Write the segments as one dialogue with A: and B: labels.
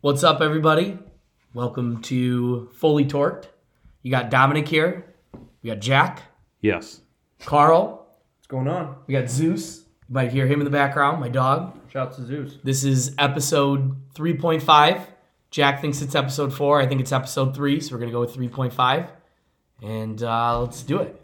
A: What's up, everybody? Welcome to Fully Torqued. You got Dominic here. We got Jack,
B: Yes.
A: Carl.
C: What's going on?
A: We got Zeus. You might hear him in the background, my dog.
C: Shout out to Zeus.
A: This is episode 3.5. Jack thinks it's episode 4. I think it's episode 3, so we're going to go with 3.5. And uh, let's do it.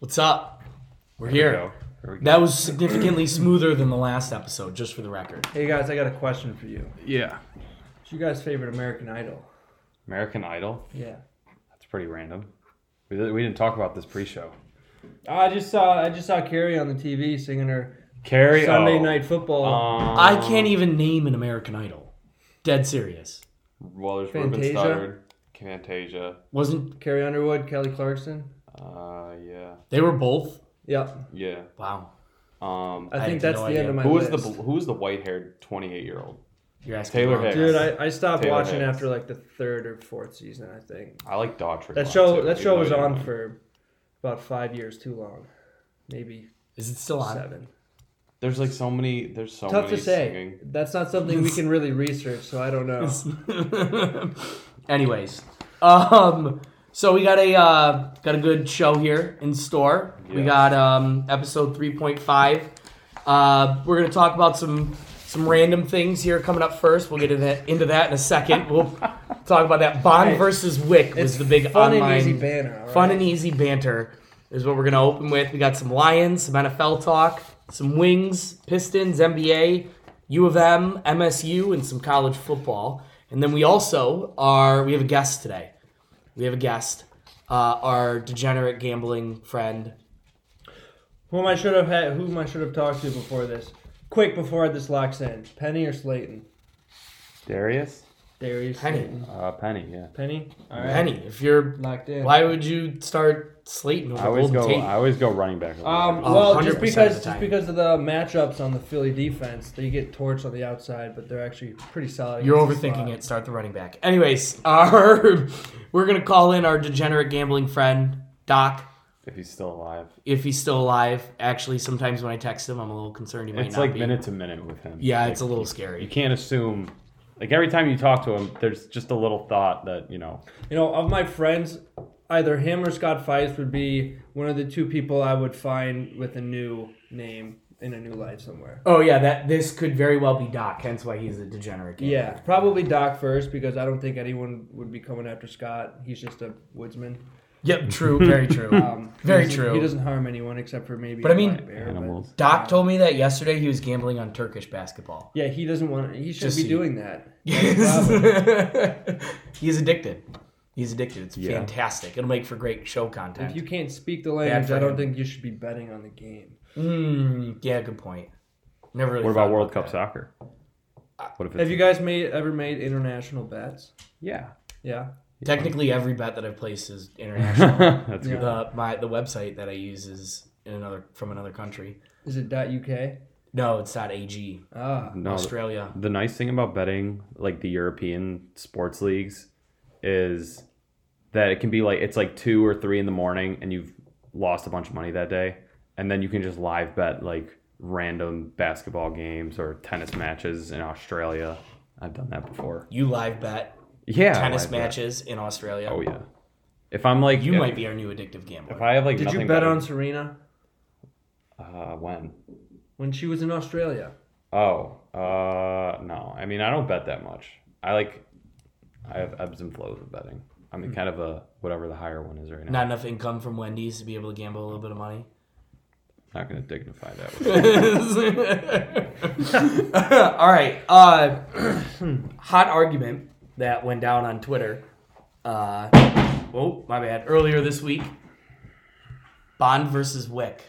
A: What's up? We're here. That was significantly smoother than the last episode, just for the record.
C: Hey guys, I got a question for you.
B: Yeah.
C: What's your guys' favorite American Idol?
B: American Idol.
C: Yeah.
B: That's pretty random. We, did, we didn't talk about this pre-show.
C: I just saw I just saw Carrie on the TV singing her
B: Carrie
C: Sunday
B: oh,
C: Night Football.
B: Um,
A: I can't even name an American Idol. Dead serious.
B: Well, there's Ruben
C: Fantasia.
B: Stoddard, Fantasia.
A: Wasn't
C: Carrie Underwood, Kelly Clarkson.
B: Uh, yeah,
A: they were both?
C: Yeah,
B: yeah.
A: Wow.
B: Um,
C: I
A: I
C: think
A: have
C: that's
A: no
C: the
A: idea.
C: end of my
B: who was
C: list.
B: the bl- who was the white-haired 28-year-old?
A: You're asking
B: Taylor
A: the wrong
B: Hicks.
C: Dude, I, I stopped
B: Taylor
C: watching
B: Hanks.
C: after like the third or fourth season. I think
B: I like Daughtry.
C: that show that show was on for about five years too long, maybe
A: Is it still on?
C: seven.
B: There's like so many. There's so
C: Tough
B: many
C: to say.
B: singing.
C: That's not something we can really research, so I don't know.
A: Anyways, um, so we got a uh, got a good show here in store. We
B: Yes.
A: got um, episode three point five. Uh, we're gonna talk about some some random things here coming up first. We'll get into that, into that in a second. We'll talk about that. Bond
C: Right.
A: versus Wick was
C: It's
A: the big
C: fun
A: online
C: and easy banner. all
A: fun
C: right?
A: and easy banter is what we're gonna open with. We got some Lions, some NFL talk, some Wings, Pistons, NBA, U of M, MSU, and some college football. And then we also are we have a guest today. We have a guest, uh, our degenerate gambling friend.
C: Whom I should have had, whom I should have talked to before this. Quick before this locks in, Penny or Slayton?
B: Darius,
C: Darius
A: Penny.
C: Slayton.
B: uh, Penny. Yeah.
C: Penny. All right.
A: Penny, if you're
C: Locked in.
A: why would you start Slayton over
B: I always
A: Golden
B: go.
A: Tate?
B: I always go running back. over
C: Um,
B: there.
A: Oh,
C: well,
A: 100%
C: just
A: of
C: because
A: the time.
C: just because of the matchups on the Philly defense, they get torched on the outside, but they're actually pretty solid.
A: You're
C: against the
A: overthinking
C: slot.
A: it. Start the running back. Anyways, our we're gonna call in our degenerate gambling friend Doc.
B: if he's still alive,
A: if he's still alive. Actually, sometimes when I text him, I'm a little concerned he might
B: it's
A: not
B: like
A: be.
B: minute to minute with him.
A: Yeah,
B: Like,
A: it's a little
B: you
A: scary.
B: can't assume like every time you talk to him there's just a little thought that you know
C: You know, of my friends, either him or Scott Feist would be one of the two people I would find with a new name in a new life somewhere.
A: Oh yeah, that this could very well be Doc. Hence why he's a degenerate. Gambler.
C: Yeah, probably Doc first because I don't think anyone would be coming after Scott. He's just a woodsman.
A: Yep. True. Very true.
C: Um, he
A: Very
C: doesn't-
A: true.
C: He doesn't harm anyone except for maybe.
A: But I
C: a
A: mean-
C: black bear, but-
B: animals
A: Doc told me that yesterday he was gambling on Turkish basketball.
C: yeah, he doesn't want. He shouldn't
A: Just
C: be
A: see.
C: doing that.
A: Yes. he's addicted. He's addicted. It's
B: Yeah.
A: fantastic. It'll make for great show content.
C: If you can't speak the language,
A: for
C: I don't
A: him.
C: think you should be betting on the game.
A: Mm, yeah. Good point. Never really.
B: what
A: thought
B: about world cup
A: that.
B: soccer
A: Uh,
B: what if it's
C: Have you guys made ever made international bets?
B: yeah
C: Yeah,
A: Technically, every bet that I've placed is international.
B: that's good
A: the my the website that I use is in another from another country.
C: is it .uk?
A: No, it's not AG.
C: Ah,
B: no the,
A: Australia.
B: the nice thing about betting like the european sports leagues is that it can be like it's like two or three in the morning and you've lost a bunch of money that day and then you can just live bet like random basketball games or tennis matches in australia i've done that before
A: You live bet
B: yeah
A: tennis
B: live bet.
A: matches in Australia.
B: Oh yeah. If I'm like
A: You
B: if,
A: might be our new addictive
B: If
A: gambler.
B: I have like
C: did you
B: nothing
C: bet
B: better-
C: on Serena
B: uh, when?
C: when she was in Australia?
B: Oh, uh, no. I mean, I don't bet that much. I like I have ebbs and flows of betting. I
A: Hmm.
B: mean, kind of a whatever the higher one is right now.
A: Not enough income from Wendy's to be able to gamble a little bit of money.
B: Not gonna dignify that. With
A: All right. Uh, hot argument that went down on Twitter. Uh, oh, my bad. Earlier this week, Bond versus Wick.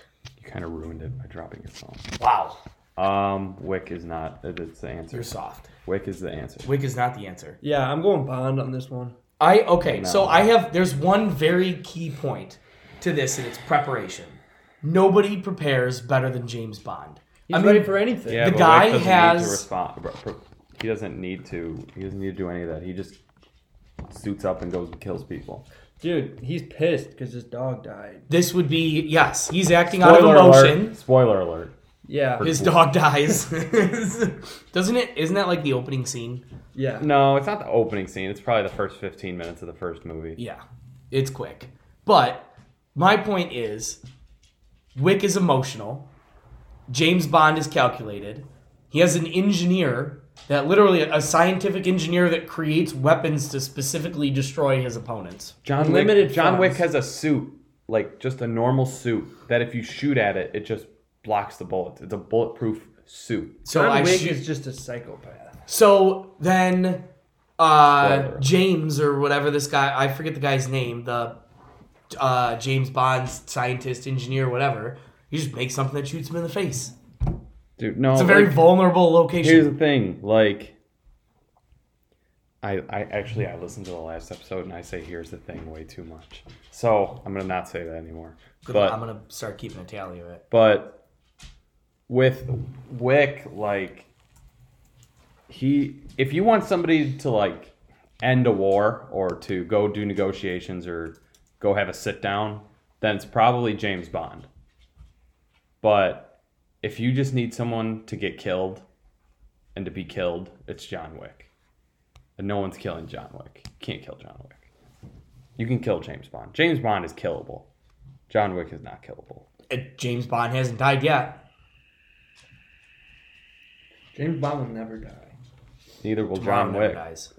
B: You kind of ruined it by dropping your phone.
A: Wow,
B: Um, Wick is not. It's the answer.
A: you're soft.
B: Wick is the answer.
A: Wick is not the answer.
C: Yeah, I'm going Bond on this one.
A: I okay, so
B: No.
A: I have there's one very key point to this and it's preparation. Nobody prepares better than James Bond.
C: He's
A: I mean,
C: ready for anything.
B: Yeah,
A: The
B: but
A: guy
B: Wick doesn't Need
A: has-
B: to respond. bro- pro- He doesn't need to. He doesn't need to do any of that. He just suits up and goes and kills people.
C: Dude, he's pissed because his dog died.
A: this would be yes, he's acting out of emotion.
B: alert! Spoiler alert!
C: Yeah.
A: His dog dies. Doesn't it isn't that like the opening scene?
C: yeah.
B: No, it's not the opening scene. It's probably the first fifteen minutes of the first movie.
A: Yeah. It's quick. But my point is Wick is emotional. James Bond is calculated. He has an engineer that literally a scientific engineer that creates weapons to specifically destroy his opponents.
B: John
C: Limited
B: Wick. John Wick
C: funds.
B: has a suit, like just a normal suit that if you shoot at it, it just blocks the bullets. It's a bulletproof suit.
A: So
C: John
A: I
C: Wick
A: shoot-
C: is just a psychopath.
A: So then, uh,
B: Spoiler.
A: James or whatever this guy, I forget the guy's name, the uh, James Bond scientist, engineer, whatever. He just makes something that shoots him in the face.
B: Dude, no,
A: It's a very
B: like,
A: vulnerable
B: here's
A: location.
B: the thing like I, I actually i listened to the last episode and i say here's the thing way too much so i'm gonna not say that anymore
A: Good-
B: but
A: I'm gonna start keeping a tally of it.
B: but with wick like he if you want somebody to like end a war or to go do negotiations or go have a sit down then it's probably james bond but if you just need someone to get killed and to be killed it's john wick and no one's killing john wick you can't kill john wick you can kill james bond james bond is killable john wick is not killable
A: Uh, James Bond hasn't died yet.
C: James Bond will never die.
B: Neither will
A: Tomorrow
B: John
A: never
B: Wick.
A: dies.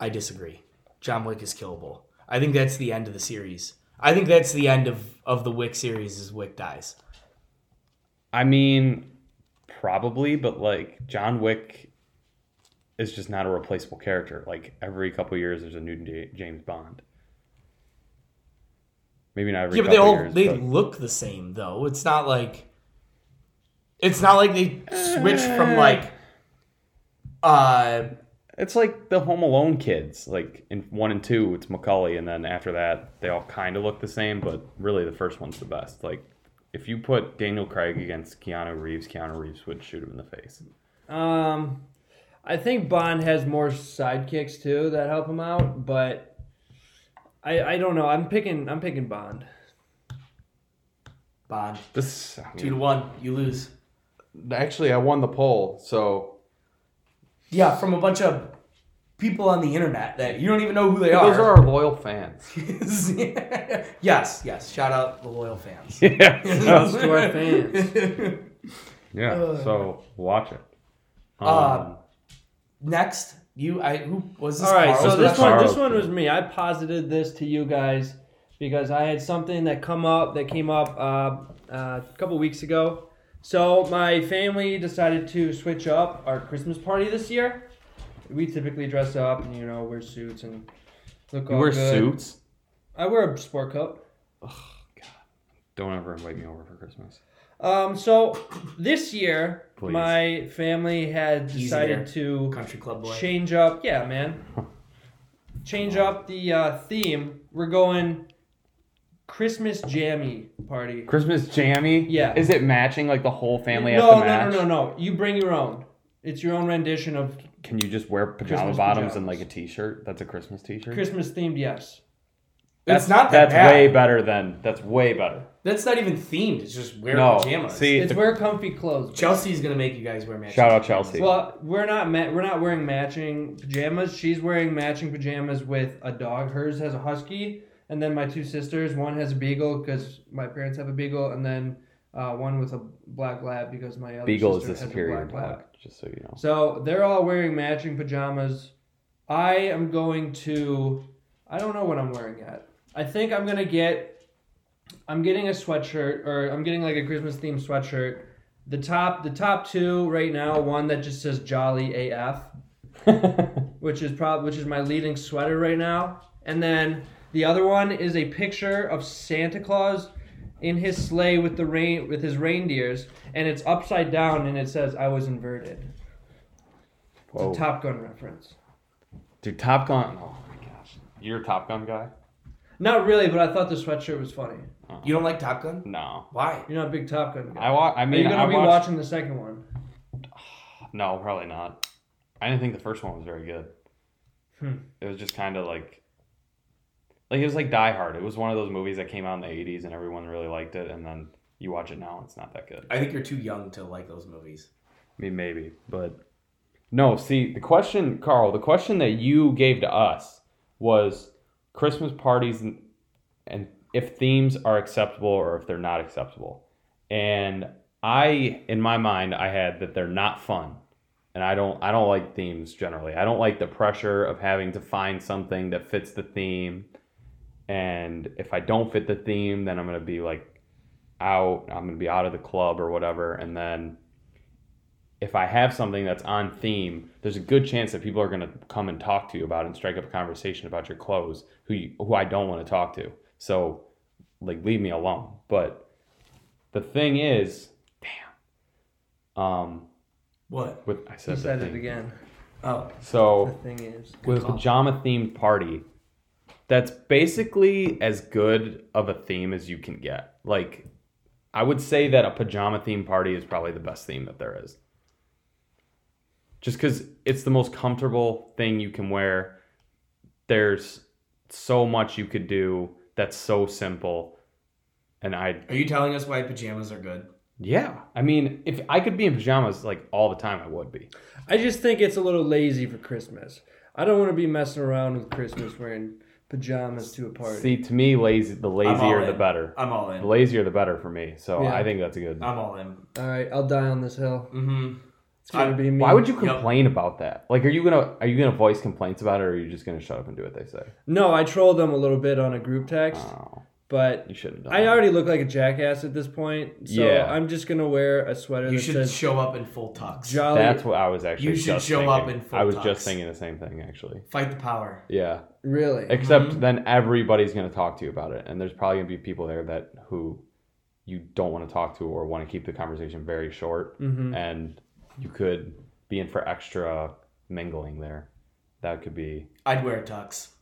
A: I disagree. John Wick is killable. I think that's the end of the series. I think that's the end of, of the Wick series. Is Wick dies.
B: I mean, probably, but like John Wick is just not a replaceable character. Like every couple years, there's a new J- James Bond. Maybe not every.
A: yeah, but they
B: couple
A: all
B: years,
A: they
B: but-
A: look the same though. It's not like it's not like they switch from like uh
B: It's like the Home Alone kids. Like in one and two, it's Macaulay, and then after that, they all kind of look the same. But really, the first one's the best. Like if you put Daniel Craig against Keanu Reeves, Keanu Reeves would shoot him in the face.
C: Um, I think Bond has more sidekicks too that help him out, but I I don't know. I'm picking I'm picking Bond.
A: Bond.
B: This I mean,
A: Two to one, you lose.
B: actually, I won the poll, so
A: Yeah, from a bunch of people on the internet that you don't even know who they
B: Those are our loyal fans.
A: yes, yes. Shout out the loyal fans.
B: yeah.
C: To our fans.
B: So watch it. Um,
C: Ah,
A: Uh, Next, you I who was this?
C: All right,
A: Carl?
C: so
B: This
C: this
B: was
C: one
B: Carl's
C: this one
B: pick.
C: was me. I posited this to you guys because I had something that come up that came up uh, uh, a couple weeks ago. So my family decided to switch up our Christmas party this year. We typically dress up and you know wear suits and look
B: you
C: all
B: wear
C: good.
B: suits.
C: I wear a sport coat.
B: Don't ever invite me over for Christmas.
C: Um, so this year,
B: Please.
C: my family had
A: Easy
C: decided
A: there.
C: to
A: country club boy.
C: change up. Yeah, man, change up the uh, theme. We're going Christmas jammy party.
B: Christmas jammy.
C: Yeah.
B: Is it matching like the whole family has
C: no,
B: to match?
C: no, no, no, no. You bring your own. It's your own rendition of
B: Can you just wear pajama
C: Christmas
B: bottoms and
C: pajamas.
B: like a t-shirt? That's a Christmas t-shirt.
C: Christmas themed. Yes.
B: That's
A: It's not that
B: That's
A: bad.
B: way better than. That's way better.
A: That's not even themed. It's just wear
B: No,
A: pajamas.
B: see-
C: It's wear comfy clothes.
A: Chelsea's gonna make you guys wear matching.
B: Shout out
A: pajamas.
B: Chelsea.
C: Well, we're not ma- we're not wearing matching pajamas. She's wearing matching pajamas with a dog. Hers has a husky, and then my two sisters. One has a beagle because my parents have a beagle, and then uh, one with a black lab because my other
B: Beagle is
C: sister
B: the
C: has a
B: superior
C: black lab.
B: dog. Just so you know.
C: So they're all wearing matching pajamas. I am going to. I don't know what I'm wearing yet. I think I'm gonna get. I'm getting a sweatshirt, or I'm getting like a Christmas themed sweatshirt. The top, the top two right now. One that just says Jolly AF, which is prob, which is my leading sweater right now. And then the The other one is a picture of Santa Claus in his sleigh with the rain with his reindeers, and it's upside down, and it says "I was inverted." It's
B: Whoa.
C: a Top Gun reference.
B: Dude, Top Gun. Oh my gosh, you're a Top Gun guy?
C: Not really, but I thought the sweatshirt was funny.
A: You don't like Top Gun?
B: No,
A: Why?
C: You're not a big Top Gun guy.
B: I wa- I
C: Are you
B: mean,
C: gonna
B: I
C: be
B: watched-
C: watching the second one?
B: No, probably not. I didn't think the first one was very good.
C: Hmm.
B: It was just kind of like, like it was like Die Hard. It was one of those movies that came out in the '80s and everyone really liked it, and then you watch it now and it's not that good.
A: I think you're too young to like those movies.
B: I mean, maybe, but no. See, the question, Carl, the question that you gave to us was Christmas parties and, and if themes are acceptable or if they're not acceptable. And I, in my mind, I had that they're not fun, and I don't, I don't like themes generally. I don't like the pressure of having to find something that fits the theme. And if I don't fit the theme, then I'm gonna be like out. I'm gonna be out of the club or whatever, and then if I have something that's on theme, there's a good chance that people are going to come and talk to you about it and strike up a conversation about your clothes who you, who I don't want to talk to. So like leave me alone. But the thing is, damn. Um
A: What?
B: with I said,
C: He
B: the
C: said it
B: thing.
C: again.
A: Oh,
C: The
B: So
C: thing is,
B: with a
A: call.
B: pajama themed party that's basically as good of a theme as you can get. Like I would say that a pajama themed party is probably the best theme that there is. Just cuz it's the most comfortable thing you can wear. There's so much you could do that's so simple. And I
A: are you telling us why pajamas are good?
B: yeah, I mean, if I could be in pajamas like all the time I would be.
C: I just think it's a little lazy for Christmas. I don't want to be messing around with Christmas wearing pajamas to a party.
B: See, to me lazy the
A: I'm all
B: lazier the
A: in.
B: better.
A: I'm all in.
B: The lazier the better for me. So
C: Yeah.
B: I think that's a good.
A: I'm all in.
C: All right, I'll die on this hill.
A: Mm-hmm.
C: It's gonna
A: I-
C: be me.
B: Why would you
A: Yep.
B: complain about that? Like, are you gonna are you gonna voice complaints about it, or are you just gonna shut up and do what they say?
C: No, I trolled them a little bit on a group text,
B: Oh,
C: but
B: you shouldn't. Have done
C: I
B: that.
C: already look like a jackass at this point. So
B: Yeah.
C: I'm just gonna wear a sweater
A: You
C: that
A: should
C: says
A: show up in full tux.
C: "Jolly."
B: That's what I was actually.
A: You should
B: just
A: show
B: thinking.
A: up in full
B: I was
A: tux. Mm-hmm.
B: just thinking the same thing actually.
A: Fight the power.
B: Yeah.
C: really.
B: Except then everybody's gonna talk to you about it, and there's probably gonna be people there that who you don't want to talk to or want to keep the conversation very short,
A: Mm-hmm.
C: Mhm.
B: and you could be in for extra mingling there. That could be.
A: I'd wear a tux.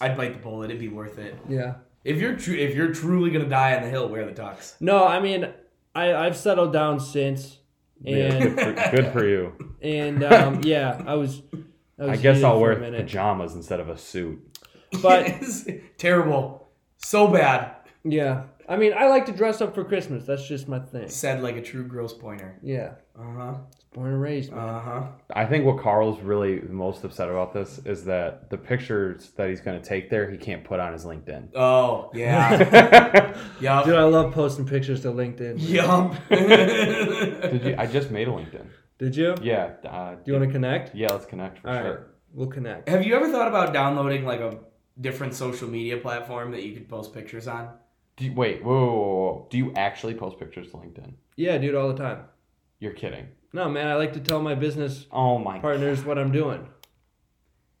A: I'd bite the bullet. It'd be worth it.
C: Yeah.
A: If you're tru- if you're truly gonna die on the hill, wear the tux.
C: No, I mean, I I've settled down since,
B: Yeah,
C: and
B: good, for, good for you.
C: and um, yeah, I was. I, was
B: I guess
C: heated
B: I'll
C: for
B: wear
C: a minute.
B: pajamas instead of a suit.
C: But
A: It's terrible, so bad.
C: yeah, I mean, I like to dress up for Christmas. That's just my thing.
A: Said like a true gross pointer.
C: Yeah,
A: Uh huh.
C: born and raised. man.
A: Uh huh.
B: I think what Carl's really most upset about this is that the pictures that he's going to take there, he can't put on his LinkedIn.
A: Oh yeah.
C: Dude,
A: yup.
C: I love posting pictures to LinkedIn.
A: Yup.
B: Did you? I just made a LinkedIn.
C: Did you?
B: Yeah. Uh,
C: Do you want to connect?
B: yeah, let's connect for
C: All right,
B: sure.
C: we'll connect.
A: Have you ever thought about downloading like a different social media platform that you could post pictures on?
B: Do you, wait, whoa, whoa, whoa, whoa. Do you actually post pictures to LinkedIn?
C: Yeah, dude, all the time.
B: You're kidding.
C: No, man, I like to tell my business
B: Oh my
C: partners what I'm doing.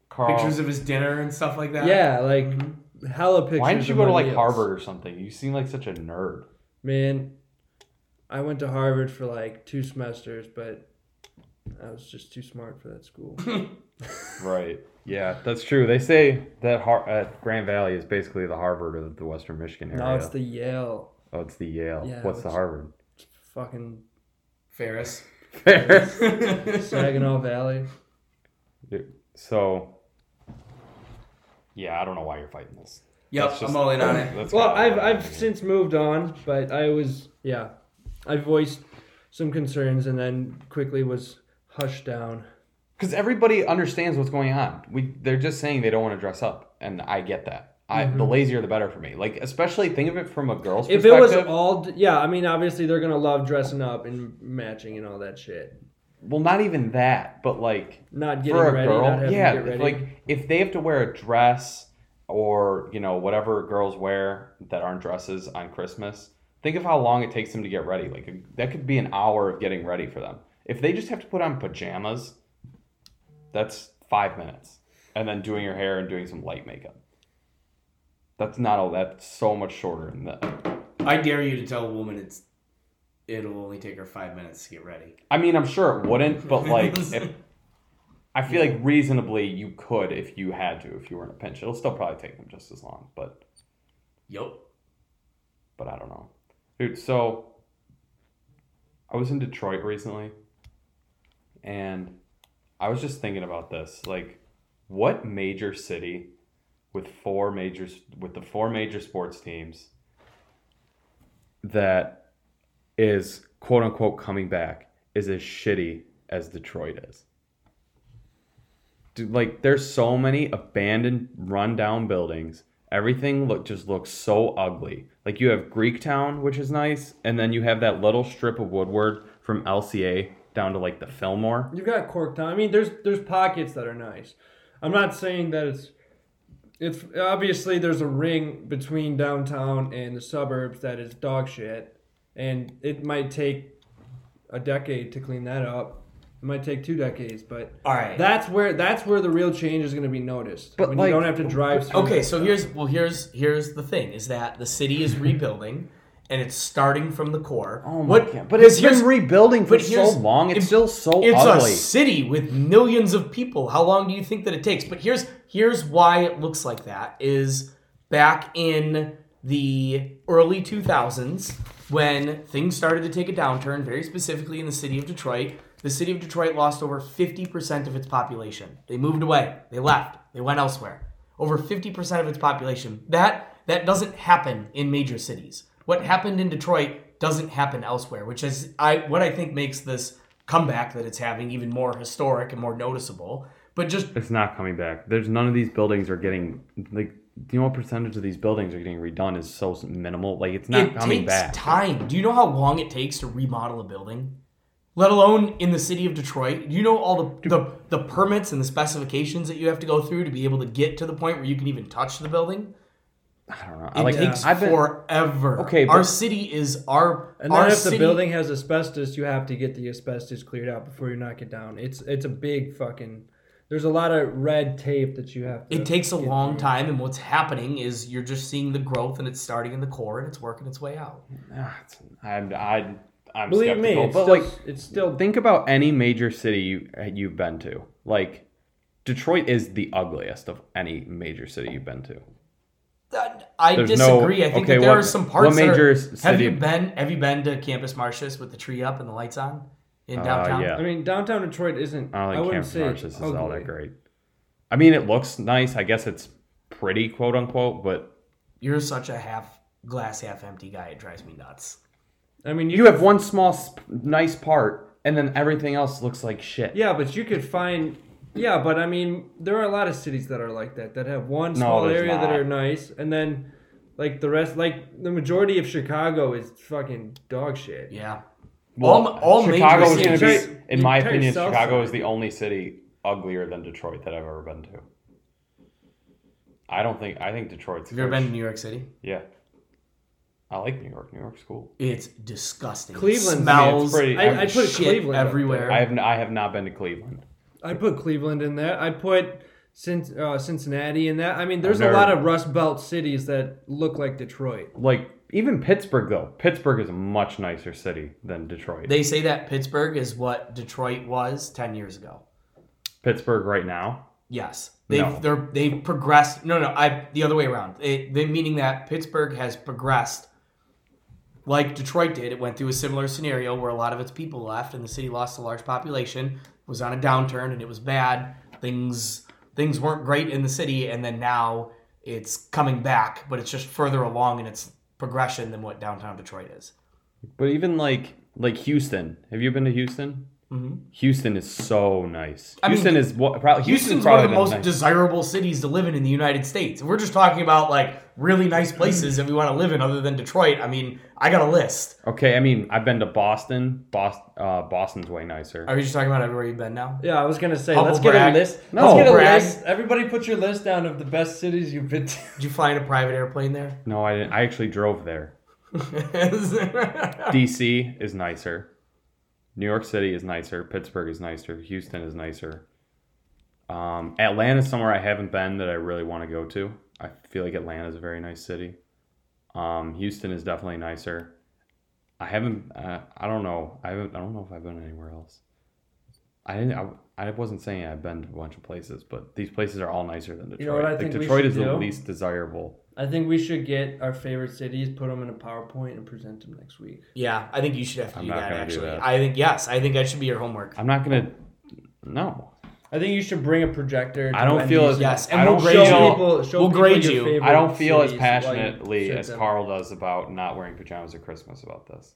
B: Carl.
A: Pictures of his dinner and stuff like that.
C: Yeah, like
B: Mm-hmm.
C: hella pictures.
B: why didn't you
C: of
B: go to
C: my
B: like
C: meals.
B: Harvard or something? You seem like such a nerd.
C: Man, I went to Harvard for like two semesters, but I was just too smart for that school.
B: Right. Yeah, that's true. They say that Har- uh, Grand Valley is basically the Harvard of the Western Michigan area.
C: no, it's the Yale
B: oh, it's the Yale.
C: Yeah,
B: What's the
C: which-
B: Harvard?
C: fucking
A: Ferris.
C: Saginaw Valley.
B: So, yeah, I don't know why you're fighting this.
A: Yep.
B: That's
A: I'm
B: just-
A: all in on it.
B: that's
C: Well,
B: kinda
C: I've
B: what
C: I've
B: I'm doing.
C: since moved on, but I was yeah, I voiced some concerns and then quickly was hushed down.
B: because everybody understands what's going on. We they're just saying they don't want to dress up, and I get that. I the lazier the better for me. Like especially think of it from a girl's
C: Mm-hmm. If it
B: perspective.
C: was all yeah, I mean obviously they're gonna love dressing up and matching and all that shit.
B: well, not even that, but like
C: Not getting
B: for a
C: ready, not
B: girl,
C: having
B: yeah,
C: to get ready.
B: like if they have to wear a dress or you know whatever girls wear that aren't dresses on Christmas. Think of how long it takes them to get ready. Like that could be an hour of getting ready for them. If they just have to put on pajamas, that's five minutes, and then doing your hair and doing some light makeup. That's not all. That's so much shorter than that.
A: I dare you to tell a woman it's it'll only take her five minutes to get ready.
B: I mean, I'm sure it wouldn't, but like, if, I feel like reasonably you could if you had to, if you were in a pinch. It'll still probably take them just as long, but
A: Yup.
B: but I don't know, dude. So I was in Detroit recently, and I was just thinking about this. Like, what major city with four major with the four major sports teams that is quote unquote coming back is as shitty as Detroit is. Dude, like there's so many abandoned rundown buildings everything look just looks so ugly like you have greek town which is nice and then you have that little strip of woodward from lca down to like the fillmore
C: You've got Corktown. I mean, there's there's pockets that are nice. I'm not saying that it's it's obviously there's a ring between downtown and the suburbs that is dog shit, and it might take a decade to clean that up. It might take two decades, but
A: All right.
C: that's where that's where the real change is going to be noticed.
B: But,
C: when
B: like-
C: you don't have to drive. Through
A: Okay, so here's well here's here's the thing is that the city is rebuilding and it's starting from the core. What-
B: Oh but it's
A: here's-
B: been rebuilding for
A: but
B: so
A: here's-
B: long it's
A: it-
B: still so
A: It's
B: ugly
A: a city with millions of people. How long do you think that it takes? But here's here's why it looks like that is back in the early 2000s when things started to take a downturn, very specifically in the city of Detroit. The city of Detroit lost over 50% of its population. They moved away. They left. They went elsewhere. Over 50% of its population. That that doesn't happen in major cities. What happened in Detroit doesn't happen elsewhere, which is I what I think makes this comeback that it's having even more historic and more noticeable. But just
B: it's not coming back there's none of these buildings are getting like do you know what percentage of these buildings are getting redone is so minimal like it's not
A: it
B: coming
A: takes
B: back
A: time. Do you know how long it takes to remodel a building? Let alone in the city of Detroit. Do you know all the, the the permits and the specifications that you have to go through to be able to get to the point where you can even touch the building?
B: i don't know
A: It
B: I, like
A: takes
B: I've been,
A: forever.
B: Okay,
A: our
B: but-
A: city is our
C: And
A: our
C: then if
A: city,
C: the building has asbestos, you have to get the asbestos cleared out before you knock it down. It's it's a big fucking. There's a lot of red tape that you have. to...
A: It takes a
C: get
A: long time, and what's happening is you're just seeing the growth, and it's starting in the core, and it's working its way out.
B: Ah, it's- I'm, I, I'm
C: Believe me,
B: skeptical,
C: it's
B: but
C: still,
B: like
C: it's still
B: Think about any major city you, you've been to. Like, Detroit is the ugliest of any major city you've been to.
A: That- I
B: There's no-
A: disagree. I think
B: okay,
A: that there
B: what-
A: are some parts.
B: what
A: that
B: major
A: are,
B: s-
A: have
B: city-
A: you been? Have you been to Campus Martius with the tree up and the lights on in downtown?
B: Uh, yeah.
C: I mean, downtown Detroit isn't.
B: I
C: I,
B: don't think
C: wouldn't
B: Campus
C: say
B: Martius is
C: ugly.
B: all that great. I mean, it looks nice. I guess it's pretty, quote unquote, but
A: You're such a half glass half empty guy. It drives me nuts.
C: I mean, you,
B: you have one small, sp- nice part, and then everything else looks like shit.
C: yeah, but you could find. Yeah, but I mean, there are a lot of cities that are like that that have one
B: No,
C: small
B: there's
C: area that
B: not.
C: are nice, and then like the rest, like the majority of Chicago is fucking dog shit.
A: Yeah.
B: Well,
A: all all
B: Chicago
A: major
B: is
A: cities.
B: going to
C: Detroit-
B: be, in my
C: entire
B: opinion,
C: South
B: Chicago
C: side.
B: is the only city uglier than Detroit that I've ever been to. I don't think. I think Detroit's.
A: Have you ever been to New York City?
B: Yeah. I like New York. New York's cool.
A: It's disgusting. It
C: Cleveland's-
A: smells.
B: I mean, it's pretty-
A: and
B: I- I
C: put
A: shit
C: Cleveland up
A: everywhere.
B: I have n- I have not been to Cleveland.
C: I put Cleveland in there. I put Cin- uh, Cincinnati in that. I mean, there's
B: I've
C: a
B: never-
C: lot of Rust Belt cities that look like Detroit.
B: Like even Pittsburgh though. Pittsburgh is a much nicer city than Detroit.
A: They say that Pittsburgh is what Detroit was ten years ago.
B: Pittsburgh right now.
A: Yes, they've
B: No.
A: they're they've progressed. No, no, I the other way around. It, they meaning that Pittsburgh has progressed, like Detroit did. It went through a similar scenario where a lot of its people left, and the city lost a large population. Was on a downturn, and it was bad. Things things weren't great in the city, and then now it's coming back, but it's just further along in its progression than what downtown Detroit is.
B: But even like like Houston. Have you been to Houston?
A: Mhm.
B: Houston is so nice.
A: I mean,
B: Houston is what probably
A: Houston's
B: Houston's,
A: one of the
B: probably
A: most
B: been nice.
A: desirable cities to live in in the United States. We're just talking about like really nice
B: Mm.
A: places that we want to live in other than Detroit. I mean, I got a list.
B: Okay, I mean I've been to Boston. Boston uh, Boston's way nicer.
A: Are you just talking about everywhere you've been now?
C: Yeah, I was gonna say,
A: Humble
C: let's get
A: brag.
C: a list.
B: No.
C: let's get a
A: Brag.
C: list. Everybody, put your list down of the best cities you've been to.
A: Did you fly in a private airplane there?
B: No, I didn't. I actually drove there. DC is nicer. New York City is nicer. Pittsburgh is nicer. Houston is nicer. Um, Atlanta is somewhere I haven't been that I really want to go to. I feel like Atlanta's a very nice city. Um, Houston is definitely nicer. I haven't. Uh, I don't know. I haven't. I don't know if I've been anywhere else. I didn't. I, I wasn't saying I've been to a bunch of places, but these places are all nicer than Detroit.
C: You know what I
B: like
C: think we
B: Detroit
C: should
B: is the
C: do?
B: least desirable.
C: I think we should get our favorite cities, put them in a PowerPoint, and present them next week.
A: Yeah, I think you should have to
B: I'm
A: do
B: not
A: that.
B: gonna do
A: Actually,
B: that.
A: I think yes. I think that should be your homework.
B: I'm not gonna. No,
C: I think you should bring a projector. to
B: I don't feel
C: Wendy's.
B: as
A: Yes, and
B: I
A: we'll
B: don't
A: grade
B: feel-
A: you.
C: Show people, show
A: We'll
C: people
A: grade
C: your
A: you.
C: favorite
B: I don't feel as
C: cities while you
B: passionately
C: ship
B: as
C: them.
B: Carl does about not wearing pajamas or Christmas about this.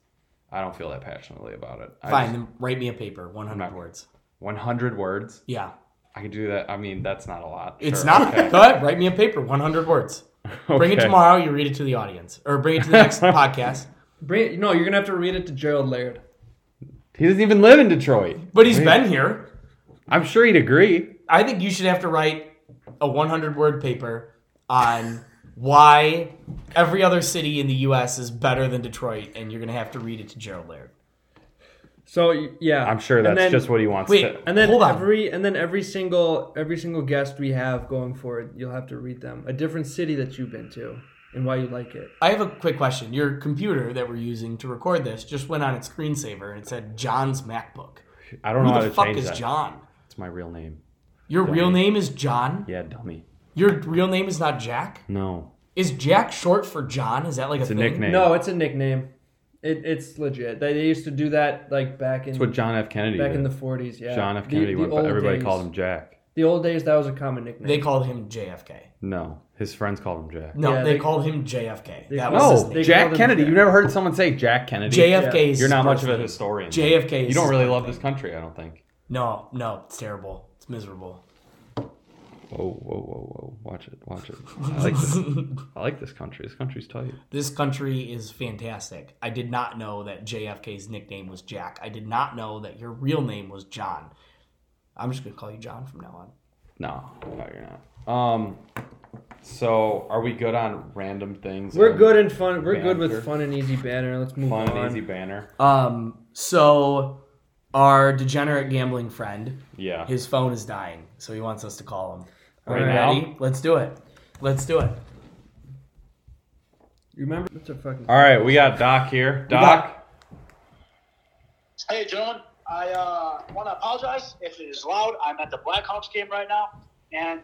B: I don't feel that passionately about it. I
A: Fine,
B: just-
A: then write me a paper, 100
B: not-
A: words.
B: 100 words.
A: Yeah,
B: I could do that. I mean, that's not a lot.
A: it's
B: Sure,
A: not.
B: okay.
A: Go ahead, write me a paper, 100 words. Bring it
B: Okay.
A: tomorrow. You read it to the audience, or bring it to the next podcast.
C: Bring it, no, you're gonna have to read it to Gerald Laird.
B: He doesn't even live in Detroit.
A: But he's been here.
B: I'm sure he'd agree.
A: I think you should have to write a 100 word paper on why every other city in the U.S. is better than Detroit, and you're gonna have to read it to Gerald Laird.
C: So y- yeah,
B: I'm sure
C: And
B: that's
C: then-
B: just what he wants
A: Wait,
B: to.
C: And then
A: Hold on.
C: every and then every single every single guest we have going forward, you'll have to read them a different city that you've been to and why you like it.
A: I have a quick question. Your computer that we're using to record this just went on its screensaver and it said John's MacBook.
B: I don't know
A: Who
B: how
A: the
B: to
A: fuck
B: change
A: is
B: that.
A: John?
B: It's my real name.
A: Your real name is John?
B: Yeah, dummy.
A: Your real name is not Jack?
B: No,
A: Is Jack short for John? Is that like
B: it's a
A: thing?
B: nickname.
C: No, it's a nickname. It, it's legit. They, they used to do that like back in
B: it's what John F. Kennedy.
C: back in the
B: did.
C: 40s. Yeah,
B: John F.
C: The-
B: Kennedy
C: the
B: went, but
C: old
B: everybody
C: days.
B: called him Jack.
C: The old days that was a common nickname.
A: They called him JFK.
B: No, his friends called him Jack.
A: No,
C: Yeah,
A: they,
C: they-
A: called him JFK.
C: They
A: That
C: called-
A: was his
B: No,
A: name.
C: They
B: Jack
C: called him
B: Kennedy.
C: Jack.
B: You never heard someone say Jack Kennedy?
A: JFK's.
B: You're not much of a
A: birthday.
B: historian.
A: JFK is
B: You don't
A: his
B: really love
A: birthday.
B: this country, I don't think.
A: No, no, it's terrible. It's miserable.
B: Whoa, whoa, whoa, whoa! Watch it, watch it. I like this. I like this country. This country's tight.
A: This country is fantastic. I did not know that JFK's nickname was Jack. I did not know that your real name was John. I'm just going to call you John from now on.
B: No, no, you're not. Um, so are we good on random things?
C: We're
B: Um,
C: good and fun. We're good
B: Banter.
C: with fun and easy banner. Let's move
B: Fun
C: on.
B: and easy banner.
A: Um, so our degenerate gambling friend,
B: Yeah.
A: his phone is dying, so he wants us to call him. Are
B: Right
A: you
B: now?
A: ready? Let's do it. Let's do it.
C: You remember? That's a fucking.
B: All right, we got Doc here. Doc.
D: Hey, gentlemen. I uh, want to apologize if it is loud. I'm at the Blackhawks game right now, and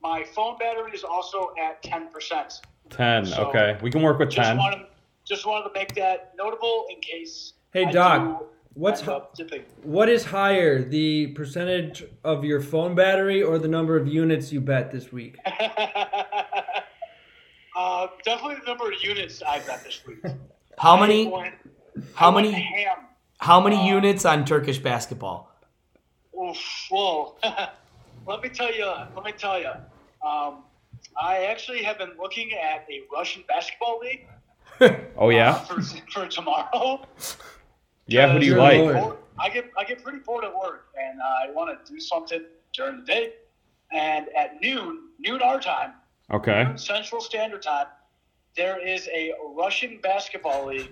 D: my phone battery is also at 10%. Just,
B: Ten.
D: So-
B: okay, we can work with ten.
D: wanted, just wanted to make that notable in case.
C: Hey,
D: I
C: Doc,
D: do
C: What's
D: end up dipping.
C: what is higher, the percentage of your phone battery or the number of units you bet this week?
D: uh, definitely the number of units I bet this week.
A: How many?
D: I went-
A: How
D: I went
A: many?
D: Ham.
A: How many units on Turkish basketball?
D: Oof, whoa. let me tell you. Let me tell you. Um, I actually have been looking at a Russian basketball league.
B: Oh yeah,
D: for, for tomorrow.
B: yeah. Who do you
C: Sure,
B: like?
C: Lord.
D: I get I get pretty bored at work, and uh, I want to do something during the day. And at noon, noon our time,
B: Okay.
D: noon Central Standard Time, there is a Russian basketball league,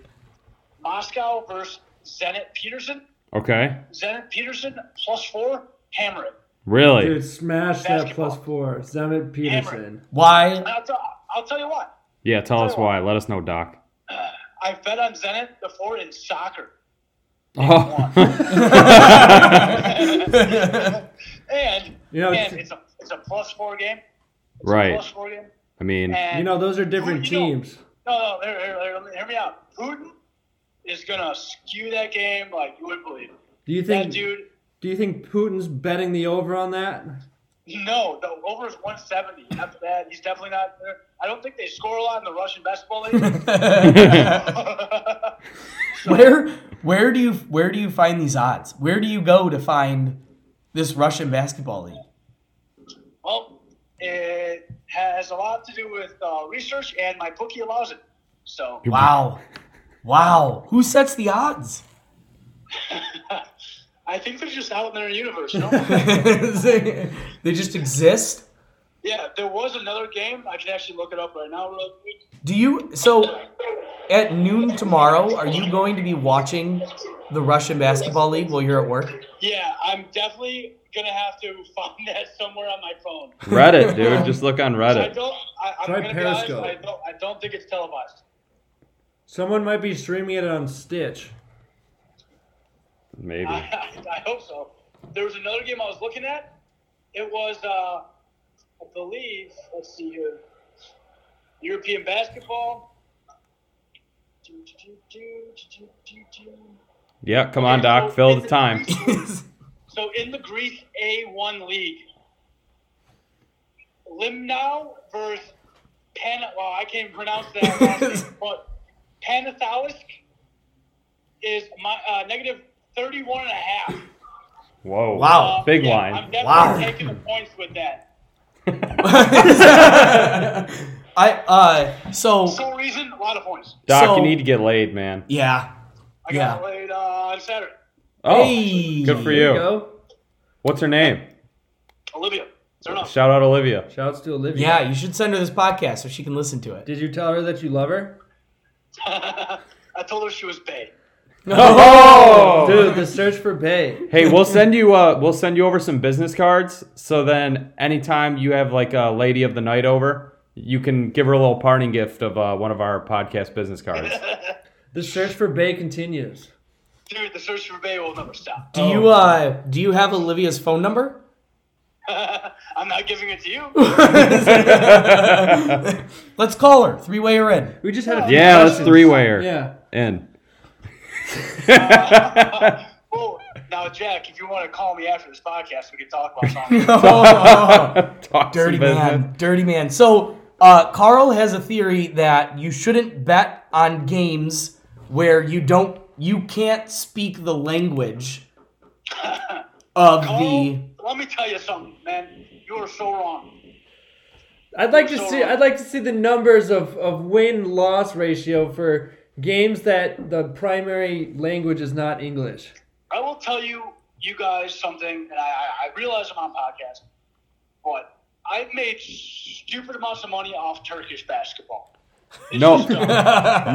D: Moscow versus Zenit Peterson.
B: Okay.
D: Zenit Peterson plus four, hammer it.
B: Really?
C: Dude, smash that
D: Basketball.
C: plus four. Zemet Peterson.
D: And
A: Why?
D: I'll, t- I'll tell you what,
B: yeah. Tell us why. Let us know, Doc.
D: I bet on Zenit before in soccer. And
C: You know, it's-
D: and it's a it's a plus four game. It's a
B: Right.
D: plus four game.
B: I mean,
D: And
C: You know, those are different
D: You know-
C: teams.
D: No, no, hear, hear, hear, hear me out. Putin is gonna skew that game like you wouldn't believe.
C: Do you
D: That
C: think?
D: dude,
C: Do you think Putin's betting the over on that?
D: no, the over is 170. After that, he's definitely not there. I don't think they score a lot in the Russian basketball league.
A: Where? Where do you? Where do you find these odds? Where do you go to find this Russian basketball league?
D: well, it has a lot to do with uh, research, and my bookie allows it. So
A: Wow, wow. Who sets the odds?
D: I think they're just out in their universe. No?
A: they just exist.
D: yeah, there was another game. I can actually look it up right now, real quick.
A: Do you so at noon tomorrow? Are you going to be watching the Russian basketball league while you're at work?
D: Yeah, I'm definitely gonna have to find that somewhere on my phone.
B: Reddit, dude. Just look on
D: I
B: Reddit.
D: don't. I, I'm
C: Try
D: gonna be honest,
C: Periscope.
D: I don't. I don't think it's televised.
C: Someone might be streaming it on Stitch.
B: Maybe.
D: I, I hope so. There was another game I was looking at. It was, uh, I believe, let's see here, European basketball. Do, do, do, do, do, do, do, do.
B: Yeah, come on, Doc. Fill the time.
D: So in the Greece A1 league, Limnau versus Pan. Well, I can't even pronounce that last name, but Panathalisk is my uh, negative 31 and a half.
B: Whoa.
A: Wow.
D: Um,
B: Oh, Big
D: yeah,
B: line.
D: I'm definitely
A: Wow.
D: taking the points with that.
A: I uh so
D: Sole reason, a lot of points.
B: Doc,
A: So-
B: you need to get laid, man.
A: yeah.
D: I
A: Yeah.
D: got laid uh, on Saturday.
B: Oh,
A: Hey.
B: good for
C: There you
B: you.
C: go.
B: What's her name?
D: Olivia, turn up.
B: Shout out Olivia.
C: Shouts to Olivia.
A: Yeah, you should send her this podcast so she can listen to it.
C: Did you tell her that you love her?
D: I told her she was paid.
B: Oh,
C: Dude, the search for Bay.
B: Hey, we'll send you uh we'll send you over some business cards. So then anytime you have like a lady of the night over, you can give her a little parting gift of uh, one of our podcast business cards.
C: The search for Bay continues.
D: Dude, the search for Bay will never stop.
A: Do you uh do you have Olivia's phone number?
D: I'm not giving it to you.
A: Let's call her. Three way or in.
C: We just had a few
B: yeah, let's
C: questions.
B: three way her.
C: Yeah.
B: In.
D: Well, now, Jack, if you want to call me after this podcast, we can talk about something.
B: Talk some
A: Dirty
B: business.
A: man, dirty man. So uh, Carl has a theory that you shouldn't bet on games where you don't, you can't speak the language of the.
D: Oh, let me tell you something, man. You are so wrong.
C: I'd like to see I'd like to see the numbers of, of win loss ratio for games that the primary language is not English.
D: I will tell you, you guys, something, and I, I- I realize I'm on podcast, but I've made stupid amounts of money off Turkish basketball. It's
B: No.
D: just dumb.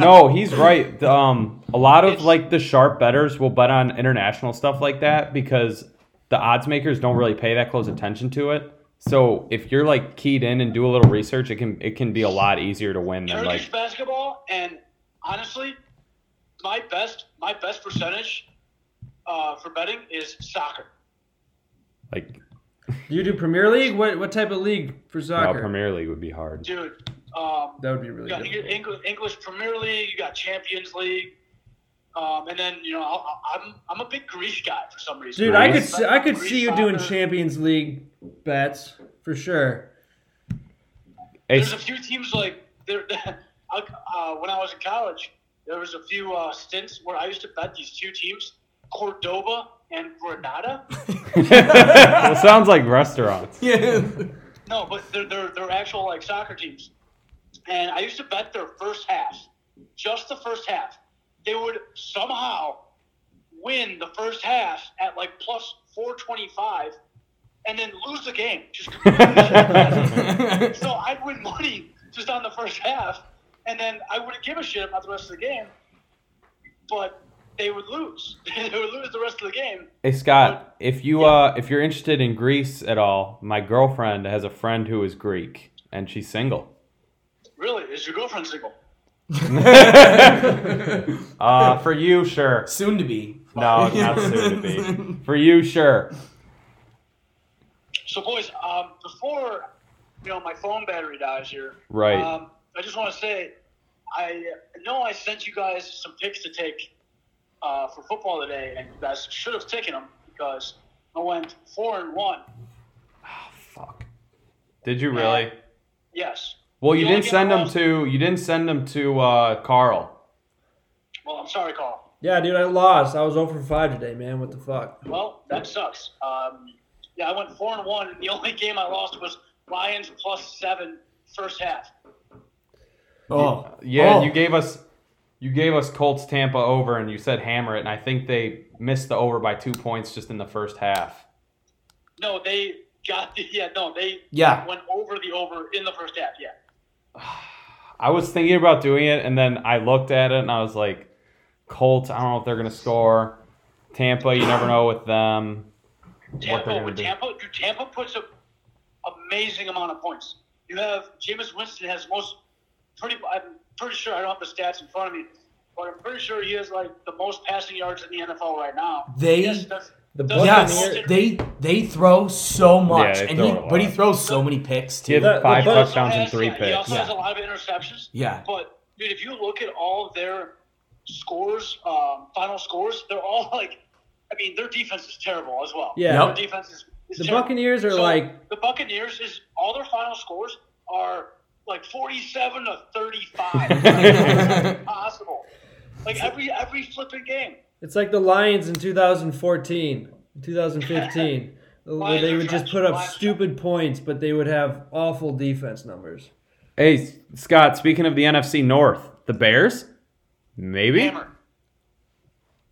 B: No, he's right. The, Um, a lot of like the sharp betters will bet on international stuff like that because the odds makers don't really pay that close attention to it. So if you're like keyed in and do a little research, it can it can be a lot easier to win than
D: Turkish
B: like
D: basketball, and honestly, my best my best percentage uh, for betting is soccer.
B: like
C: You do Premier League? What what type of league for
B: no,
C: soccer?
B: Premier League would be hard.
D: Dude, um,
C: That would be really
D: you got
C: difficult.
D: English, English Premier League, you got Champions League, um, and then you know I'll, I'm I'm a big Greece guy for some reason.
C: Dude, I could see, I could
D: Greece
C: see you doing
D: soccer.
C: Champions League bets for sure.
B: It's
D: There's a few teams like there. Uh, when I was in college, there was a few uh, stints where I used to bet these two teams, Cordoba and Granada.
B: it sounds like restaurants.
A: Yeah.
D: No, but they're, they're, they're actual like soccer teams. And I used to bet their first half, just the first half. They would somehow win the first half at like plus 425 and then lose the game. Just completely lose it. so I'd win money just on the first half, and then I wouldn't give a shit about the rest of the game, but they would lose. they would lose the rest of the game.
B: Hey Scott, if you uh if you're interested in Greece at all, my girlfriend has a friend who is Greek and she's single.
D: Really? Is your girlfriend single?
B: Uh for you, sure.
A: Soon to be.
B: No, not soon to be. For you, sure.
D: So, boys, um, before you know my phone battery dies here,
B: Right.
D: Um, I just want to say, I know I sent you guys some picks to take uh, for football today, and you guys should have taken them because I went four and one.
B: Fuck. Did you really?
D: Yes.
B: Well, you
D: The only
B: didn't
D: game
B: send
D: I
B: them
D: lost-
B: to you didn't send them to uh, Carl.
D: Well, I'm sorry, Carl.
C: Yeah, dude, I lost. I was over five today, man. What the fuck?
D: Well, that sucks. Um, yeah, I went four and one, and the only game I lost was Lions plus seven first half.
A: Oh.
B: Yeah,
A: Oh.
B: you gave us you gave us Colts Tampa over, and you said hammer it, and I think they missed the over by two points just in the first half.
D: No, they got the yeah. No, they
A: Yeah.
D: went over the over in the first half. Yeah.
B: I was thinking about doing it, and then I looked at it, and I was like, Colts. I don't know if they're gonna score. Tampa, you never know with them. they're
D: Tampa,
B: gonna
D: with
B: do.
D: Tampa, dude, Tampa puts up amazing amount of points. You have Jameis Winston has most pretty. I'm pretty sure I don't have the stats in front of me, but I'm pretty sure he has like the most passing yards in the NFL right now.
A: They-
D: Yes, that's-
C: The
D: that's-
A: Yes, they they throw so much,
B: Yeah, they
A: and
B: throw
A: he,
B: a lot.
A: but he throws so many picks
B: He
A: too.
B: had
A: Yeah,
E: That-
B: five
E: but-
B: touchdowns and
D: has-
B: three
D: yeah, He
B: picks.
D: also has
A: Yeah.
D: a lot of interceptions. But dude, if you look at all of their scores, um, final scores, they're all like, I mean, their defense is terrible as well.
C: Yeah.
D: their defense is. is
C: The
D: terrible.
C: Buccaneers are
D: So,
C: like
D: the Buccaneers is all their final scores are like forty-seven to thirty-five. possible. Like every every flipping game.
C: It's like the Lions in 2014, 2015, where they would just put up stupid points, but they would have awful defense numbers.
B: Hey, S- Scott, speaking of the NFC North, the Bears? Maybe?
D: Hammer.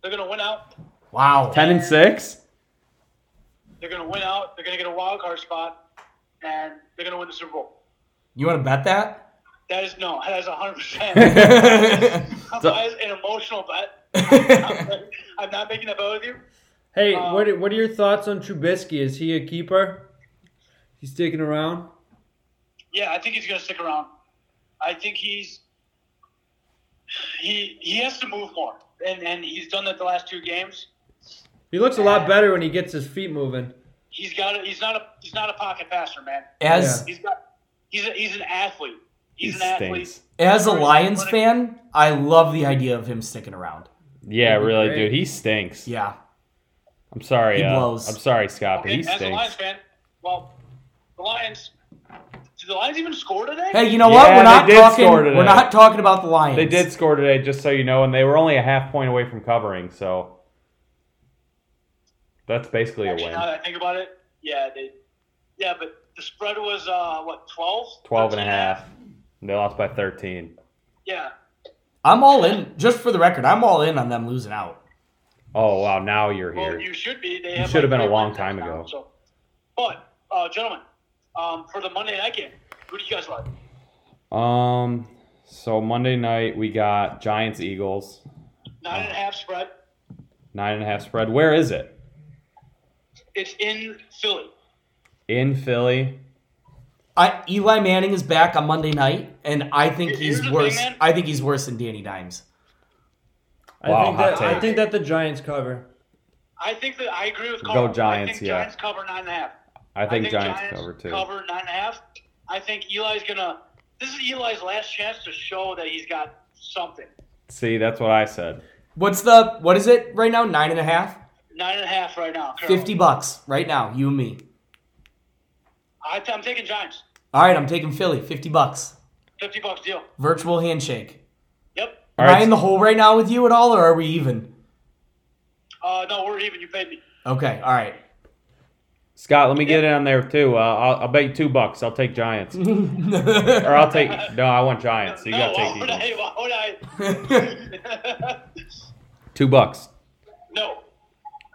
D: They're gonna win out.
A: Wow.
B: 10 and 6?
D: They're gonna win out. They're gonna get a wild card spot, and they're gonna win the Super Bowl.
A: You want to bet that?
D: That is no. That is hundred percent. An emotional bet. I'm not- I'm not making a bet with you.
C: Hey,
D: Uh,
C: what are, what are your thoughts on Trubisky? Is he a keeper? He's sticking around.
D: Yeah, I think he's gonna stick around. I think he's he he has to move more, and and he's done that the last two games.
C: He looks a lot better when he gets his feet moving.
D: He's got a, he's not a he's not a pocket passer, man.
A: As
D: He's got he's a, he's an athlete. He's
B: He
D: an
B: stinks.
D: athlete.
A: as a Lions fan, I love the idea of him sticking around.
B: Yeah,
C: That'd be
B: really,
C: great.
B: dude. He stinks.
A: Yeah.
B: I'm sorry.
A: He
B: uh,
A: blows.
B: I'm sorry, Scott, but
D: Okay,
B: he
D: as a Lions
B: stinks.
D: fan, well, the Lions. Did the Lions even score today?
A: Hey, you know
B: Yeah,
A: what? We're
B: they
A: not
B: did
A: talking.
B: score today.
A: We're not talking about the Lions.
B: They did score today, just so you know, and they were only a half point away from covering, so that's basically a
D: Actually, now
B: win.
D: that I think about it, yeah, they, yeah, but the spread was uh what 12?
B: 12 and a
D: 13
B: half. They lost by 13.
D: Yeah,
A: I'm all in. Just for the record, I'm all in on them losing out.
B: Oh, wow. Now you're
D: well,
B: here.
D: you should be. They
B: You
D: have,
B: should have
D: like,
B: been a
D: three
B: long
D: wins
B: time
D: right now,
B: ago.
D: So, but uh, gentlemen, um, for the Monday night game, who do you guys like?
B: Um, so Monday night, we got Giants Eagles.
D: Nine and a half spread.
B: Nine and a half spread. Where is it?
D: It's in Philly.
B: In Philly.
A: I, Eli Manning is back on Monday night, and I think
D: Here's the
A: he's
D: thing,
A: worse.
D: man.
A: I think he's worse than Danny Dimes.
B: Wow,
C: I think
B: hot
C: that I
B: take.
C: think that the Giants cover.
D: I think that I agree with Carl.
B: Giants,
D: I think
B: yeah.
D: Giants cover nine and a half.
B: I think, Giants, cover too.
D: Cover nine and a half. I think Eli's gonna. This is Eli's last chance to show that he's got something.
B: See, that's what I said.
A: What's the what is it right now? Nine and a half?
D: Nine and a half right now. Carl.
A: Fifty bucks right now, you and me.
D: I th- I'm taking Giants.
A: All right, I'm taking Philly. Fifty bucks.
D: Fifty bucks deal.
A: Virtual handshake.
D: Yep.
B: All
A: Am
B: right,
A: I in the hole right now with you at all, or are we even?
D: Uh, no, we're even. You paid me.
A: Okay, all right.
B: Scott, let me get in on there too. Uh, I'll, I'll bet you two bucks. I'll take Giants, or I'll take no. I want Giants. So you gotta
D: no,
B: take
D: why
B: Eagles.
D: would I? Why would I?
B: Two bucks.
D: no.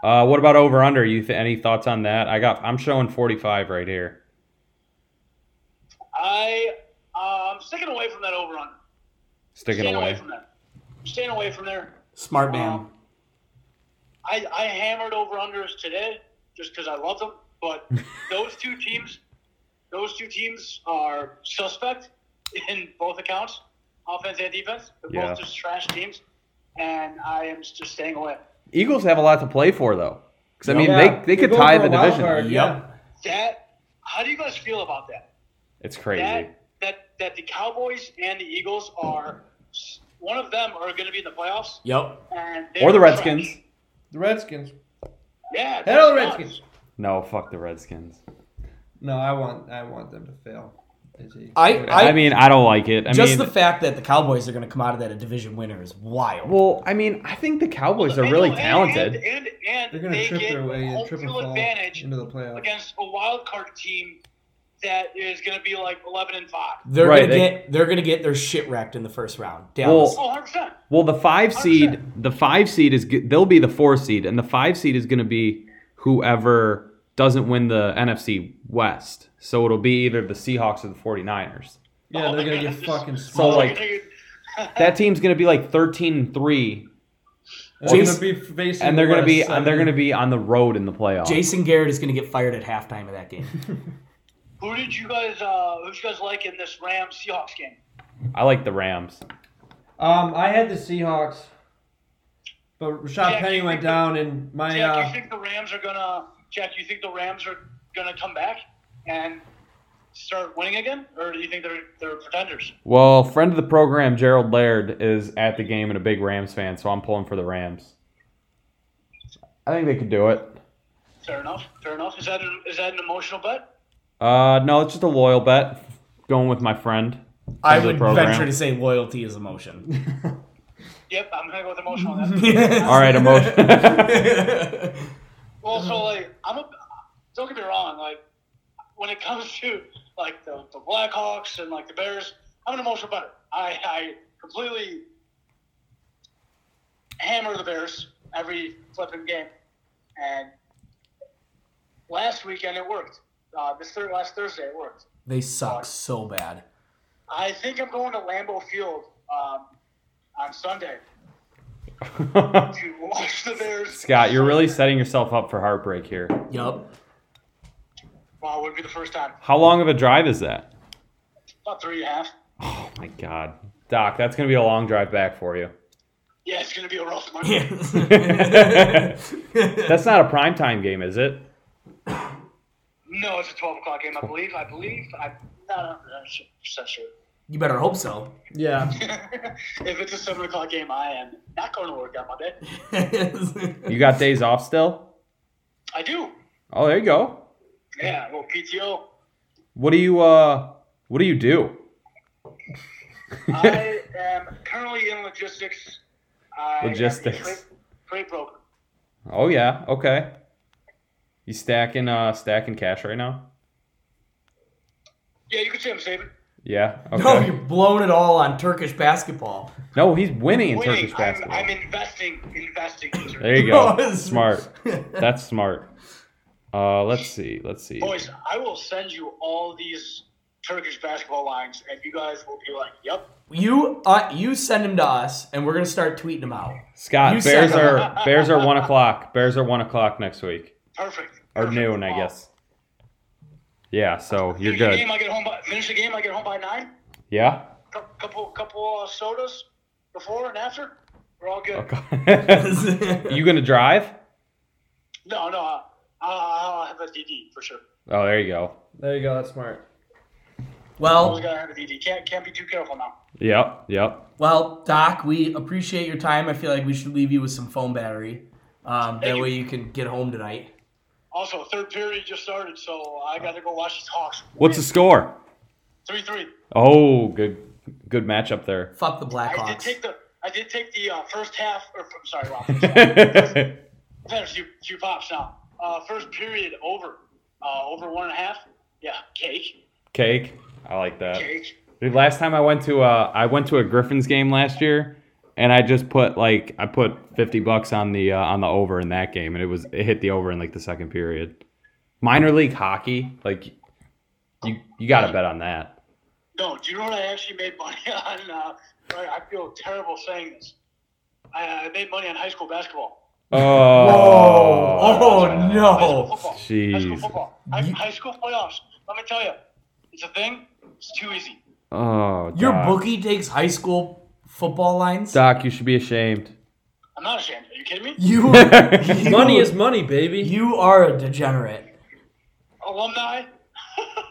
B: Uh, what about over under? You th- any thoughts on that? I got. I'm showing 45 right here.
D: I uh, I'm sticking away from that over under.
B: Sticking
D: Staying away.
B: away.
D: from that. I'm staying away from there.
A: Smart man.
D: Um, I I hammered over unders today just because I love them, but those two teams, those two teams are suspect in both accounts, offense and defense. They're
B: Yeah.
D: both just trash teams, and I am just staying away.
B: Eagles have a lot to play for though, because I mean
C: Yeah,
B: they they could
C: go
B: tie
C: for
B: the
C: a wild
B: division.
C: card,
A: Yep.
C: yeah.
D: That how do you guys feel about that?
B: It's crazy.
D: that that that the Cowboys and the Eagles are one of them are going to be in the playoffs,
A: Yep.
D: and they
B: or the
D: are trash.
B: Redskins.
C: The Redskins.
D: Yeah, they're
C: Hello,
D: trash.
C: Redskins.
B: No, fuck the Redskins.
C: No, I want I want them to fail. Is he?
A: I I,
B: I, mean, I don't like it. I
A: just
B: mean,
A: the fact that the Cowboys are going to come out of that a division winner is wild.
B: well, I mean, I think the Cowboys are
D: And-
B: really
D: and-
B: talented.
D: and and, and
C: They're gonna
D: they
C: trip
D: get
C: their way and
D: home
C: trip and
D: field
C: fall
D: advantage
C: into the playoffs.
D: against a wild card team that is going to be like eleven and five.
A: They're
B: Right,
A: gonna
B: they-
A: get they're gonna get their shit wrecked in the first round. Dallas.
D: Oh, 100 percent.
B: Well, the five seed, the five seed is g- they'll be the four seed, and the five seed is going to be whoever doesn't win the NFC West. So it'll be either the Seahawks or the 49ers.
C: yeah, they're gonna get fucking
B: So,
C: smoked.
B: like- That team's going to be like 13 3
C: They're
A: Jason-
C: gonna be facing
B: and they're
C: the
B: gonna be
C: West, I
B: and they're
C: mean,
B: gonna be on the road in the playoffs.
A: Jason Garrett is going to get fired at halftime of that game.
D: Who did you guys? Uh, who did you guys like in this Rams Seahawks game?
B: I like the Rams.
C: Um, I had the Seahawks, but Rashad
D: Jack,
C: Penny
D: you
C: went
D: think-
C: down, and my
D: Jack,
C: uh,
D: you think the Rams are gonna? Jack, you think the Rams are gonna come back and start winning again, or do you think they're they're pretenders?
B: Well, friend of the program Gerald Laird is at the game and a big Rams fan, so I'm pulling for the Rams. I think they could do it.
D: Fair enough. Fair enough. Is that an, is that an emotional bet?
B: Uh, no, it's just a loyal bet. Going with my friend.
A: I
B: Friend of
A: would
B: the program.
A: venture to say loyalty is emotion.
D: Yep, I'm gonna go with emotional on that.
B: All right, emotion.
D: well, so like I'm a don't get me wrong, like when it comes to like the, the Blackhawks and like the Bears, I'm an emotional better. I, I completely hammer the Bears every flipping game, and last weekend it worked. Uh, this thir- last Thursday it worked.
A: they suck so bad.
D: I think I'm going to Lambeau Field um, on Sunday to watch the Bears.
B: Scott, you're really setting yourself up for heartbreak here.
A: Yup.
D: Wow, would be the first time.
B: How long of a drive is that?
D: About three and a half.
B: Oh my God, Doc, that's gonna be a long drive back for you.
D: Yeah, it's gonna be a rough one.
B: That's not a prime time game, is it?
D: No, it's a twelve o'clock game, I believe. I believe. I'm not hundred percent sure.
A: you better hope so.
C: yeah.
D: if it's a seven o'clock game, I am not going to work on Monday.
B: You got days off still?
D: I do.
B: Oh, there you go.
D: Yeah, well, PTO.
B: What do you uh? What do you do?
D: I am currently in logistics. I am a
B: Logistics.
D: Freight, freight broker.
B: Oh yeah, okay. You stacking uh stacking cash right now?
D: Yeah, you can say I'm saving.
B: Yeah. Okay.
A: no, you're blowing it all on Turkish basketball.
B: No, he's winning in
D: Winning.
B: Turkish
D: I'm,
B: basketball.
D: I'm investing. Investing.
B: there you go.
A: Yes.
B: smart. That's smart. Uh, let's see. Let's see.
D: Boys, I will send you all these Turkish basketball lines, and you guys will be like, "Yep."
A: You uh, you send them to us, and we're gonna start tweeting them out.
B: Scott,
A: You
B: Bears
A: said-
B: are Bears are one o'clock. Bears are one o'clock next week
D: Perfect.
B: or
D: Perfect.
B: noon, I
D: Wow.
B: guess. Yeah. So you're
D: Finish The
B: good.
D: game, I get home by, finish the game. I get home by nine.
B: Yeah.
D: Cou- Couple, couple uh, sodas before and after. We're all good.
B: Okay. you gonna drive?
D: No, no, uh, I'll I'll have a DD for sure.
B: Oh, there you go.
C: There you go. That's smart.
D: Always
A: well,
D: gotta have a DD. Can't, can't be too careful now.
B: Yep. Yep.
A: well, Doc, we appreciate your time. I feel like we should leave you with some phone battery. Um, that
D: you.
A: way you can get home tonight.
D: Also, third period just started, so I gotta go watch these Hawks.
B: What's the score?
D: Three three.
B: Oh, good. Good matchup there.
A: Fuck the
D: I did
A: Blackhawks.
D: take the. I did take the uh, first half. Or, I'm sorry, Rob. There's few, few pops now. Uh, first period over. Uh, over one and a half. Yeah, cake,
B: Cake. I like that.
D: cake.
B: Dude, last time I went to uh I went to a Griffins game last year and I just put like I put 50 bucks on the uh, on the over in that game and it was it hit the over in like the second period. Minor league hockey, like you you got to bet on that.
D: No, do you know what I actually made money on? Uh, I I feel terrible saying this. I, I made money on high school basketball.
B: Oh.
A: Whoa. Oh,
D: High school
A: no.
D: football. High school
B: Jeez.
D: football. High, high school playoffs. Let me tell you, it's a thing. It's too easy.
B: Oh.
A: Your
B: Doc.
A: bookie takes high school football lines.
B: Doc, you should be ashamed.
D: I'm not ashamed. Are you kidding me?
A: You, you-
C: Money is money, baby.
A: You are a degenerate.
D: Alumni.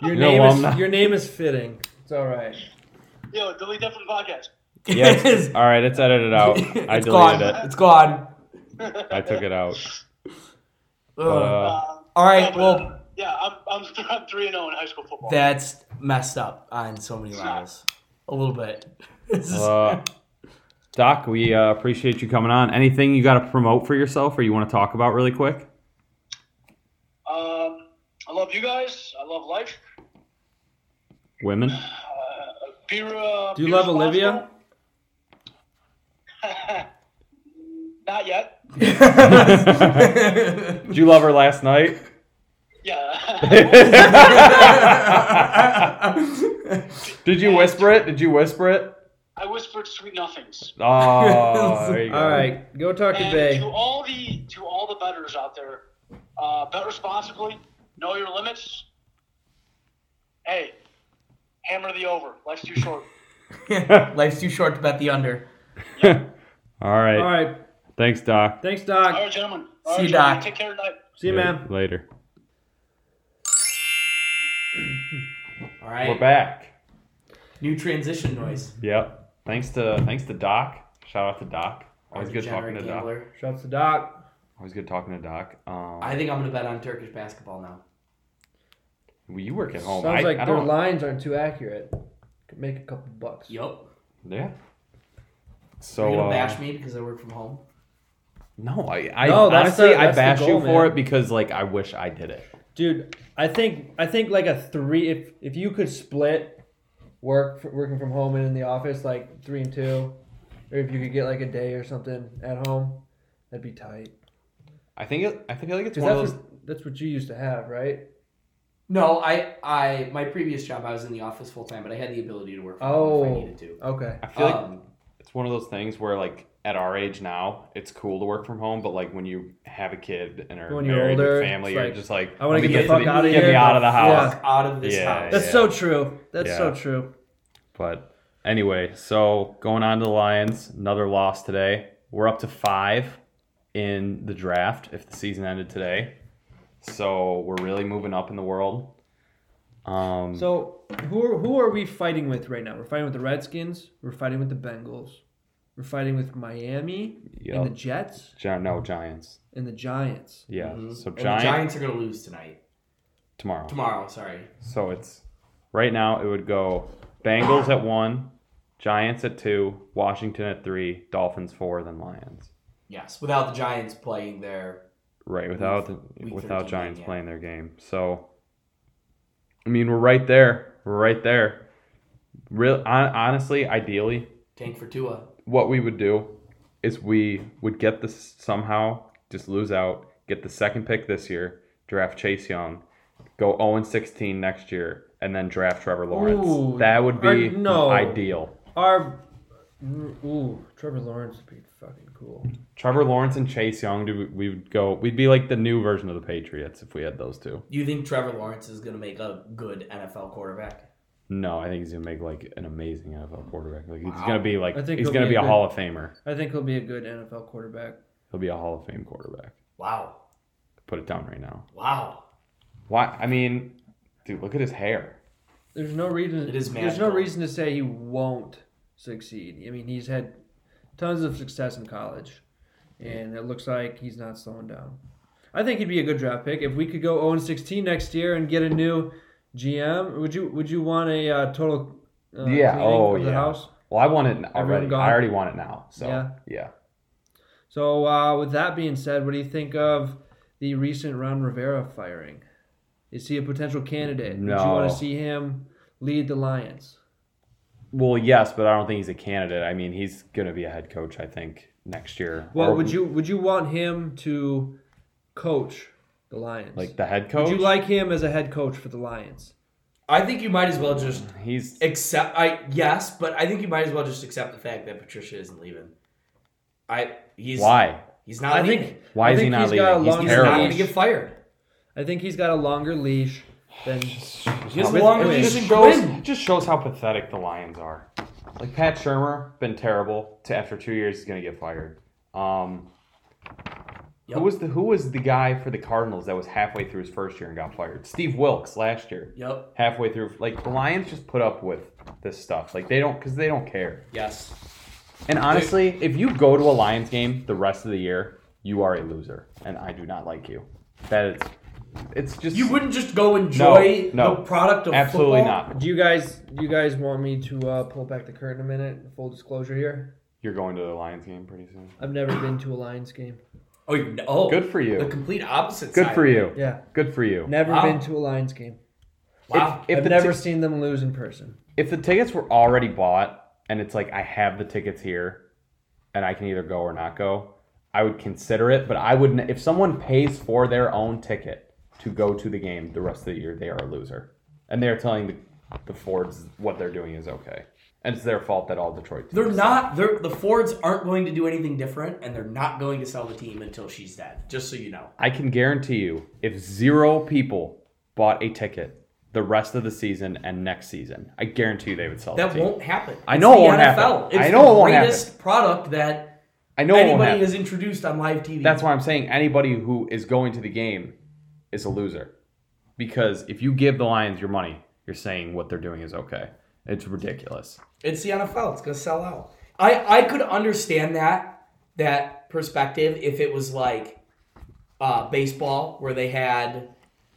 C: Your
B: You know
C: name
B: what,
C: is
B: I'm not-
C: your name is fitting. It's all right.
D: Yo, delete that from the podcast.
B: Yes. All right, it's edited out. I
A: It's
B: deleted
A: gone.
B: it.
A: It's gone.
B: I took it out.
A: Ugh.
B: Uh,
D: Uh,
A: All
D: no,
A: right.
D: but,
A: Well,
D: uh, yeah, I'm I'm, I'm three and zero in high school football.
A: That's messed up on so many
D: not.
A: levels. A little bit. This is-
B: Uh, Doc, we uh, appreciate you coming on. Anything you got to promote for yourself or you want to talk about really quick?
D: um, I love you guys. I love life.
B: Women?
D: Be, uh,
C: Do you
D: be
C: love Olivia?
D: responsible. Not yet.
B: Did you love her last night?
D: Yeah.
B: Did you whisper it? Did you whisper it?
D: I was whispered sweet nothings.
B: Oh, there you go.
C: All right, go talk to
D: And
C: Bay.
D: to all the to all the betters out there, uh, bet responsibly, know your limits. Hey, hammer the over. Life's too short.
A: Life's too short to bet the under.
B: All right.
C: All right,
B: Thanks, Doc.
C: thanks,
D: All
C: Doc.
D: right, gentlemen. All
A: See
D: right,
A: you,
D: gentlemen.
A: Doc.
D: Take care tonight.
C: See you, man.
B: Later.
A: All right.
B: We're back.
A: New transition noise.
B: Yep. Thanks to thanks to Doc. Shout out to Doc. Always good talking to
A: Degenerate gambler.
B: Doc.
C: Shouts to Doc.
B: Always good talking to Doc. Um,
A: I think I'm gonna bet on Turkish basketball now.
B: well, you work at home.
C: Sounds
B: Oh, I,
C: like
B: I
C: their
B: don't.
C: lines aren't too accurate. Could make a couple bucks.
A: Yup.
B: yeah. So
A: You're gonna
B: uh,
A: bash me because I work from home.
B: no, I, I
C: No, that's
B: honestly
C: the-
B: I
C: that's the
B: bash you
C: goal,
B: for
C: man.
B: it because like I wish I did it.
C: Dude, I think I think like a three. If if you could split work working from home and in the office, like three and two, or if you could get like a day or something at home, that'd be tight.
B: I think it, I feel like it's
C: Because
B: one of
C: that's
B: those.
C: what, that's what you used to have, right?
A: No, I, I, my previous job, I was in the office full time, but I had the ability to work from home if I
C: Oh.
A: needed to.
C: Okay.
B: I feel like
A: um,
B: it's one of those things where like at our age now it's cool to work from home, but like when you have a kid and are
C: When you're
B: married
C: older,
B: with family,
C: it's
B: you're
C: like,
B: just like
C: I wanna
B: let me
C: get the
B: to
C: fuck outta
B: Get me
C: here.
B: out of the
C: Yeah.
B: house.
A: fuck out of this
B: Yeah,
A: house.
C: That's so true. That's so
B: Yeah.
C: true.
B: But anyway, so going on to the Lions, another loss today. We're up to five in the draft if the season ended today. So we're really moving up in the world. Um,
C: So who are, who are we fighting with right now? We're fighting with the Redskins. We're fighting with the Bengals. We're fighting with Miami and the
B: Yep.
C: Jets
B: Gi- no Giants.
C: and the Giants.
B: Yeah.
A: Mhm.
B: So
A: And the
B: Giants
A: Giants are gonna lose tonight.
B: tomorrow.
A: Tomorrow, sorry.
B: So it's right now it would go Bengals at one, Giants at two, Washington at three, Dolphins four, then Lions.
A: Yes, without the Giants playing their
B: Right, without
A: Week- week
B: without
A: 13,
B: Giants
A: yeah.
B: playing their game. So I mean, we're right there. We're right there. Real hon- honestly, ideally,
A: tank for Tua.
B: what we would do is we would get this somehow, just lose out, get the second pick this year, draft Chase Young, go 0 16 next year, and then draft Trevor Lawrence.
C: Ooh,
B: that would be
C: or no.
B: ideal.
C: Our ooh, Trevor Lawrence would be fucking cool.
B: Trevor Lawrence and Chase Young, do we would go? We'd be like the new version of the Patriots if we had those two.
A: You think Trevor Lawrence is gonna make a good NFL quarterback?
B: No, I think he's gonna make like an amazing NFL quarterback. Like he's
A: Wow.
B: gonna be like
C: I think
B: he's
C: he'll
B: gonna
C: be
B: be
C: a
B: a
C: good-
B: Hall of Famer.
C: I think he'll be a good NFL quarterback.
B: He'll be a Hall of Fame quarterback.
A: Wow,
B: Put it down right now.
A: wow.
B: Why? I mean, dude, look at his hair.
C: There's no reason.
A: It is
C: there's no
A: magical.
C: reason to say he won't succeed. I mean, he's had tons of success in college, and it looks like he's not slowing down. I think he'd be a good draft pick if we could go 0 16 next year and get a new GM. Would you Would you want a uh, total? Uh,
B: Yeah,
C: cleaning
B: oh,
C: of the
B: yeah.
C: house.
B: Well, I want it n-
C: Everyone
B: already.
C: gone?
B: I already want it now. So yeah.
C: Yeah. So, uh, with that being said, what do you think of the recent Ron Rivera firing? Is he a potential candidate? Would you
B: No.
C: want to see him lead the Lions?
B: Well, yes, but I don't think he's a candidate. I mean, he's gonna be a head coach. I think next year.
C: Well,
B: Or,
C: would you would you want him to coach the Lions?
B: like the head
C: would
B: coach?
C: you like him as a head coach for the Lions?
A: I think you might as well just
B: He's
A: accept. I yes, but I think you might as well just accept the fact that Patricia isn't leaving. I he's
B: why?
A: He's not.
C: I
A: leaving.
C: think.
B: Why
C: I
B: is he
C: think
B: not
C: he's got a
B: leaving? He's
C: long
A: he's
B: terrible.
A: not going
C: leash.
A: to get fired.
C: I think he's got a longer leash than.
A: He has a
B: With-
A: longer
B: it
A: leash
B: just
A: than
B: shows,
A: Quinn.
B: just shows how pathetic the Lions are. Like Pat Shermer, been terrible. To after two years, he's gonna get fired. Um,
A: Yep.
B: Who was the Who was the guy for the Cardinals that was halfway through his first year and got fired? Steve Wilkes last year.
A: Yep.
B: Halfway through, like the Lions just put up with this stuff. Like they don't, because they don't care.
A: Yes.
B: And honestly, if you go to a Lions game the rest of the year, you are a loser, and I do not like you. That is, it's just
A: You wouldn't just go enjoy
B: no.
A: the product of
B: absolutely
A: football?
B: not.
C: Do you guys do you guys want me to uh, pull back the curtain a minute? Full disclosure here,
B: You're going to the Lions game pretty soon.
C: I've never been to a Lions game.
A: Oh, you, oh,
B: Good for you.
A: The complete opposite.
B: Good
A: side.
B: for you.
C: Yeah,
B: Good for you.
C: never
A: Wow.
C: been to a Lions game.
A: Wow.
B: If
C: I've
B: the
C: never
B: ti-
C: seen them lose in person.
B: if the tickets were already bought and it's like I have the tickets here and I can either go or not go, I would consider it, but I wouldn't if someone pays for their own ticket to go to the game the rest of the year, they are a loser. And they're telling the, the Fords what they're doing is okay. And it's their fault that all Detroit.
A: They're
B: teams-
A: not. They're the Fords aren't going to do anything different, and they're not going to sell the team until she's dead. Just so you know.
B: I can guarantee you, if zero people bought a ticket the rest of the season and next season, I guarantee you they would sell
A: That
B: the team.
A: won't happen.
B: I know
A: it's
B: it
A: the
B: won't
A: NFL.
B: happen.
A: It's
B: I know
A: the
B: it won't
A: greatest product that
B: I know it won't
A: anybody
B: happen.
A: has introduced on live TV.
B: That's why I'm saying anybody who is going to the game is a loser. Because if you give the Lions your money, you're saying what they're doing is okay. It's ridiculous.
A: It's the NFL. It's gonna sell out. I I could understand that that perspective if it was like uh, baseball where they had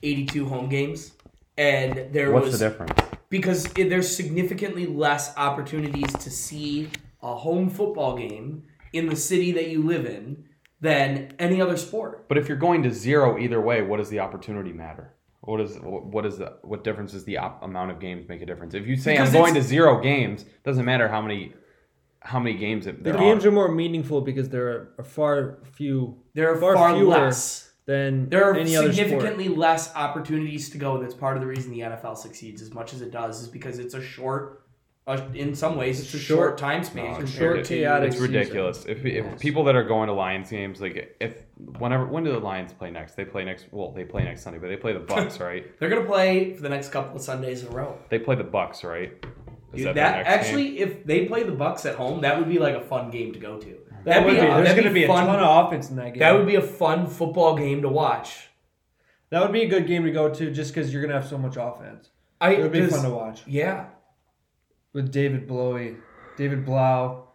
A: 82 home games and there
B: What's
A: was
B: the difference?
A: because it, there's significantly less opportunities to see a home football game in the city that you live in than any other sport.
B: But if you're going to zero either way, what does the opportunity matter? What is what is the what difference does the op- amount of games make a difference? If you say
A: Because
B: I'm going to
A: it's-
B: zero games, doesn't matter how many how many games it,
E: The
B: there
E: games
B: are.
E: are more meaningful because there are a far few.
A: There are far,
E: far, fewer
A: less.
E: than
A: There are
E: any other sport.
A: significantly less opportunities to go. That's part of the reason the NFL succeeds as much as it does, is because it's a short. Uh, in some ways, it's a short,
E: short-
A: time span.
B: No,
A: compared
E: short
A: to-
E: chaotic
B: It's ridiculous. If, if people that are going to Lions games, like if whenever when do the Lions play next? They play next. Well, they play next Sunday, but they play the Bucks, right?
A: They're gonna play for the next couple of Sundays in a row.
B: They play the Bucks, right? Is
A: Dude, that
B: their next game?
A: actually, if they play the Bucks at home, that would be like a fun game to go to.
C: That
A: That'd
C: would be,
A: uh,
C: there's
A: that'd
C: going to be a
A: fun-
C: ton of offense in that game.
A: That would be a fun football game to watch.
C: That would be a good game to go to just because you're going to have so much offense.
A: I
C: It would be
A: 'cause-
C: fun to watch
A: Yeah,
C: with David Blowy, David Blau,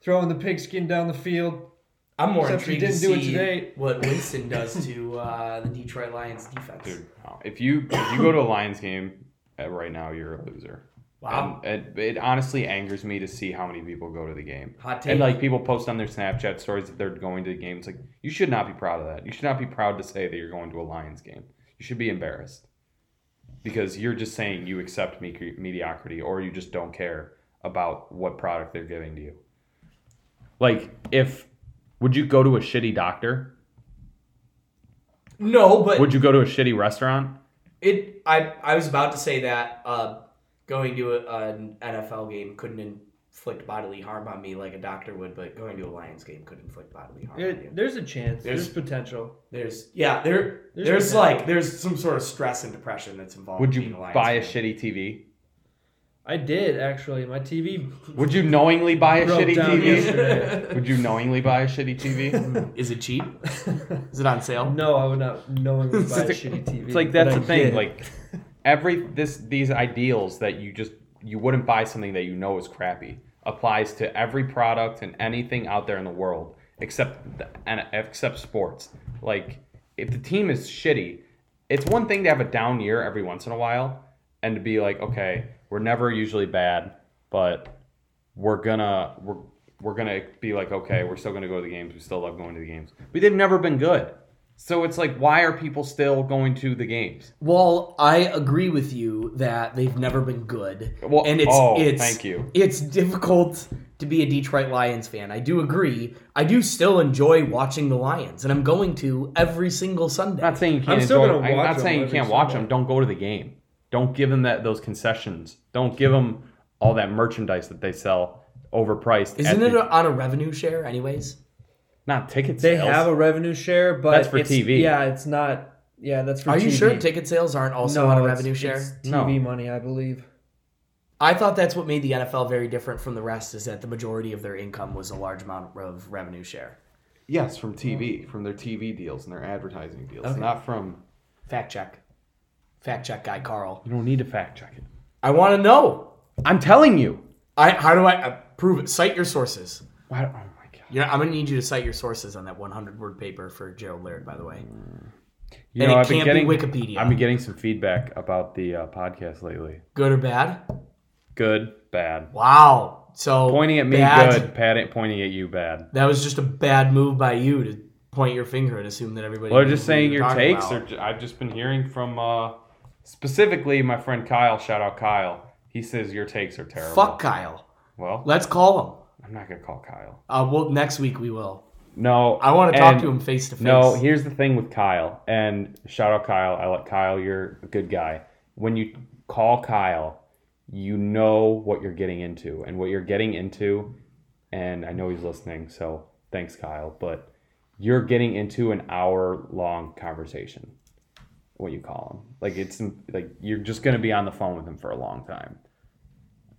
C: throwing the pigskin down the field.
A: I'm more
C: Except you
A: intrigued to
C: didn't do it
A: see
C: today.
A: what Winston does to uh, the Detroit Lions defense.
B: Dude, no. if you if you go to a Lions game uh, right now, you're a loser.
A: Wow.
B: And it, it honestly angers me to see how many people go to the game.
A: Hot take.
B: And like people post on their Snapchat stories if they're going to the game. It's like you should not be proud of that. You should not be proud to say that you're going to a Lions game. You should be embarrassed because you're just saying you accept medi- mediocrity or you just don't care about what product they're giving to you. Like, if would you go to a shitty doctor?
A: no, but
B: Would you go to a shitty restaurant?
A: it. I I was about to say that uh, going to a, an NFL game couldn't inflict bodily harm on me like a doctor would, but going to a Lions game could inflict bodily harm on you.
C: It, there's a chance. There's,
A: There's-
C: potential.
A: There's yeah, there there's,
C: There's
A: like there's some sort of stress and depression that's involved.
B: Would
A: in being
B: you
A: a Lions
B: buy a
A: fan.
B: shitty TV?
C: I did, actually. My TV
B: Would you knowingly buy a
C: broke
B: shitty
C: down
B: TV?
C: yesterday.
B: Would you knowingly buy a shitty TV?
A: Is it cheap? Is it on sale?
C: No, I would not knowingly buy a
B: It's
C: shitty TV.
B: it's like
C: but
B: that's
C: I
B: the thing.
C: did.
B: Like every this these ideals that you just you wouldn't buy something that you know is crappy applies to every product and anything out there in the world except the, and except sports. Like if the team is shitty, it's one thing to have a down year every once in a while and to be like, okay, we're never usually bad, but we're gonna we're we're gonna be like, okay, we're still gonna go to the games. We still love going to the games. But they've never been good. So it's like, why are people still going to the games?
A: Well, I agree with you that they've never been good,
B: Well,
A: and it's
B: oh,
A: it's
B: thank you.
A: it's difficult to be a Detroit Lions fan. I do agree. I do still enjoy watching the Lions, and I'm going to every single Sunday.
B: I'm not saying you can't
C: I'm still
B: enjoy.
C: gonna
B: I'm
C: watch
B: not
C: them
B: saying you
C: every
B: can't watch
C: Sunday.
B: them. Don't go to the game. Don't give them that those concessions. Don't give them all that merchandise that they sell overpriced. at
A: Isn't it
B: the-
A: a, on a revenue share, anyways?
B: not ticket
E: They
B: sales?
E: have a revenue share, but
B: That's for
E: it's-
B: TV.
E: Yeah, it's not. Yeah, that's for.
A: Are you
E: TV.
A: sure ticket sales aren't also
E: No,
A: on a
E: it's-
A: revenue share?
E: it's
B: No.
E: TV money, I believe.
A: I thought that's what made the NFL very different from the rest is that the majority of their income was a large amount of revenue share.
B: yes from TV, from their TV deals and their advertising deals, not from.
A: Fact check. Fact check guy Carl.
B: You don't need to fact check it.
A: I want to know.
B: I'm telling you.
A: I how do I uh, prove it? Cite your sources.
B: Why, oh my god.
A: You know, I'm going to need you to cite your sources on that 100 word paper for Gerald Laird by the way.
B: You
A: And
B: know,
A: it
B: I've been
A: can't be
B: getting,
A: Wikipedia.
B: I've been getting some feedback about the uh, podcast lately.
A: Good or bad?
B: Good, bad.
A: Wow. So
B: Pointing at me,
A: bad.
B: good. Pat, pointing at you, bad.
A: That was just a bad move by you to point your finger and assume that everybody
B: Well,
A: knew
B: just
A: who you
B: saying
A: were
B: your
A: talking
B: takes. Or
A: about.
B: j- I've just been hearing from uh, specifically my friend Kyle. Shout out Kyle. He says your takes are terrible.
A: Fuck Kyle.
B: Well,
A: Let's call him.
B: I'm not gonna call Kyle.
A: Uh, well, next week we will.
B: No,
A: I want to talk
B: and-
A: to him face to face.
B: No, here's the thing with Kyle, and shout out Kyle. I like Kyle. You're a good guy. When you call Kyle, you know what you're getting into and what you're getting into and I know he's listening, so thanks Kyle, but you're getting into an hour long conversation. What you call him. Like it's like you're just going to be on the phone with him for a long time.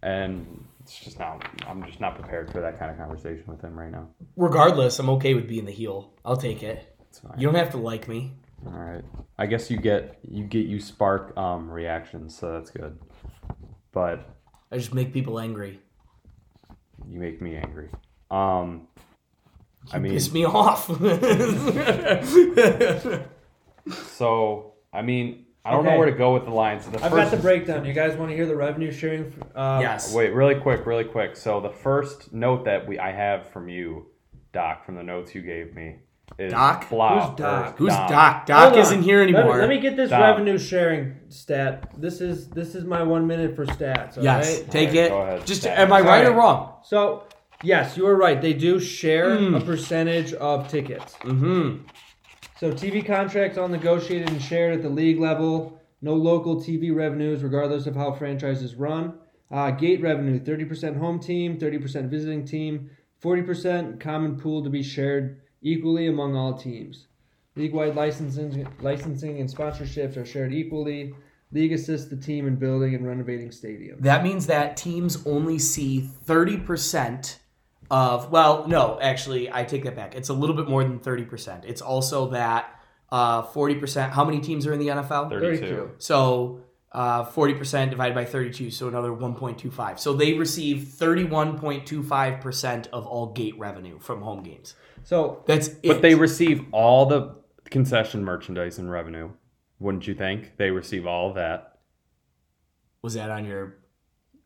B: And it's just not I'm just not prepared for that kind of conversation with him right now.
A: Regardless, I'm okay with being the heel. I'll take it.
B: It's fine.
A: You don't have to like me.
B: All right. I guess you get you get you spark um reactions, so that's good. But
A: I just make people angry.
B: you make me angry. Um I mean
A: Piss me off.
B: so I mean I don't know
C: Okay.
B: where to go with the lines. So the
C: I've
B: first
C: got the breakdown. You guys want to hear the revenue sharing? Uh,
A: yes.
B: Wait, really quick, really quick. So the first note that we I have from you, Doc, from the notes you gave me is
A: Doc?
B: blah,
C: Who's Doc?
B: or
A: Who's
B: Dom.
A: Doc?
C: Hold
A: Doc
C: on.
A: isn't here
C: Let me-
A: anymore.
C: Let me, get this
B: Stop.
C: revenue sharing stat. This is this is my one minute for stats. all
A: yes.
C: right?
A: Take
B: Alright,
A: it.
B: go ahead.
A: Just
B: Doc.
A: am I right or
C: Alright.
A: wrong?
C: So yes, you are right. They do share a percentage of tickets.
A: Mm-hmm.
C: So TV contracts all negotiated and shared at the league level. No local TV revenues, regardless of how franchises run. Uh, gate revenue: thirty percent home team, thirty percent visiting team, forty percent common pool to be shared equally among all teams. League-wide licensing, licensing and sponsorships are shared equally. League assists the team in building and renovating stadiums.
A: That means that teams only see 30% of, well, no, actually, I take that back. It's a little bit more than 30%. It's also that uh, 40%. How many teams are in the NFL?
B: 32.
A: So uh, 40% divided by 32, so another 1.25. So they receive 31.25% of all gate revenue from home games.
C: So
A: That's it.
B: But they receive all the concession merchandise and revenue, wouldn't you think? They receive all of that.
A: Was that on your.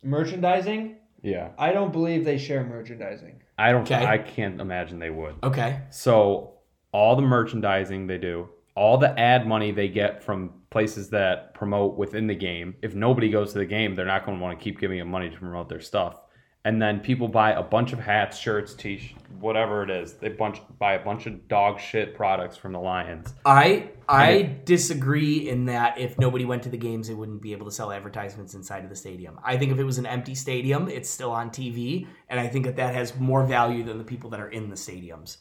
C: merchandising,
B: Yeah.
C: I don't believe they share merchandising.
B: I don't
A: Okay.
B: I can't imagine they would.
A: Okay.
B: So all the merchandising they do, all the ad money they get from places that promote within the game. If nobody goes to the game, they're not going to want to keep giving them money to promote their stuff. And then people buy a bunch of hats, shirts, t-shirts, whatever it is. They bunch buy a bunch of dog shit products from the Lions.
A: I I disagree in that if nobody went to the games, they wouldn't be able to sell advertisements inside of the stadium. I think if it was an empty stadium, it's still on TV, and I think that that has more value than the people that are in the stadiums.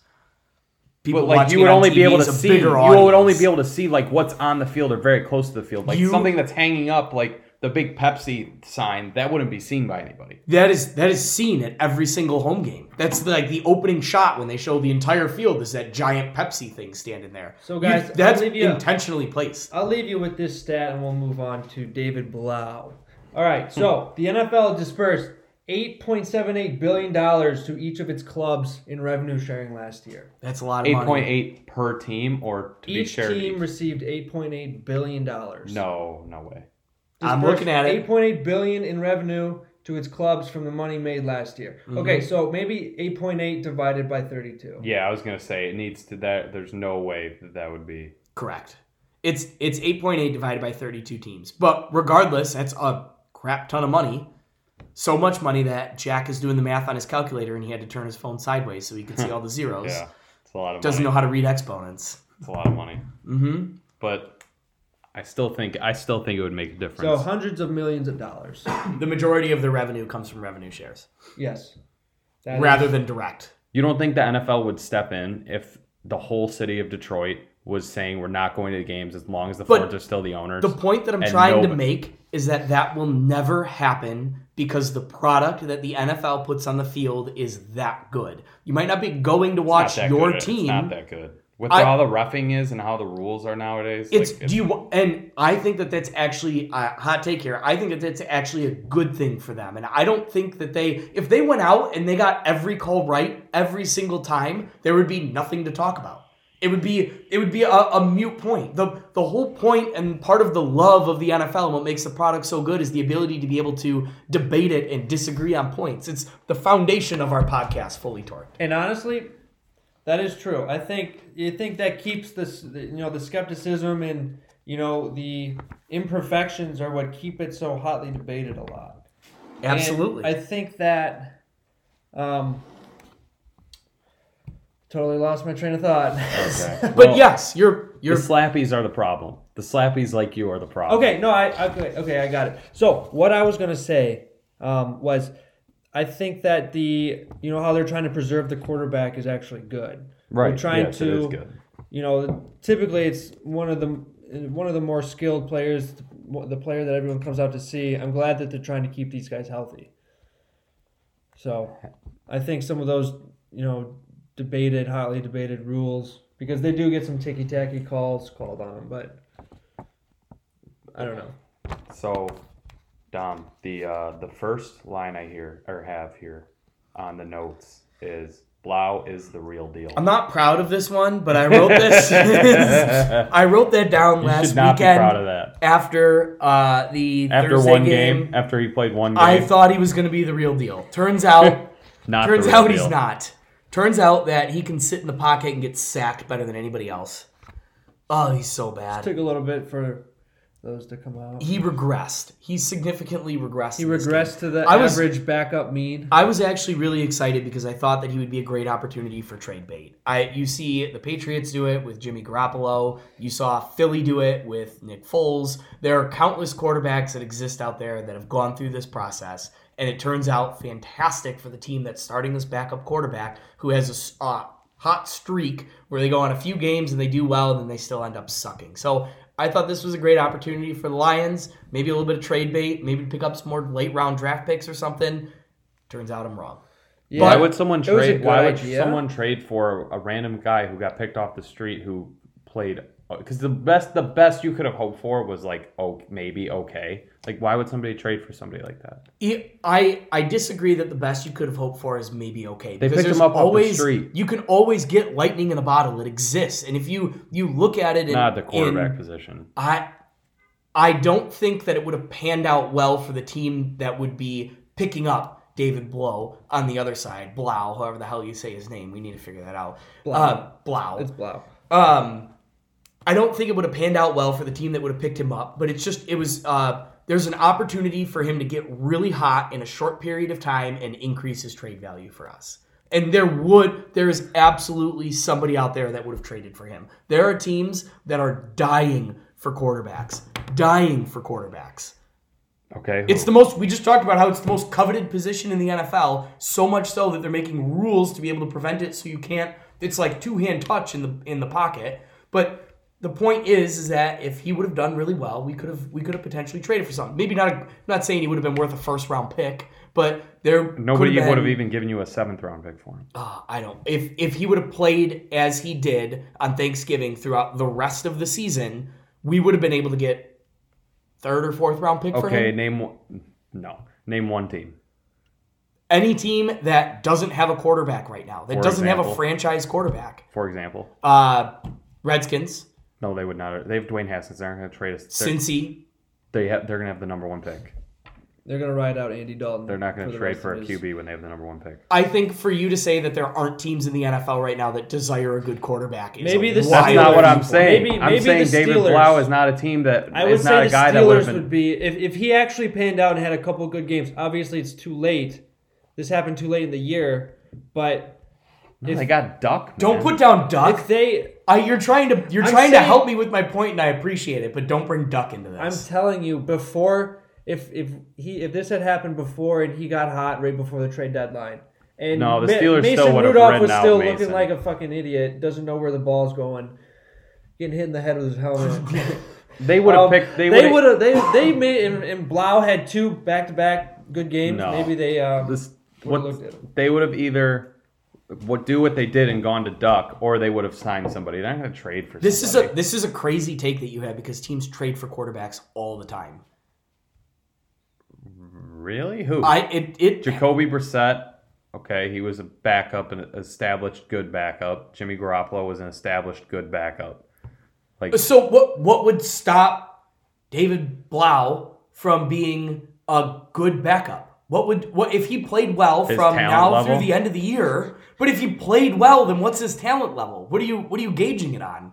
A: People
B: But like
A: watching
B: you would
A: it on
B: only be
A: TV
B: able to
A: is a
B: see, you
A: bigger
B: would only
A: audience.
B: be able to see like what's on the field or very close to the field, like
A: You-
B: something that's hanging up, like the big Pepsi sign that wouldn't be seen by anybody.
A: That is that is seen at every single home game. That's like the opening shot when they show the entire field is that giant Pepsi thing standing there.
C: So, guys, I'll
A: that's
C: leave you-
A: intentionally placed.
C: I'll leave you with this stat and we'll move on to David Blau. All right, so
A: Hmm.
C: the NFL dispersed $8.78 billion to each of its clubs in revenue sharing last year.
A: That's a lot of
B: Eight
A: money.
B: point eight per team, or to be
C: Each
B: shared.
C: team
B: equally.
C: received $8.8 billion. Dispersed
B: No, no way.
A: I'm looking at it.
C: $8.8 billion in revenue to its clubs from the money made last year.
A: Mm-hmm.
C: Okay, so maybe 8.8 divided by 32.
B: Yeah, I was gonna say it needs to that. There's no way that that would be.
A: Correct. It's it's eight point eight divided by thirty two teams. But regardless, that's a crap ton of money. So much money that Jack is doing the math on his calculator and he had to turn his phone sideways so he could see all the zeros.
B: Yeah, it's a lot of
A: Doesn't
B: money.
A: know how to read exponents.
B: It's a lot of money,
A: Mm-hmm.
B: but I still think I still think it would make a
C: So
B: difference.
C: hundreds of millions of dollars.
A: The majority of the revenue comes from revenue shares
C: Yes. That is-
A: rather than direct.
B: you don't think the NFL would step in if the whole city of Detroit was saying we're not going to the games as long as the
A: But
B: Fords are still the owners?
A: The point that I'm
B: And
A: trying to
B: nobody-
A: make is that that will never happen because the product that the NFL puts on the field is that good. You might not be going to
B: It's
A: watch
B: not that
A: your
B: good. It's
A: team.
B: not that good. With
A: I-
B: how the refing is and how the rules are nowadays,
A: It's
B: like,
A: do you wa- and I think that that's actually a hot take here. I think that that's actually a good thing for them, and I don't think that they if they went out and they got every call right every single time, there would be nothing to talk about. It would be it would be a, a mute point. the The whole point and part of the love of the NFL and what makes the product so good is the ability to be able to debate it and disagree on points. It's the foundation of our podcast, fully torqued.
C: And honestly, that is true. I think you think that keeps this, you know, the skepticism and you know the imperfections are what keep it so hotly debated a lot. And
A: Absolutely,
C: I think that. Um, totally lost my train of thought.
B: okay.
A: but
B: Well,
A: yes, you're You're-
B: the slappies are the problem. The slappies like you are the problem.
C: Okay, no, I okay, okay, I got it. So what I was gonna say um, was, I think that the you know how they're trying to preserve the quarterback is actually good.
B: right.
C: We're trying
B: yes,
C: to,
B: It is good.
C: you know, typically it's one of the one of the more skilled players, the player that everyone comes out to see. I'm glad that they're trying to keep these guys healthy. So, I think some of those you know debated, hotly debated rules because they do get some ticky tacky calls called on them, but I don't know.
B: So, Dom, the uh, the first line I hear or have here on the notes is Blau is the real deal.
A: I'm not proud of this one, but I wrote this. I wrote that down
B: you
A: last
B: should not
A: weekend
B: be proud of that.
A: after uh, the
B: After
A: Thursday
B: one
A: game.
B: game, after he played one game,
A: I thought he was going to be the real deal. Turns out,
B: not the
A: turns
B: real
A: out
B: deal.
A: he's not. Turns out that he can sit in the pocket and get sacked better than anybody else. Oh, he's so bad.
C: Took a little bit for those to come out.
A: He regressed. He significantly regressed.
C: He
A: in this game.
C: regressed to the
A: I was-
C: average backup mean.
A: I was actually really excited because I thought that he would be a great opportunity for trade bait. I you see the Patriots do it with Jimmy Garoppolo. You saw Philly do it with Nick Foles. There are countless quarterbacks that exist out there that have gone through this process, and it turns out fantastic for the team that's starting this backup quarterback who has a s- uh, hot streak where they go on a few games and they do well, and then they still end up sucking. So. I thought this was a great opportunity for the Lions. Maybe a little bit of trade bait, maybe pick up some more late round draft picks or something. Turns out I'm wrong.
B: Why
A: But-
B: would someone
C: It was a
B: trade? Why
C: good
B: would
C: idea.
B: someone trade for a random guy who got picked off the street who played? Because the best, the best you could have hoped for was like, oh, maybe okay. Like, why would somebody trade for somebody like that?
A: I- E, I I disagree that the best you could have hoped for is maybe okay.
B: They
A: because
B: picked him
A: there's
B: up off the
A: always,
B: street.
A: You can always get lightning in a bottle. It exists, and if you you look at it, in,
B: Not the quarterback
A: in-
B: position.
A: I I don't think that it would have panned out well for the team that would be picking up David Blow on the other side, Blau, however the hell you say his name. We need to figure that out. Blau. Uh, Blau.
C: It's Blau.
A: Um, I don't think it would have panned out well for the team that would have picked him up, but it's just it was uh, there's an opportunity for him to get really hot in a short period of time and increase his trade value for us. And there would there is absolutely somebody out there that would have traded for him. There are teams that are dying for quarterbacks, dying for quarterbacks.
B: Okay, who?
A: It's the most we just talked about how it's the most coveted position in the NFL, so much so that they're making rules to be able to prevent it so you can't it's like two-hand touch in the in the pocket. But the point is is that if he would have done really well, we could have we could have potentially traded for something. Maybe not a, not saying he would have been worth a first round pick, but there
B: nobody
A: could
B: would
A: been-
B: have even given you a seventh round pick for him.
A: uh, I don't. If if he would have played as he did on Thanksgiving throughout the rest of the season, we would have been able to get third or fourth round pick for him.
B: Okay, name one. No, name one team.
A: any team that doesn't have a quarterback right now, that
B: For
A: doesn't have a
B: example.
A: franchise quarterback.
B: For example,
A: Uh, Redskins,
B: no, they would not. They have Dwayne Haskins. They're not going to trade us. They're,
A: Cincy.
B: they have, they're going to have the number one pick.
C: They're gonna ride out Andy Dalton.
B: They're not going
C: the
B: to trade
C: rest
B: for
C: of
B: a
C: his-
B: QB when they have the number one pick.
A: I think for you to say that there aren't teams in the NFL right now that desire a good quarterback is
C: Maybe
A: a
C: this-
A: wild
B: That's not what I'm
A: viewpoint.
B: saying.
C: Maybe-
B: I'm
C: maybe
B: saying
C: the
B: David
C: Steelers-
B: Blau is not a team that
C: I would
B: is not
C: say
B: a
C: the
B: guy that would
C: Steelers
B: have been.
C: would be if, if he actually panned out and had a couple good games. Obviously, it's too late. This happened too late in the year, but
B: No, they got Duck. Man.
A: Don't put down Duck.
C: if they,
A: I, you're trying to you're
C: I'm
A: trying to
C: saying-
A: help me with my point, and I appreciate it, but don't bring Duck into
C: I'm
A: this.
C: telling you, before if if he if this had happened before and he got hot right before the trade deadline. And
B: No, the
C: Ma-
B: Steelers
C: Mason
B: still would've
C: Rudolph
B: ridden
C: was
B: out
C: still
B: Mason.
C: looking like a fucking idiot. Doesn't know where the ball's going. Getting hit in the head with his helmet.
B: They would have
C: Um,
B: picked. They,
C: they
B: would have.
C: would have. They they made and, and Blau had two back to back good games.
B: No.
C: Maybe they. Um,
B: This,
C: Would've
B: what,
C: looked at him.
B: they would have either would do what they did and gone to Duck, or they would have signed somebody. They're not going to trade for.
A: This is
B: somebody.
A: a this is a crazy take that you have because teams trade for quarterbacks all the time.
B: really who
A: I it it
B: Jacoby Brissett. Okay, he was a backup, an established good backup. Jimmy Garoppolo was an established good backup. Like
A: So what what would stop David Blau from being a good backup? What would what if he played well
B: His
A: from
B: talent
A: now
B: level?
A: through the end of the year? But if he played well, then what's his talent level? What are you what are you gauging it on?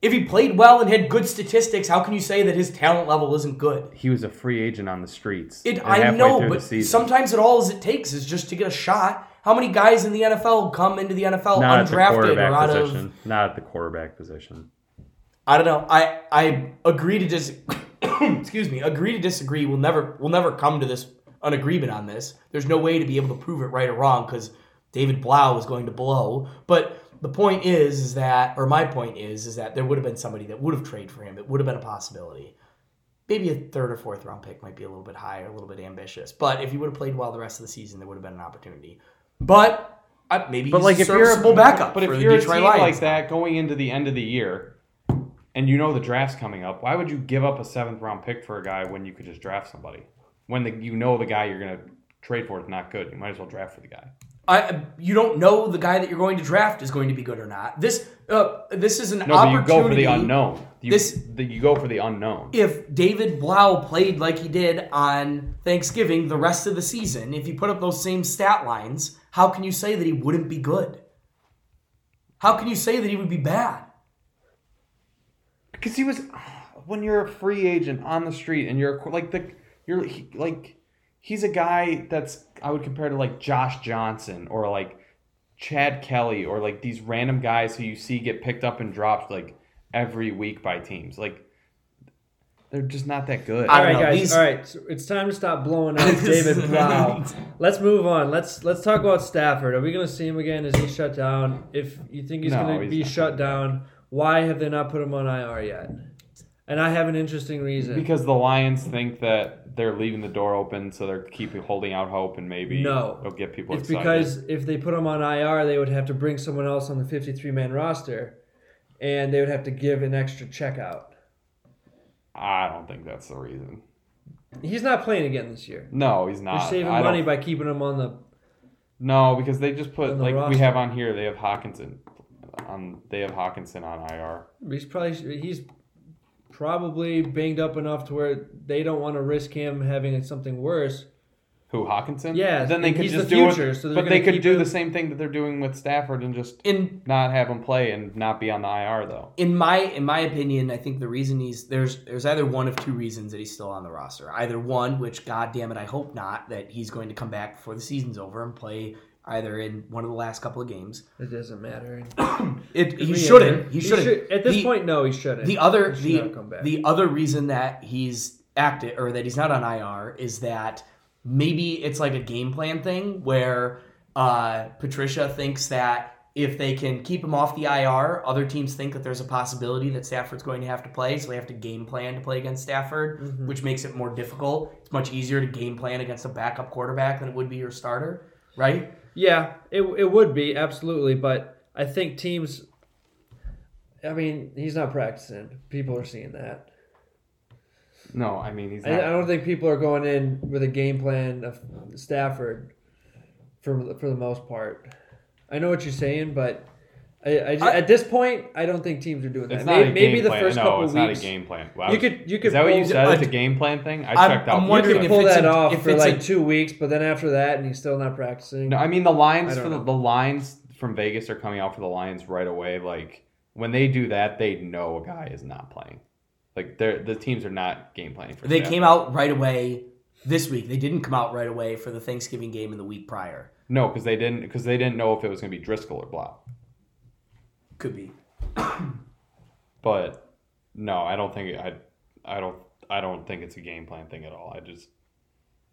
A: If he played well and had good statistics, how can you say that his talent level isn't good?
B: he was a free agent on the streets.
A: It,
B: and
A: I
B: halfway
A: know,
B: through the
A: but
B: season.
A: sometimes it all is it takes is just to get a shot. How many guys in the NFL come into the NFL
B: not at the
A: undrafted or
B: quarterback
A: out
B: position.
A: of
B: Not at the quarterback position.
A: I don't know. I I agree to dis. excuse me. Agree to disagree. We'll never we'll never come to this an agreement on this. There's no way to be able to prove it right or wrong because David Blau is going to blow. But the point is, is that or my point is, is that there would have been somebody that would have traded for him. It would have been a possibility. Maybe a third or fourth round pick might be a little bit higher, a little bit ambitious. But if he would have played well the rest of the season, there would have been an opportunity. But I, maybe
B: But
A: he's
B: like
A: a
B: if you're
A: serviceable
B: a
A: backup,
B: but if
A: for
B: you're
A: the
B: a
A: Detroit
B: team
A: Lions.
B: like that going into the end of the year, and you know the draft's coming up, why would you give up a seventh round pick for a guy when you could just draft somebody? When the, you know the guy you're going to trade for is not good, you might as well draft for the guy.
A: I, you don't know the guy that you're going to draft is going to be good or not. This uh, this is an
B: No, but you
A: opportunity.
B: go for the unknown. You,
A: This-
B: the, you go for the unknown.
A: If David Blau played like he did on Thanksgiving the rest of the season, if he put up those same stat lines, how can you say that he wouldn't be good? How can you say that he would be bad?
B: Because he was when you're a free agent on the street and you're like the you're he, like he's a guy that's I would compare to like Josh Johnson or like Chad Kelly or like these random guys who you see get picked up and dropped like every week by teams. Like they're just not that good.
A: I
C: All right,
A: don't know,
C: guys.
A: these-
C: All right, so it's time to stop blowing up David Blau. Let's move on. Let's let's talk about Stafford. Are we going to see him again? Is he shut down? If you think he's
B: No,
C: going to
B: he's
C: be
B: not.
C: shut down, why have they not put him on IR yet? And I have an interesting reason.
B: because the Lions think that they're leaving the door open, so they're keep holding out hope and maybe
C: No.
B: they'll get people
C: it's
B: excited.
C: because if they put him on IR, they would have to bring someone else on the 53 man roster, and they would have to give an extra checkout.
B: I don't think that's the reason.
C: He's not playing again this year.
B: No, he's not.
C: They're saving
B: I don't
C: money by keeping him on the.
B: No, because they just put
C: On the
B: like we
C: roster.
B: have on here. They have Hawkinson on. They have Hawkinson on IR.
C: He's probably he's probably banged up enough to where they don't want to risk him having something worse.
B: Who Hawkinson?
C: Yeah,
B: Then they
C: and
B: could
C: he's
B: just
C: the
B: do
C: future,
B: it.
C: so they're
B: but
C: gonna
B: they could
C: keep
B: do
C: him-
B: the same thing that they're doing with Stafford and just
A: In
B: not have him play and not be on the IR though.
A: in my in my opinion, I think the reason he's there's there's either one of two reasons that he's still on the roster. Either one, which god damn it, I hope not, that he's going to come back before the season's over and play either in one of the last couple of games.
C: It doesn't matter.
A: It he
C: Me either.
A: shouldn't. He shouldn't.
C: should- at this
A: The-
C: point, no, he shouldn't.
A: the other
C: He should
A: the,
C: not come back.
A: the other reason that he's active or that he's not on IR is that maybe it's like a game plan thing where uh, Patricia thinks that if they can keep him off the IR, other teams think that there's a possibility that Stafford's going to have to play, so they have to game plan to play against Stafford,
C: Mm-hmm.
A: which makes it more difficult. It's much easier to game plan against a backup quarterback than it would be your starter, right?
C: yeah, it it would be absolutely, but I think teams. I mean, he's not practicing. People are seeing that.
B: No, I mean he's
C: I, I
B: not.
C: don't think people are going in with a game plan of Stafford for the- for the most part. I know what you're saying, but I, I just-
A: I-
C: at this point, I don't think teams are doing
B: It's
C: that.
B: not
C: May-
B: a
C: Maybe,
B: game
C: the
B: plan.
C: first
B: no,
C: couple
B: it's
C: weeks.
B: not a game plan. Well, I
C: You
B: was-
C: could- you could
B: Is that what
C: pull
B: you
C: the-
B: said? It's
A: I-
B: a game plan thing. I
A: I'm-
B: checked out.
A: I'm
B: the
A: wondering
B: stuff.
A: if
C: pull
A: it's
C: that
A: a-
C: off
A: if
C: for
A: it's
C: like
A: a-
C: two weeks, but then after that, and he's still not practicing.
B: No, I mean the Lions
C: I don't
B: for the,
C: know.
B: the Lions from Vegas are coming out for the Lions right away. Like when they do that, they know a guy is not playing. Like they're the teams are not game planning for.
A: They
B: Stafford.
A: came out right away this week. They didn't come out right away for the Thanksgiving game and the week prior.
B: No, because they didn't because they didn't know if it was going to be Driscoll or Blau.
A: Could be.
B: But no, I don't think I, I don't I don't think it's a game plan thing at all. I just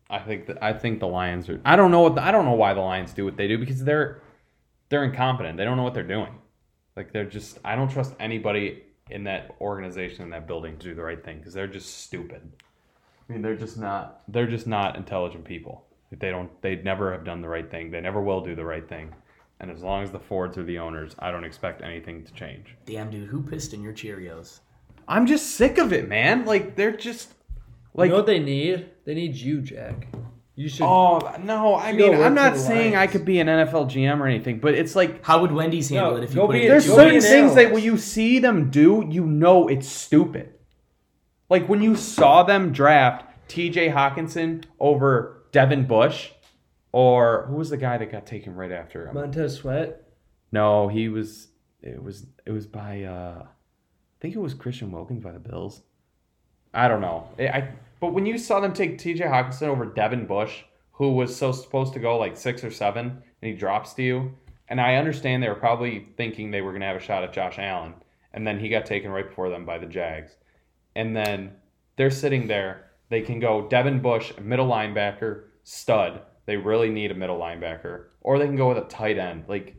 B: I think that I think the Lions are. I don't know what the, I don't know why the Lions do what they do because they're they're incompetent. They don't know what they're doing. Like they're just I don't trust anybody in that organization in that building to do the right thing because they're just stupid. I mean, they're just not they're just not intelligent people. Like, They don't they never have done the right thing. They never will do the right thing. And as long as the Fords are the owners, I don't expect anything to change.
A: Damn, dude, who pissed in your Cheerios?
B: I'm just sick of it, man. Like they're just like
C: you know what they need? They need you, Jack. You should.
B: oh no. I mean,
C: work
B: I'm
C: for
B: not
C: the
B: saying I
C: Lions.
B: could be an NFL GM or anything, but it's like
A: How would Wendy's handle
C: No,
A: it if you
C: go
A: put
C: be
A: it
C: a-
A: in
B: there's
A: Cheerios?
C: go be
B: certain
C: an
B: things that
C: analyst.
B: when you see them do, you know it's stupid. Like when you saw them draft T.J. Hawkinson over Devin Bush, or who was the guy that got taken right after him?
C: Montez Sweat.
B: No, he was. It was. It was by. uh I think it was Christian Wilkins by the Bills. I don't know. I. I- but when you saw them take T.J. Hawkinson over Devin Bush, who was so supposed to go like six or seven, and he drops to you, and I understand they were probably thinking they were going to have a shot at Josh Allen, and then he got taken right before them by the Jags. And then they're sitting there. They can go Devin Bush, middle linebacker, stud. They really need a middle linebacker, or they can go with a tight end. Like,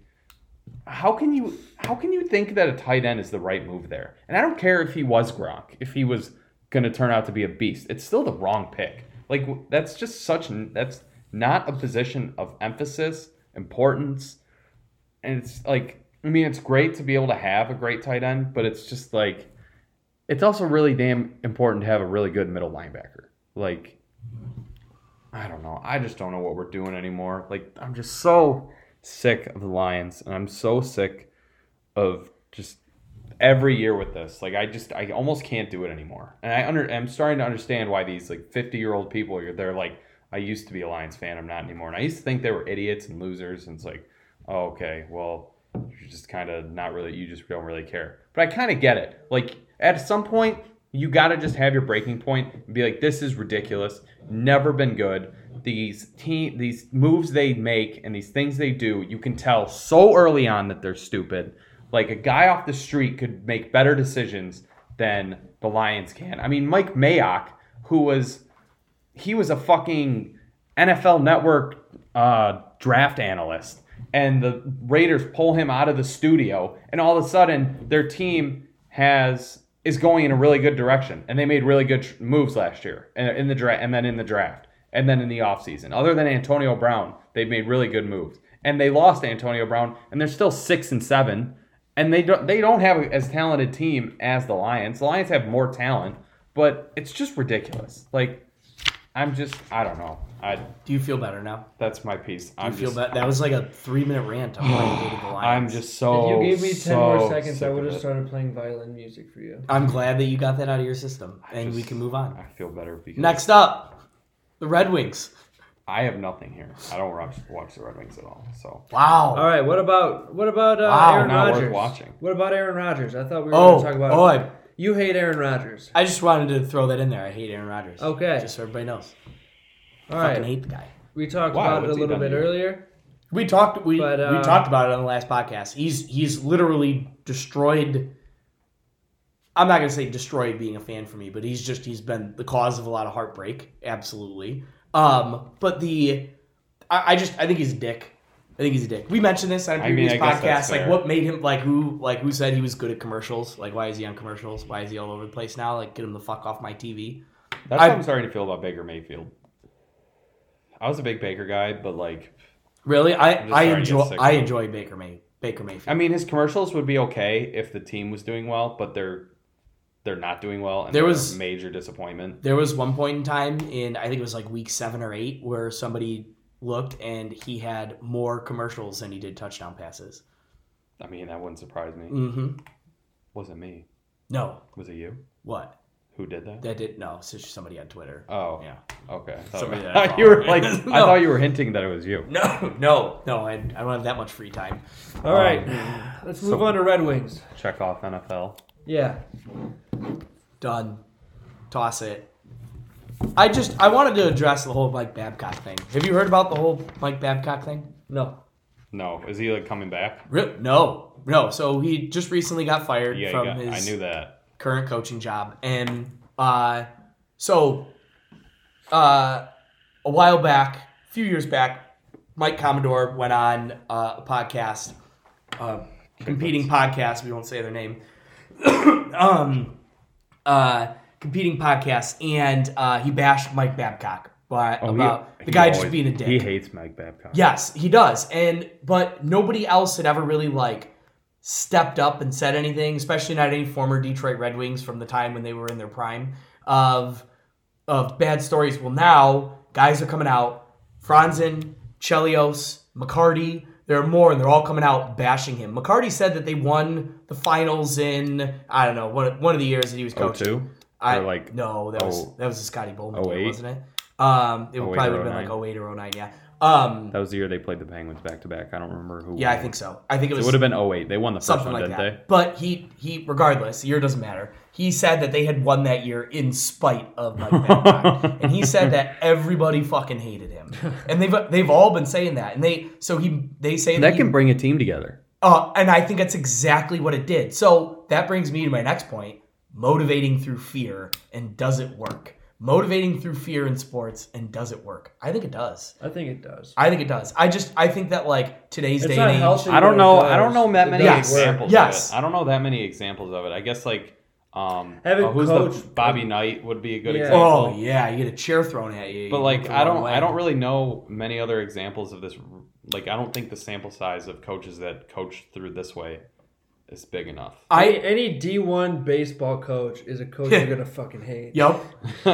B: how can you how can you think that a tight end is the right move there? And I don't care if he was Gronk, if he was going to turn out to be a beast. It's still the wrong pick. Like w- that's just such n- that's not a position of emphasis, importance, and it's like I mean it's great to be able to have a great tight end, but it's just like it's also really damn important to have a really good middle linebacker. Like I don't know. I just don't know what we're doing anymore. Like I'm just so sick of the Lions and I'm so sick of just every year with this. Like I just I almost can't do it anymore. And I under I'm starting to understand why these like 50 year old people are they're like I used to be a Lions fan. I'm not anymore. And I used to think they were idiots and losers. And it's like, oh, okay, well, you're just kind of not really. You just don't really care. But I kind of get it. Like at some point, you gotta just have your breaking point and be like, this is ridiculous. Never been good. These team, these moves they make and these things they do, you can tell so early on that they're stupid. Like a guy off the street could make better decisions than the Lions can. I mean, Mike Mayock, who was he was a fucking NFL Network uh, draft analyst, and the Raiders pull him out of the studio, and all of a sudden their team has is going in a really good direction, and they made really good tr- moves last year and in the draft, and then in the draft, and then in the offseason. Other than Antonio Brown, they've made really good moves, and they lost Antonio Brown, and they're still six and seven. And they don't they don't have as talented team as the Lions. The Lions have more talent, but it's just ridiculous. Like I'm just I don't know. I
A: Do you feel better now?
B: that's my piece.
A: I
B: I'm
A: feel
B: just,
A: better. That was like a three minute rant on why you hated the
B: I'm
A: Lions.
B: just so.
E: if you gave me 10
B: Oh, so
E: more seconds,
B: sick
E: I
B: of
E: would have
B: it.
E: started playing violin music for you.
A: I'm glad that you got that out of your system, and we
B: just-
A: can move on.
B: I feel better because
A: Next up, the Red Wings.
B: I have nothing here. I don't watch, watch the Red Wings at all. So
A: Wow.
E: All right, what about what about uh,
A: Wow,
E: Aaron
B: not worth
E: Rodgers?
B: watching.
E: What about Aaron Rodgers? I thought we were
A: Oh,
E: going to talk about.
A: oh, I,
E: you hate Aaron Rodgers.
A: I just wanted to throw that in there. I hate Aaron Rodgers.
E: Okay.
A: Just so everybody knows.
E: All
A: I fucking
E: right,
A: hate the guy.
E: we talked
B: Why?
E: about it
B: What's
E: a
B: he
E: little
B: done
E: bit
B: to you?
E: earlier.
A: We talked we,
E: But, uh,
A: we talked about it on the last podcast. He's he's literally destroyed I'm not gonna say destroyed being a fan for me, but he's just he's been the cause of a lot of heartbreak, absolutely. Um but the I, I just I think he's a dick. I think he's a dick. We mentioned this on a
B: I mean,
A: previous
B: I guess that's
A: podcast. Like
B: fair.
A: what made him like who like who said he was good at commercials? Like why is he on commercials? Why is he all over the place now? Like get him the fuck off my TV.
B: that's
A: I-
B: how I'm starting to feel about Baker Mayfield. I was a big Baker guy, but like,
A: Really? I, I
B: just sorry, I
A: enjoy
B: get sick
A: I
B: of him.
A: enjoy Baker May Baker Mayfield.
B: I mean, his commercials would be okay if the team was doing well, but they're they're not doing well, and
A: There
B: they're
A: was-
B: a major disappointment.
A: There was one point in time in I think it was like week seven or eight where somebody looked and he had more commercials than he did touchdown passes.
B: I mean, that wouldn't surprise me.
A: Mm-hmm.
B: Wasn't me.
A: No,
B: Was it you
A: what
B: who did that?
A: that did no. It's just somebody on Twitter.
B: Oh,
A: Yeah.
B: Okay. I thought,
A: Somebody
B: I
A: that I
B: thought you were
A: follow.
B: like I
A: No.
B: thought you were hinting that it was you.
A: No, no, no. I, I don't have that much free time.
E: All
A: Oh,
E: right, let's move
B: so-
E: on to Red Wings.
B: Check off NFL.
E: Yeah,
A: Done. Toss it. I just I wanted to address the whole Mike Babcock thing. Have you heard about the whole Mike Babcock thing?
E: no.
B: No, is he like coming back?
A: Re- no, no. So he just recently got fired
B: Yeah, he
A: from
B: got-
A: his.
B: I knew that.
A: current coaching job. And uh, so uh, a while back, a few years back, Mike Commodore went on uh, a podcast, uh, competing podcast. We won't say their name. um, uh, competing podcast, and uh, he bashed Mike Babcock. But about the guy just being a dick.
B: Oh, He hates Mike Babcock.
A: Yes, he does. And but nobody else had ever really like stepped up and said anything, especially not any former Detroit Red Wings from the time when they were in their prime of of bad stories. Well, now guys are coming out. Franzen, Chelios, McCarty. There are more, and they're all coming out bashing him. McCarty said that they won the finals in I don't know one one of the years that he was
B: Oh,
A: coaching.
B: two.
A: I
B: Or, like,
A: no, that was
B: oh-
A: that was a Scotty Bowman, deal,
B: 08?
A: wasn't it? Um, it would
B: 08 or
A: probably would have been
B: 09.
A: like 08 or 09, yeah. Um,
B: That was the year they played the Penguins back to back. I don't remember who.
A: yeah, I
B: won.
A: think so. I think it
B: It
A: was
B: would have been 08. They won the first
A: something
B: one,
A: like
B: didn't
A: that. But he he regardless, the year doesn't matter. He said that they had won that year in spite of Mike Babcock, and he said that everybody fucking hated him, and they've they've all been saying that, and they so he they say that,
B: they? That
A: he-
B: can bring a team together.
A: Uh, and I think that's exactly what it did. So that brings me to my next point motivating through fear and does it work? Motivating through fear in sports and does it work? I think it does.
C: I think it does.
A: I think it does. I just, I think that like today's day
C: It's
A: and
C: not
A: age.
C: healthy.
B: I don't
C: but it
B: know.
C: does.
B: I don't know that
C: It
B: many
A: Yes.
C: does work.
B: examples.
A: Yes.
B: Of it. I don't know that many examples of it. I guess like um,
C: Having
B: uh, who's the
C: coached-
B: Bobby Knight would be a good
C: Yeah.
B: example.
A: Oh yeah, you get a chair thrown at you. you
B: But
A: look
B: like
A: the
B: I don't
A: wrong way.
B: I don't really know many other examples of this like I don't think the sample size of coaches that coach through this way is big enough.
A: I-
C: Any- any D one baseball coach is a coach you're gonna fucking hate.
A: Yup.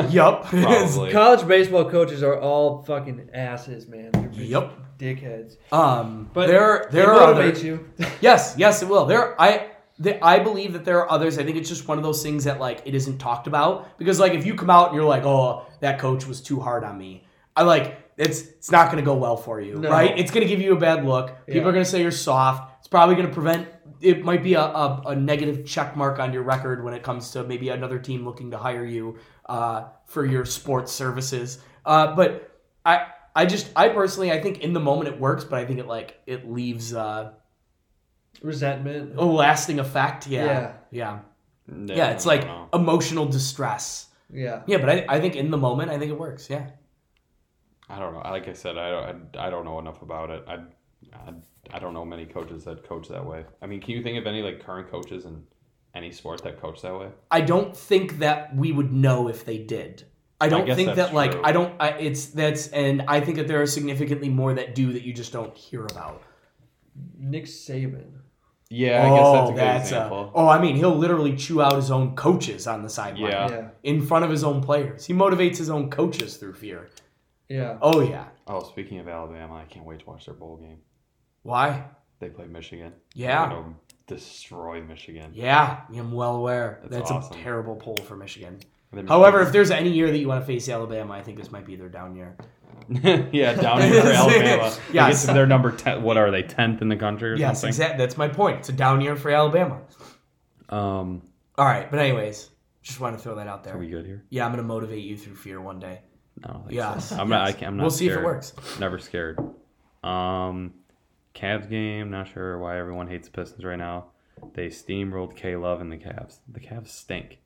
A: yup.
B: Probably.
C: College baseball coaches are all fucking asses, man. They're big
A: Yup.
C: dickheads.
A: um, but
C: But
A: there
C: they
A: there are other,
C: motivate you.
A: Yes, yes, it will. There, I, the, I believe that there are others. I think it's just one of those things that like it isn't talked about because like if you come out and you're like, oh, that coach was too hard on me, I like it's it's not going to go well for you,
C: No.
A: right? It's going to give you a bad look. People
C: Yeah.
A: are going to say you're soft. It's probably going to prevent. It might be a, a, a negative check mark on your record when it comes to maybe another team looking to hire you uh, for your sports services. Uh, but I, I just, I personally, I think in the moment it works, but I think it like it leaves. Uh,
C: Resentment.
A: a Oh, lasting effect.
C: Yeah.
A: Yeah. Yeah.
B: No,
A: Yeah. it's
B: I
A: like
B: don't know.
A: emotional distress.
C: Yeah.
A: Yeah, but I, I think in the moment, I think it works. Yeah.
B: I don't know. Like I said, I don't I, I don't know enough about it. I, I I don't know many coaches that coach that way. I mean, can you think of any like current coaches in any sport that coach that way?
A: I don't think that we would know if they did. I don't
B: guess
A: think
B: that's
A: that like
B: true.
A: I don't I, it's that's and I think that there are significantly more that do that you just don't hear about.
C: Nick Saban.
B: Yeah, I guess that's a good example.
A: oh, I mean, he'll literally chew out his own coaches on the sideline
B: Yeah.
C: Yeah.
A: in front of his own players. He motivates his own coaches through fear.
C: Yeah.
A: Oh yeah,
B: Oh, speaking of Alabama, I can't wait to watch their bowl game.
A: why?
B: They play Michigan.
A: Yeah.
B: They're gonna destroy Michigan.
A: Yeah, I'm well aware.
B: That's
A: That's,
B: awesome.
A: a terrible poll for Michigan.
B: And then
A: However, if
B: Michigan-
A: there's any year that you want to face Alabama, I think this might be their down year.
B: yeah, down here for Alabama. I guess
A: Yes.
B: they're number ten. What are they? Tenth in the country or
A: Yes,
B: something?
A: exactly. That's my point. It's a down year for Alabama.
B: Um,
A: All right, but anyways, just want to throw that out
B: are we
A: there.
B: good here?
A: Yeah, I'm gonna motivate you through fear one day.
B: I don't think
A: Yes,
B: so. I'm not. I
A: yes.
B: can't, I'm not.
A: We'll see if it
B: scared.
A: works.
B: Never scared. Um, Cavs game. Not sure why everyone hates the Pistons right now. They steamrolled K Love and the Cavs. The Cavs stink.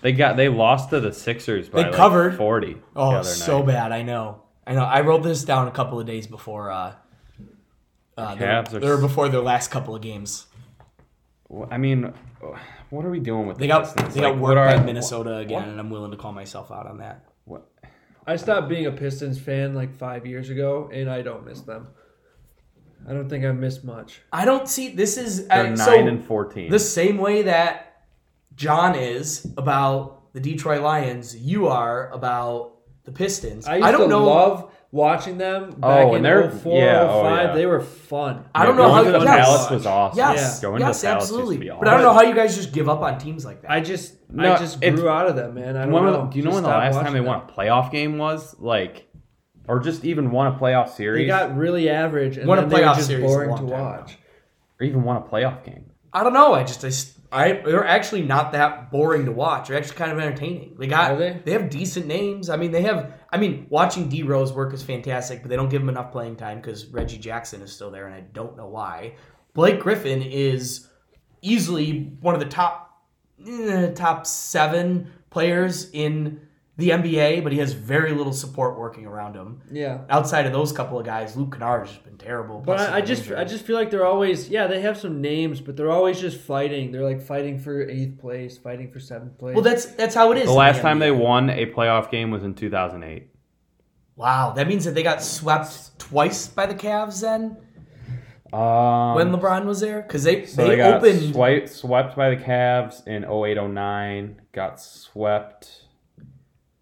B: they got. They lost to the Sixers by
A: They
B: like,
A: covered.
B: forty. the
A: Oh,
B: other
A: so
B: night.
A: bad. I know. I know. I wrote this down a couple of days before. Uh, uh, their-
B: Cavs are
A: they were
B: s-
A: before their last couple of games.
B: Well, I mean, what are we doing with
A: They
B: the
A: got
B: Pistons?
A: they
B: Like,
A: got
B: what
A: worked
B: are-
A: by Minnesota again,
B: what-
A: and I'm willing to call myself out on that.
B: what-
C: I stopped being a Pistons fan like five years ago, and I don't miss them. I don't think I missed much.
A: I don't see this is
B: They're
A: I-
B: nine
A: so-
B: and fourteen.
A: The same way that John is about the Detroit Lions, you are about the Pistons.
C: I
A: I,
C: used
A: don't
C: to
A: know. Oh,
C: love watching them back
B: and
C: in
B: they're-
C: 04,
B: yeah, oh,
C: 05.
B: yeah.
C: They were fun.
A: I don't
B: Yeah,
A: know
B: going
A: how
B: to the
A: yes.
B: Palace was awesome.
A: Yes,
B: Going to
A: yes,
B: the Palace used to
A: absolutely.
B: be
A: But I don't know
B: awesome.
A: how you guys just give up on teams like that.
C: I just,
B: No,
C: I just
B: it's-
C: grew out of them, man. I don't
B: When was-
C: know.
B: do you know
C: Just
B: when the
C: stopped
B: last time
C: watching
B: they
C: them.
B: won a playoff game was? Like, or just even won a playoff
C: They
B: series,
C: got really average, and
A: Won a
C: then they were
A: playoff
C: just
A: series a
C: boring
A: long
C: to
A: time ago.
C: watch.
B: or even won a playoff game.
A: I don't know. I just I, s- I- they're actually not that boring to watch. They're actually kind of entertaining. They got
C: Are they?
A: have decent names. I mean, they have. I mean, watching D Rose work is fantastic, but they don't give him enough playing time because Reggie Jackson is still there, and I don't know why. Blake Griffin is easily one of the top eh, top seven players in the NBA, but he has very little support working around him.
C: Yeah.
A: Outside of those couple of guys, Luke Kennard has been terrible.
C: But
A: plus
C: I, I
A: he's
C: just
A: injured.
C: I just feel like they're always yeah they have some names but they're always just fighting they're like fighting for eighth place fighting for seventh place
A: well, that's that's how it is.
B: The
A: in
B: last time
A: NBA.
B: they won a playoff game was in 2008.
A: Wow, that means that they got swept twice by the Cavs then
B: Um,
A: when LeBron was there because they
B: so
A: they,
B: they got
A: opened
B: swi- swept by the Cavs in 0809. Got swept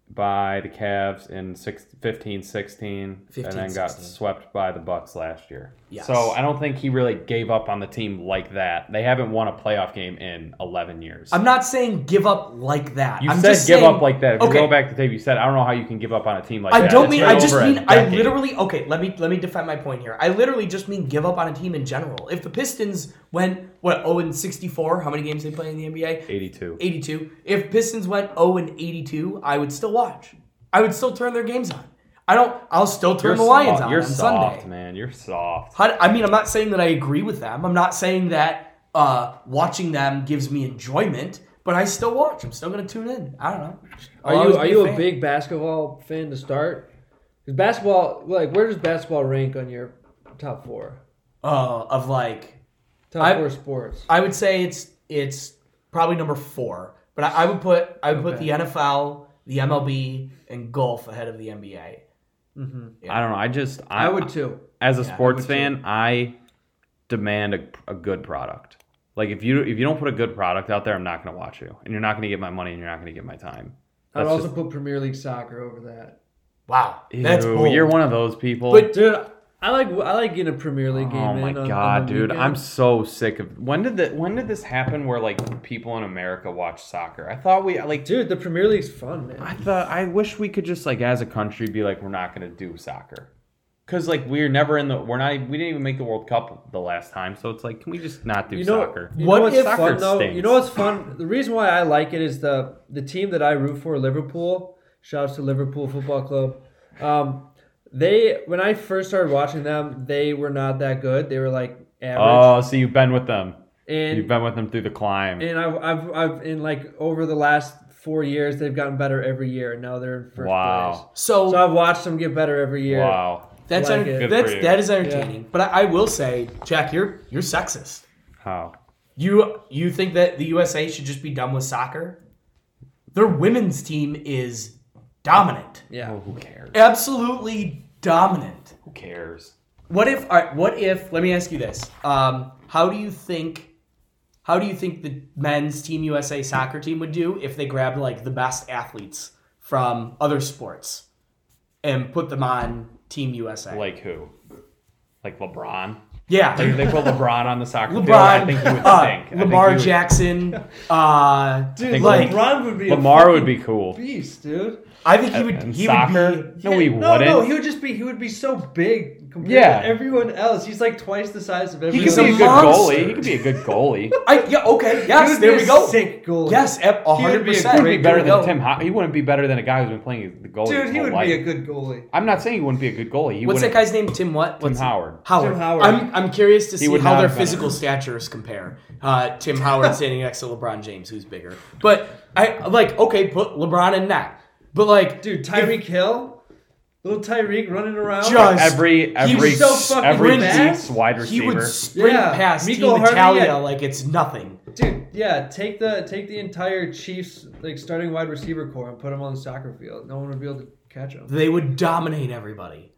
B: by the Cavs in six, 15 16 and then got
A: 15-16.
B: swept by the Bucks last year.
A: Yes.
B: So I don't think he really gave up on the team like that. They haven't won a playoff game in 11 years.
A: I'm not saying give up like that.
B: you
A: I'm
B: said
A: just
B: give
A: saying-
B: up like that. If
A: okay,
B: you go back to tape, you said I don't know how you can give up on a team like
A: I
B: that.
A: don't
B: It's
A: mean.
B: been
A: I just
B: over a
A: mean. I
B: decade.
A: literally. Okay, let me let me defend my point here. I literally just mean give up on a team in general. If the Pistons went what 0 and 64, how many games they play in the NBA?
B: 82.
A: oh 82. If Pistons went 0 and 82, I would still watch. I would still turn their games on. I don't. I'll still turn
B: You're
A: the Lions
B: soft.
A: on
B: You're
A: on
B: soft,
A: Sunday.
B: man. You're soft.
A: How, I mean, I'm not saying that I agree with them. I'm not saying that uh, watching them gives me enjoyment, but I still watch. I'm still going to tune in. I don't know. I'll
C: Are you
A: always
C: are
A: be
C: you a
A: fan.
C: big basketball fan to start? Because basketball, like, where does basketball rank on your top four?
A: uh, of like?
C: Top
A: I-
C: four sports.
A: I would say it's it's probably number four, but I, I would put I would put the NFL, the MLB, and golf ahead of the NBA.
B: I don't know. I just I,
C: I would too.
B: as a sports fan, I demand a, a good product. Like if you if you don't put a good product out there, I'm not going to watch you, and you're not going to get my money, and you're not going to get my time.
C: I'd
B: That's
C: also
B: just-
C: put Premier League soccer over that.
A: Wow, that's
B: Ew,
A: bold.
B: you're one of those people.
A: But-
C: Dude, I like I like getting a Premier League game.
B: oh my
C: in on- on
B: god,
C: the
B: dude,
C: weekend.
B: I'm so sick of when did the when did this happen? Where like people in America watch soccer? I thought we like.
C: dude. The Premier League's fun, man.
B: I thought I wish we could just like as a country be like we're not gonna do soccer, cause like we're never in the we're not we didn't even make the World Cup the last time, so it's like can we just not do
C: You know,
B: soccer?
C: You
A: What
C: know what's
A: if-
C: fun though?
B: stinks.
C: You know what's fun? The reason why I like it is the the team that I root for, Liverpool. Shouts to Liverpool Football Club. Um, they when I first started watching them, they were not that good. They were like average.
B: Oh, so you've been with them. You've
C: and
B: been with them through the climb.
C: and I've, I've I've in like over the last four years, they've gotten better every year. And now they're in first
B: Wow.
A: so
C: place. So I've watched them get better every year.
B: Wow.
A: that's
C: like
A: enter-
C: it. Good
B: for
A: that's
B: you.
A: that is entertaining. But I, I will say, Jack, you're you're sexist.
B: How?
A: You you think that the USA should just be done with soccer? Their women's team is dominant,
C: Yeah.
B: Oh, who cares?
A: absolutely dominant.
B: Who cares?
A: What if? All right, what if? Let me ask you this: um, How do you think? How do you think the men's team USA soccer team would do if they grabbed like the best athletes from other sports and put them on Team USA?
B: Like who? Like LeBron?
A: yeah,
B: Like if they put LeBron on the soccer field, I
A: LeBron,
B: think he would stink.
A: uh,
B: I think
A: Lamar
B: he would-
A: Jackson. Uh,
C: Dude,
B: think
A: like-
C: LeBron would be
B: Lamar
C: a
B: would
C: fucking
B: be cool.
C: beast, dude.
A: I think he would.
B: And
A: he
B: soccer?
A: would be.
B: no, he
C: no,
B: wouldn't.
C: No, he would just be he would be so big compared
B: Yeah.
C: to everyone else. He's like twice the size of
B: He
C: everyone.
B: could
A: He's
B: be
A: a
B: a good
A: monster.
B: goalie. He could be a good goalie.
A: I, yeah, okay. Yes, there we go.
C: Sick goal.
A: Yes, a- a
C: He would
A: hundred
C: be a
A: percent.
B: He'd be
C: great
B: better
A: There
B: than
A: we
B: Tim.
A: go.
B: Ho- he wouldn't be better than a guy who's been playing the goalie. his
C: dude, he
B: whole
C: would
B: life.
C: be a good goalie.
B: I'm not saying he wouldn't be a good goalie. He
A: What's that
B: wouldn't.
A: guy's name? Tim what? What's
B: Howard.
A: Howard.
C: Tim Howard.
A: I'm, I'm curious to see
B: would
A: how
B: not
A: their
B: have been
A: physical
B: on.
A: statures compare. Uh, Tim Howard standing next to LeBron James, who's bigger. But I like okay, put LeBron in that. But like,
C: Dude, Tyreek Hill, little Tyreek running around.
A: Just-
B: every
A: He
B: every
A: was so
C: fucking
B: every
C: fast.
B: Chiefs wide
A: he
B: receiver.
A: would sprint
C: Yeah,
A: past
C: Miko
A: Team
C: Hardman,
A: Italia
C: yeah.
A: like it's nothing.
C: dude, yeah, take the take the entire Chiefs like starting wide receiver core and put him on the soccer field. No one would be able to catch him.
A: They would dominate everybody.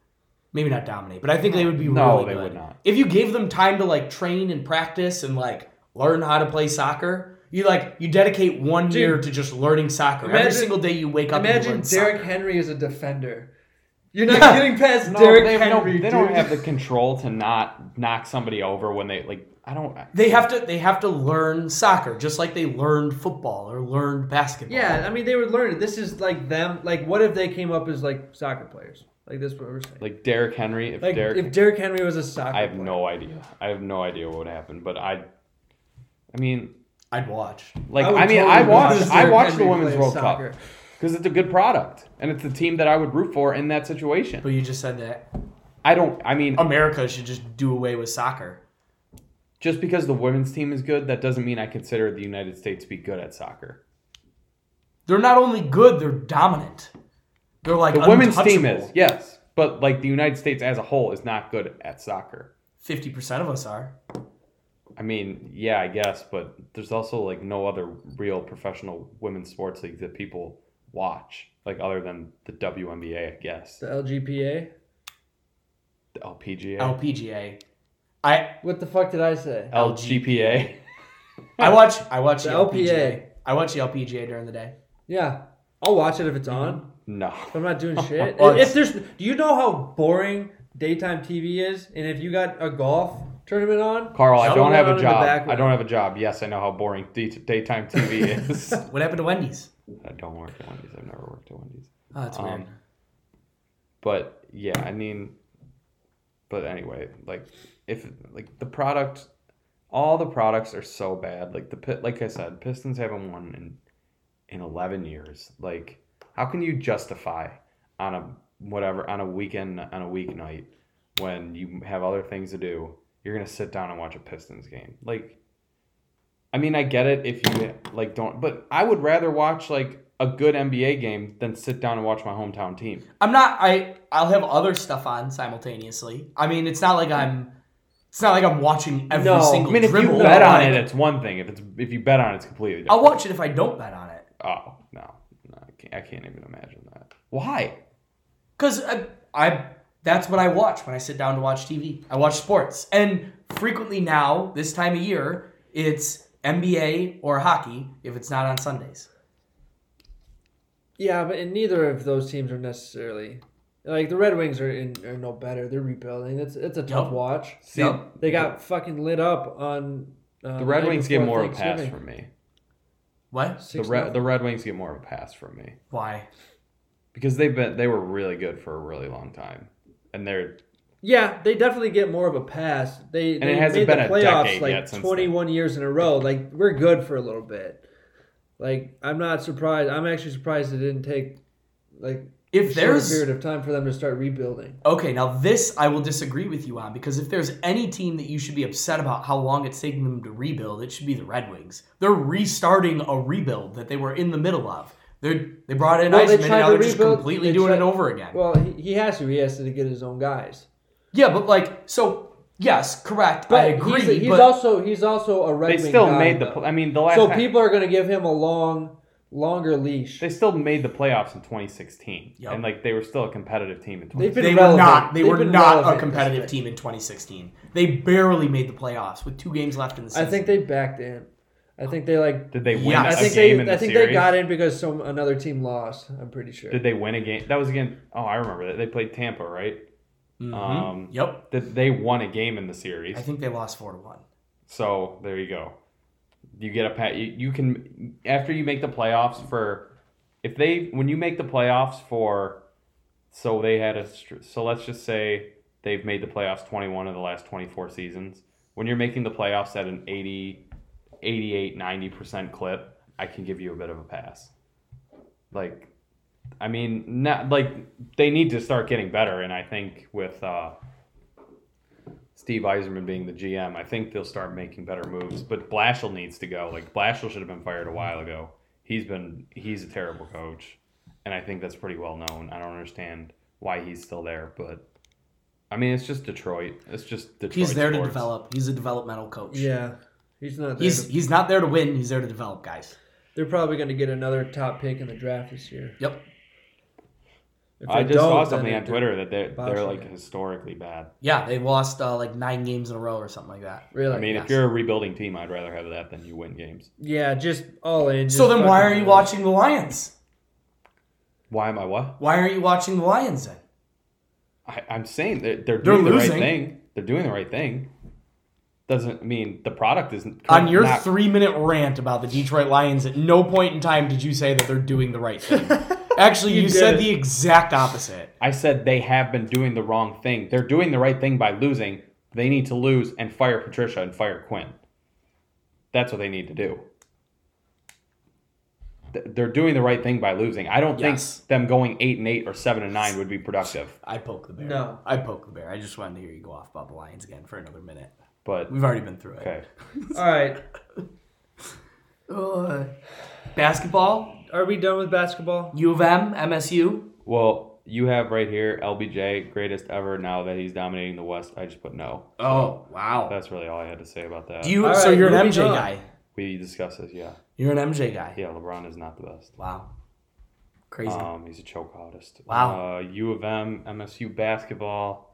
A: Maybe not dominate, but I think they would be
B: No,
A: really
B: they
A: good.
B: would not.
A: If you gave them time to like train and practice and like learn how to play soccer, you like you dedicate one year to just learning soccer. Every
C: imagine-
A: single day you wake up. and you
C: Imagine
A: learn
C: Derrick
A: soccer.
C: Henry as a defender. You're not
A: Yeah.
C: getting past
B: No,
C: Derrick
B: they, no,
C: Henry.
B: they don't
C: dude.
B: have the control to not knock somebody over when they like. I don't.
A: They have to. They have to learn soccer just like they learned football or learned basketball.
C: Yeah, I mean they would learn it. This is like them. Like, what if they came up as like soccer players? Like this, is what we're saying.
B: Like Derrick Henry. If
C: Like
B: Derrick,
C: if Derrick Henry was a soccer,
B: I have
C: player.
B: no idea. I have no idea what would happen. But I, I mean,
A: I'd watch.
B: like
C: I would
B: I, mean,
C: totally
B: I
C: watch
B: watched
C: Derrick
B: I watched
C: Henry
B: the Women's
C: play
B: World
C: soccer.
B: Cup because it's a good product and it's the team that I would root for in that situation.
A: But you just said that
B: I don't. I mean,
A: America should just do away with soccer.
B: just because the women's team is good, that doesn't mean I consider the United States to be good at soccer.
A: They're not only good; they're dominant. They're like
B: The women's team
A: untouchable.
B: is yes, but like the United States as a whole is not good at soccer.
A: Fifty percent of us are.
B: I mean, yeah, I guess, but there's also like no other real professional women's sports league that people watch, like other than the WNBA, I guess,
C: The LGPA.
B: the LPGA,
A: LPGA. I
C: What the fuck did I say?
B: LGPA.
A: I watch I watch the,
C: The
A: LPGA.
C: LPA.
A: I watch the LPGA during the day.
C: Yeah, I'll watch it if it's on.
B: No,
C: But I'm not doing shit.
A: Well,
C: if there's, do you know how boring daytime TV is? And if you got a golf tournament on,
B: Carl, I
C: shove
B: don't
C: it
B: have
C: out in
B: a
C: the
B: job.
C: back
B: I don't have a job. Yes, I know how boring day- daytime TV is.
A: What happened to Wendy's?
B: I don't work at Wendy's. I've never worked at Wendy's.
A: Oh, that's
B: Um,
A: weird.
B: but yeah i mean but anyway like if like the product all the products are so bad like the pit like i said pistons haven't won in in 11 years like how can you justify on a whatever on a weekend on a weeknight when you have other things to do, you're gonna sit down and watch a Pistons game. Like, I mean, I get it if you like don't, but I would rather watch like a good NBA game than sit down and watch my hometown team.
A: I'm not. I I'll have other stuff on simultaneously. I mean, it's not like I'm. It's not like I'm watching every
B: I
A: single.
B: mean, if you
A: dribble,
B: bet on
A: like,
B: it, it's one thing. If it's if you bet on it, it's completely different.
A: I'll watch it if I don't bet on it.
B: Oh no, no I, can't, I can't even imagine that. Why?
A: Cause I, I that's what I watch when I sit down to watch TV. I watch sports, and frequently now this time of year it's NBA or hockey if it's not on Sundays.
C: Yeah, but and neither of those teams are necessarily like the Red Wings are in are no better. They're rebuilding. It's it's a tough
A: Yep.
C: watch.
B: See,
A: Yep.
C: They got fucking lit up on uh,
B: the Red Wings get more of a pass from me.
A: What?
B: The Red the Red Wings get more of a pass from me
A: Why?
B: because they've been they were really good for a really long time, and they're
C: yeah, they definitely get more of a pass. They and they
B: it hasn't
C: made
B: been a
C: the playoffs
B: decade
C: like
B: yet since then.
C: twenty one years in a row. Like we're good for a little bit. Like I'm not surprised. I'm actually surprised it didn't take like a
A: If
C: shorter
A: there's
C: period of time for them to start rebuilding.
A: Okay, now this I will disagree with you on because if there's any team that you should be upset about how long it's taking them to rebuild, it should be the Red Wings. They're restarting a rebuild that they were in the middle of. They they brought in
C: Well, they
A: Iceman and
C: tried
A: now
C: to
A: they're just
C: rebuild-
A: completely
C: they
A: doing
C: tried-
A: it over again.
C: Well, he, he has to. He has to get his own guys.
A: yeah, but like so yes, correct. I agree.
C: He's, he's
A: but
C: also he's also a Red
B: they
C: Wing
B: still
C: guy,
B: made the.
C: though.
B: pl- I mean, the last
C: so
B: time-
C: people are going to give him a long, longer leash.
B: they still made the playoffs in 2016,
A: Yep.
B: and like they were still a competitive team in 2016.
C: They've been
A: they were
C: relevant.
A: not they
C: They've
A: were
C: been
A: not
C: relevant
A: a
C: this
A: competitive
C: year.
A: team in 2016. They barely made the playoffs with two games left in the
C: I
A: season.
C: think they backed in. I think they like.
B: Did they win
A: Yeah,
B: a
C: I think
B: game
C: they.
B: in the
C: I think
B: series?
C: they got in because some another team lost. I'm pretty sure.
B: Did they win a game? That was again. Oh, I remember that they played Tampa, right?
A: Mhm.
C: Mm-hmm.
B: Um,
A: yep.
B: That they won a game in the series.
A: I think they lost 4 to 1.
B: So there you go. You get a pat. You, you can after you make the playoffs for if they when you make the playoffs for so they had a str- so let's just say they've made the playoffs 21 of the last 24 seasons. When you're making the playoffs at an 80 88 90% clip, I can give you a bit of a pass. Like I mean, not like they need to start getting better and I think with uh Steve Eiserman being the GM, I think they'll start making better moves. But Blashill needs to go. Like Blashill should have been fired a while ago. He's been he's a terrible coach, and I think that's pretty well known. I don't understand why he's still there, but I mean, it's just Detroit. It's just Detroit.
A: He's there to
B: sports.
A: develop. He's a developmental coach.
C: Yeah, he's not. There.
A: He's he's not there to win. He's there to develop guys.
C: They're probably going to get another top pick in the draft this year.
A: Yep.
C: If
B: I
C: they
B: just saw
C: don't, then
B: something
C: it-
B: on Twitter that they're
C: Blashill,
B: they're like
C: yeah.
B: historically bad.
A: Yeah, they lost uh, like nine games in a row or something like that.
C: Really?
B: I mean,
A: yes.
B: if you're a rebuilding team, I'd rather have that than you win games.
C: yeah, just all in.
A: So
C: just
A: then, why are
C: fucking
A: you
C: all in.
A: watching the Lions?
B: Why am I what?
A: Why are you watching the Lions then?
B: I, I'm saying they're, they're
A: They're
B: doing the right
A: losing.
B: thing. They're doing the right thing. Doesn't mean the product isn't
A: On your
B: not-
A: three-minute rant about the Detroit Lions, at no point in time did you say that they're doing the right thing. Actually, you, said
C: did.
A: the exact opposite.
B: I said they have been doing the wrong thing. They're doing the right thing by losing. They need to lose and fire Patricia and fire Quinn. That's what they need to do. Th- They're doing the right thing by losing. I don't
A: Yes.
B: think them going eight and eight or seven and nine would be productive.
A: I poke the bear.
C: No.
A: I poke the bear. I just wanted to hear you go off about the Lions again for another minute.
B: But
A: We've already been through it.
B: okay,
C: All right,
A: Ugh. Uh, basketball,
C: are we done with basketball?
A: U of M, MSU.
B: well, you have right here LBJ greatest ever. Now that he's dominating the West, I just put no.
A: Oh wow!
B: That's really all I had to say about that.
A: Do you?
C: All
A: so
C: right,
A: you're an
C: moving
A: MJ
C: on.
A: guy.
B: we discussed this. Yeah,
A: You're an MJ guy.
B: yeah. LeBron is not the best.
A: Wow. Crazy.
C: Uh,
B: Um, he's a choke artist.
A: Wow.
B: Uh, U of M, MSU basketball.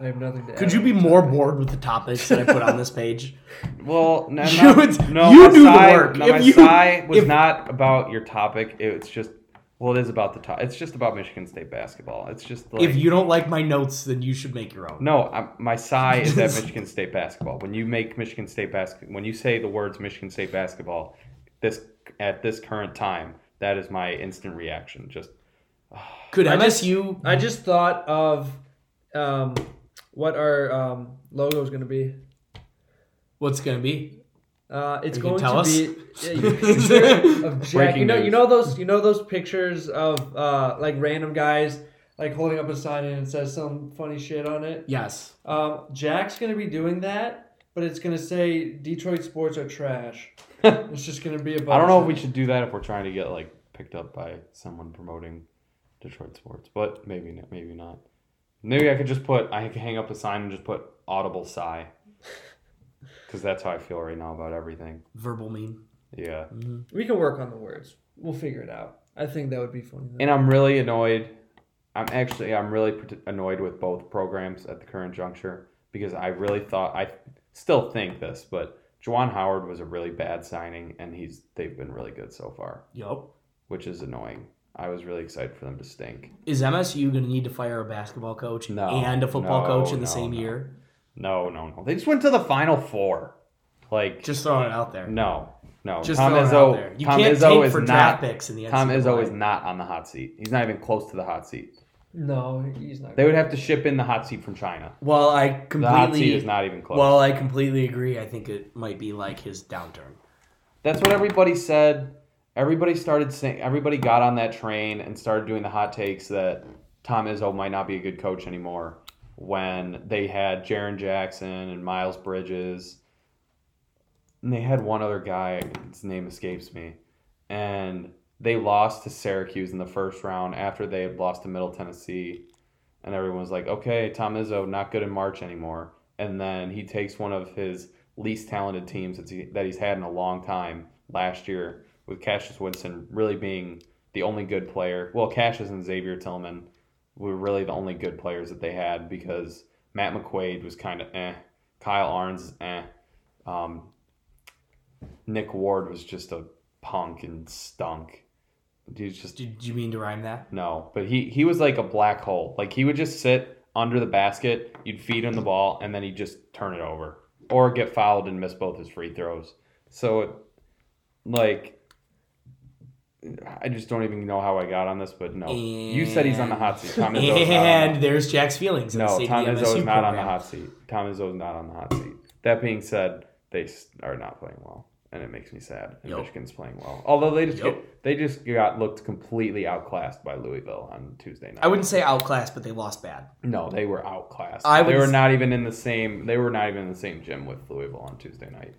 C: I have nothing to.
A: Could
C: add.
A: you be more bored with the topics that I put on this page?
B: Well, no,
A: You
B: not-
A: would-
B: no,
A: you
B: my
A: do the
B: sigh-
A: work.
B: No,
A: If
B: my
A: you-
B: sigh was
A: if-
B: not about your topic. It's just, well, it is about the top. It's just about Michigan State basketball. It's just like,
A: If you don't like my notes, then you should make your own.
B: no, i my sigh is at Michigan State basketball. When you make Michigan State basket, when you say the words Michigan State basketball, this at this current time, that is my instant reaction. Just
A: Could
C: I just-
A: MSU?
C: I just thought of um, what our um, logo is going to be.
A: what's it gonna be?
C: Uh, it's
A: You can
C: going
A: tell
C: to
A: us?
C: be yeah, you picture of Jack.
B: Breaking
C: You know, you
B: news.
C: know those, you know those pictures of uh, like random guys like holding up a sign and it says some funny shit on it.
A: Yes.
C: Um, Jack's gonna be doing that, but it's gonna say Detroit sports are trash. it's just gonna be about.
B: I don't know if we should do that if we're trying to get like picked up by someone promoting Detroit sports, but maybe not, maybe not. Maybe I could just put I could hang up a sign and just put audible sigh, because that's how I feel right now about everything.
A: Verbal meme.
B: Yeah,
C: We can work on the words. We'll figure it out. I think that would be funny. though.
B: and I'm really annoyed. I'm actually I'm really pat- annoyed with both programs at the current juncture because I really thought I still think this, but Juwan Howard was a really bad signing, and he's they've been really good so far,
A: Yup.
B: which is annoying. I was really excited for them to stink.
A: Is MSU going to need to fire a basketball coach
B: No.
A: and a football
B: No,
A: coach in the
B: no,
A: same
B: no.
A: year?
B: No, no, no. They just went to the final four. Like
A: Just throwing it out there.
B: no, no.
A: Just
B: Tom
A: throwing it
B: Izzo.
A: out there. You
B: Tom
A: can't
B: Izzo
A: tank
B: is
A: for
B: not.
A: draft picks in the
B: Tom
A: NCAA.
B: Izzo is not on the hot seat. He's not even close to the hot seat.
C: no, he's not.
B: They would have to ship in the hot seat from China.
A: Well, I
B: The hot seat
A: completely.
B: is not even close.
A: well, I completely agree. I think it might be like his downturn.
B: That's what everybody said. Everybody started saying. Everybody got on that train and started doing the hot takes that Tom Izzo might not be a good coach anymore. When they had Jaron Jackson and Miles Bridges, and they had one other guy. His name escapes me, and they lost to Syracuse in the first round after they had lost to Middle Tennessee, and everyone was like, "Okay, Tom Izzo not good in March anymore." And then he takes one of his least talented teams that's he, that he's had in a long time last year, with Cassius Winston really being the only good player. Well, Cassius and Xavier Tillman were really the only good players that they had because Matt McQuaid was kind of eh, Kyle Arnes is eh, um, Nick Ward was just a punk and stunk. He's just
A: Did you mean to rhyme that?
B: no, but he he was like a black hole. Like he would just sit under the basket, you'd feed him the ball, and then he'd just turn it over or get fouled and miss both his free throws. So, it, like, I just don't even know how I got on this, but no, you said he's on the hot seat. Tom Izzo's not on the-
A: And there's Jack's feelings. in the
B: no,
A: state of
B: Tom
A: the
B: Izzo is
A: MSU
B: not on the
A: program.
B: hot seat. Tom Izzo is not on the hot seat. That being said, they s- are not playing well, and it makes me sad. And
A: Yup.
B: Michigan's playing well, although they just
A: Yup.
B: get, they just got looked completely outclassed by Louisville on Tuesday night.
A: I wouldn't say outclassed, but they lost bad.
B: No, they were outclassed.
A: I
B: they
A: would
B: were
A: s-
B: not even in the same. They were not even in the same gym with Louisville on Tuesday night,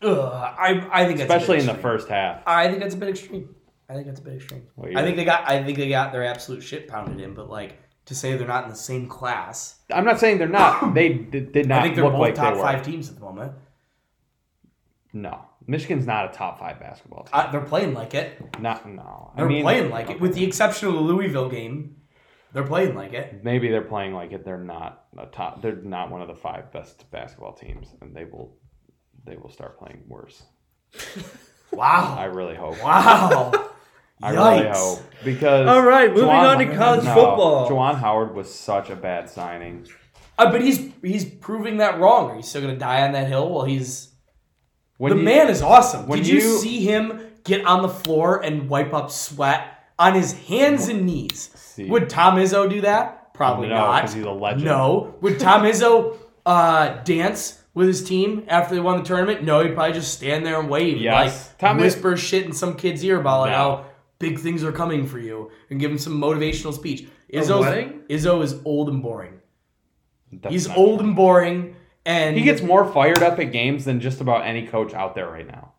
A: Ugh, I, I think that's a bit
B: especially in the
A: extreme.
B: first half.
A: I think that's a bit extreme. I think that's a bit extreme.
B: Well,
A: I
B: you're-
A: think they got I think they got their absolute shit pounded in, but like to say they're not in the same class.
B: I'm not saying they're not. They did, did
A: I
B: not
A: think they're
B: look
A: both
B: like
A: top
B: they were.
A: five teams at the moment.
B: No, Michigan's not a top five basketball team.
A: Uh, they're playing like it.
B: not no.
A: They're
B: I mean,
A: playing like it,
B: okay.
A: with the exception of the Louisville game. They're playing like it.
B: maybe they're playing like it. They're not a top. They're not one of the five best basketball teams, and they will they will start playing worse. I
A: Wow!
B: really hope.
A: Wow!
B: I really
A: Yikes.
B: hope because
C: All right, moving
B: Juwan-
C: on to college
B: no,
C: football.
B: Juwan Howard was such a bad signing.
A: Uh, but he's he's proving that wrong. Are you still gonna die on that hill? Well, he's
B: When
A: the
B: you-
A: man is awesome.
B: when
A: Did you,
B: you-
A: see him get on the floor and wipe up sweat on his hands and knees?
B: See.
A: Would Tom Izzo do that? Probably
B: No,
A: not.
B: 'cause he's a legend.
A: No. Would Tom Izzo uh, dance with his team after they won the tournament? No, he'd probably just stand there and wave.
B: Yes.
A: Like,
B: Tom Iz-
A: whisper shit in some kid's ear about like,
B: No.
A: how big things are coming for you and give him some motivational speech.
C: wedding?
A: Izzo's, Izzo is old and boring.
B: That's
A: He's
B: not-
A: old and boring. And
B: He gets more fired up at games than just about any coach out there right now.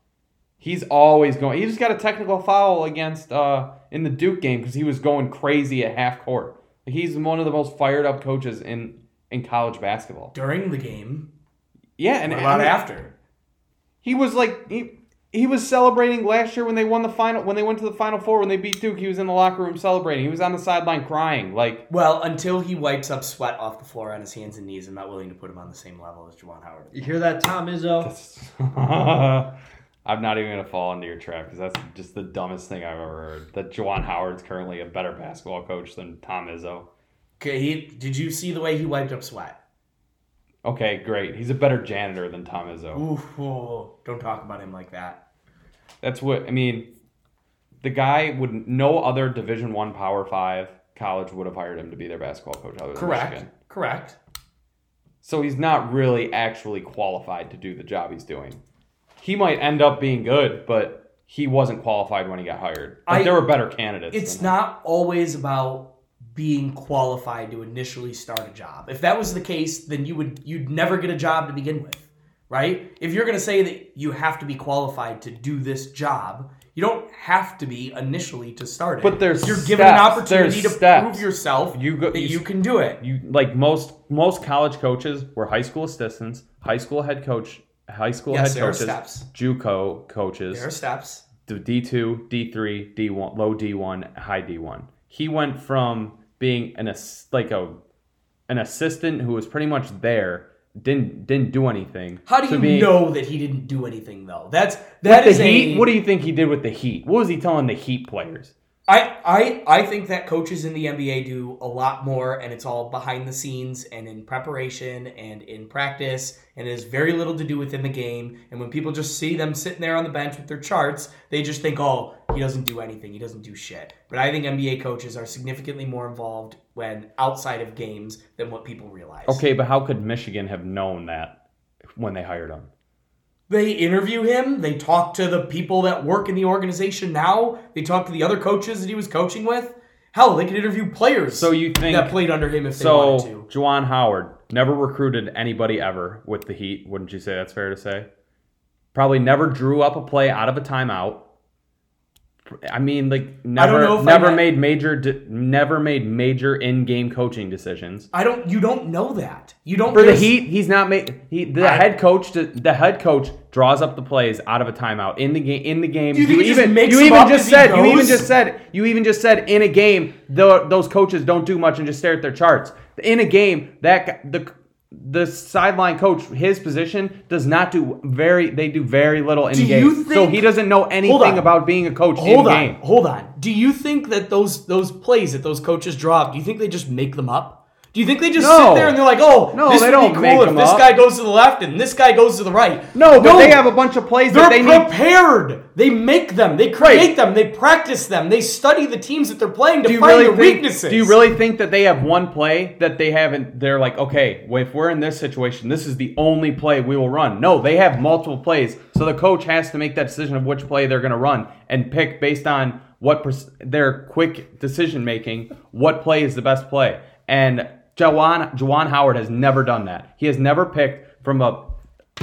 B: He's always going. He just got a technical foul against uh, in the Duke game because he was going crazy at half court. He's one of the most fired up coaches in in college basketball.
A: during the game.
B: Yeah, and
A: What about
B: and
A: after?
B: he was like he, he was celebrating last year when they won the final when they went to the final four when they beat Duke. He was in the locker room celebrating. He was on the sideline crying. Like
A: Well, until he wipes up sweat off the floor on his hands and knees, I'm not willing to put him on the same level as Juwan Howard.
C: You hear that, Tom Izzo?
B: I'm not even gonna fall into your trap because that's just the dumbest thing I've ever heard. That Jawan Howard's currently a better basketball coach than Tom Izzo.
A: Okay, he, did you see the way he wiped up sweat?
B: Okay, great. He's a better janitor than Tom Izzo.
A: Ooh, ooh, don't talk about him like that.
B: That's what I mean. The guy would no other Division One Power Five college would have hired him to be their basketball coach. Other than
A: Correct.
B: Michigan.
A: Correct.
B: So he's not really actually qualified to do the job he's doing. he might end up being good, but he wasn't qualified when he got hired. Like,
A: I-
B: there were better candidates.
A: It's
B: than him.
A: not always about being qualified to initially start a job. If that was the case, then you would you'd never get a job to begin with, right? If you're going to say that you have to be qualified to do this job, you don't have to be initially to start it.
B: But there's
A: you're given an
B: steps.
A: opportunity to
B: There's steps.
A: prove yourself
B: You go-
A: that you
B: you-
A: can do it.
B: you like most most college coaches were high school assistants, high school head coach, high school
A: Yes,
B: head
A: there are
B: coaches,
A: steps.
B: JUCO coaches,
A: There are steps.
B: the D two, D three, D one, low D one, high D one. He went from being an ass, like a an assistant who was pretty much there, didn't didn't do anything.
A: How do
B: to
A: you
B: being-
A: know that he didn't do anything though? That's
B: with
A: that is
B: the Heat?
A: a,
B: What do you think he did with the Heat? What was he telling the Heat players?
A: I, I I think that coaches in the NBA do a lot more, and it's all behind the scenes and in preparation and in practice, and it has very little to do within the game. And when people just see them sitting there on the bench with their charts, they just think, "Oh, he doesn't do anything. He doesn't do shit." But I think NBA coaches are significantly more involved when outside of games than what people realize.
B: Okay, but how could Michigan have known that when they hired him?
A: They interview him. They talk to the people that work in the organization now. They talk to the other coaches that he was coaching with. Hell, they could interview players.
B: So you think
A: that played under him if they wanted
B: So,
A: to.
B: Juwan Howard never recruited anybody ever with the Heat. Wouldn't you say that's fair to say? Probably never drew up a play out of a timeout. I mean, like never,
A: know if I
B: never
A: met-
B: made major, de- never made major in-game coaching decisions
A: I don't. You don't know that. You don't.
B: for the
A: there's-
B: Heat. He's not made. He, the
A: I-
B: head coach, the, the head coach draws up the plays out of a timeout in the game. In the game,
A: Do you think he just
B: even
A: makes
B: you
A: them
B: even
A: up
B: just
A: as he
B: said you even
A: goes?
B: just said you even just said in a game tho- those coaches don't do much and just stare at their charts. In a game, that g- the the sideline coach his position does not do very. They do very little in
A: Do
B: the game,
A: you
B: so
A: think-
B: he doesn't know
A: on.
B: anything about being a coach
A: Hold
B: in
A: on.
B: game.
A: Hold on. Do you think that those those plays that those coaches draw up? Do you think they just make them up? Do you think they just
B: No.
A: sit there and they're like, "Oh,
B: No,
A: this
B: they
A: would
B: don't
A: be cool
B: make
A: if
B: them
A: this
B: up.
A: guy goes to the left and this guy goes to the right"?
B: No, but they have a bunch of plays
A: They're
B: that they need.
A: prepared. They make them. They create them. They practice them. They study the teams that they're playing to
B: do you
A: find
B: really
A: their
B: think,
A: weaknesses.
B: Do you really think that they have one play that they haven't? They're like, okay, well, if we're in this situation, this is the only play we will run. No, they have multiple plays, so the coach has to make that decision of which play they're going to run and pick based on what pers- their quick decision making. What play is the best play? And Jawan Jawan Howard has never done that. He has never picked from a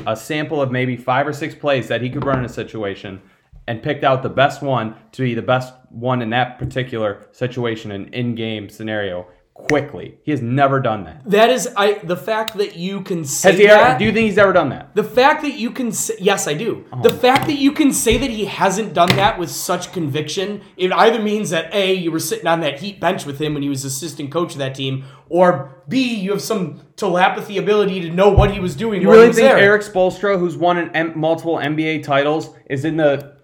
B: a sample of maybe five or six plays that he could run in a situation and picked out the best one to be the best one in that particular situation and in-game scenario quickly. He has never done that.
A: That is, I the fact that you can say
B: Has he
A: that.
B: ever, do you Oh. think he's ever done that?
A: The fact that you can say, yes, I do. the fact that you can say that he hasn't done that with such conviction, it either means that A, you were sitting on that heat bench with him when he was assistant coach of that team, or B, you have some telepathy ability to know what he was doing.
B: You
A: while he
B: really
A: was
B: think
A: there.
B: Eric Spolstra, who's won an M- multiple NBA titles, is in the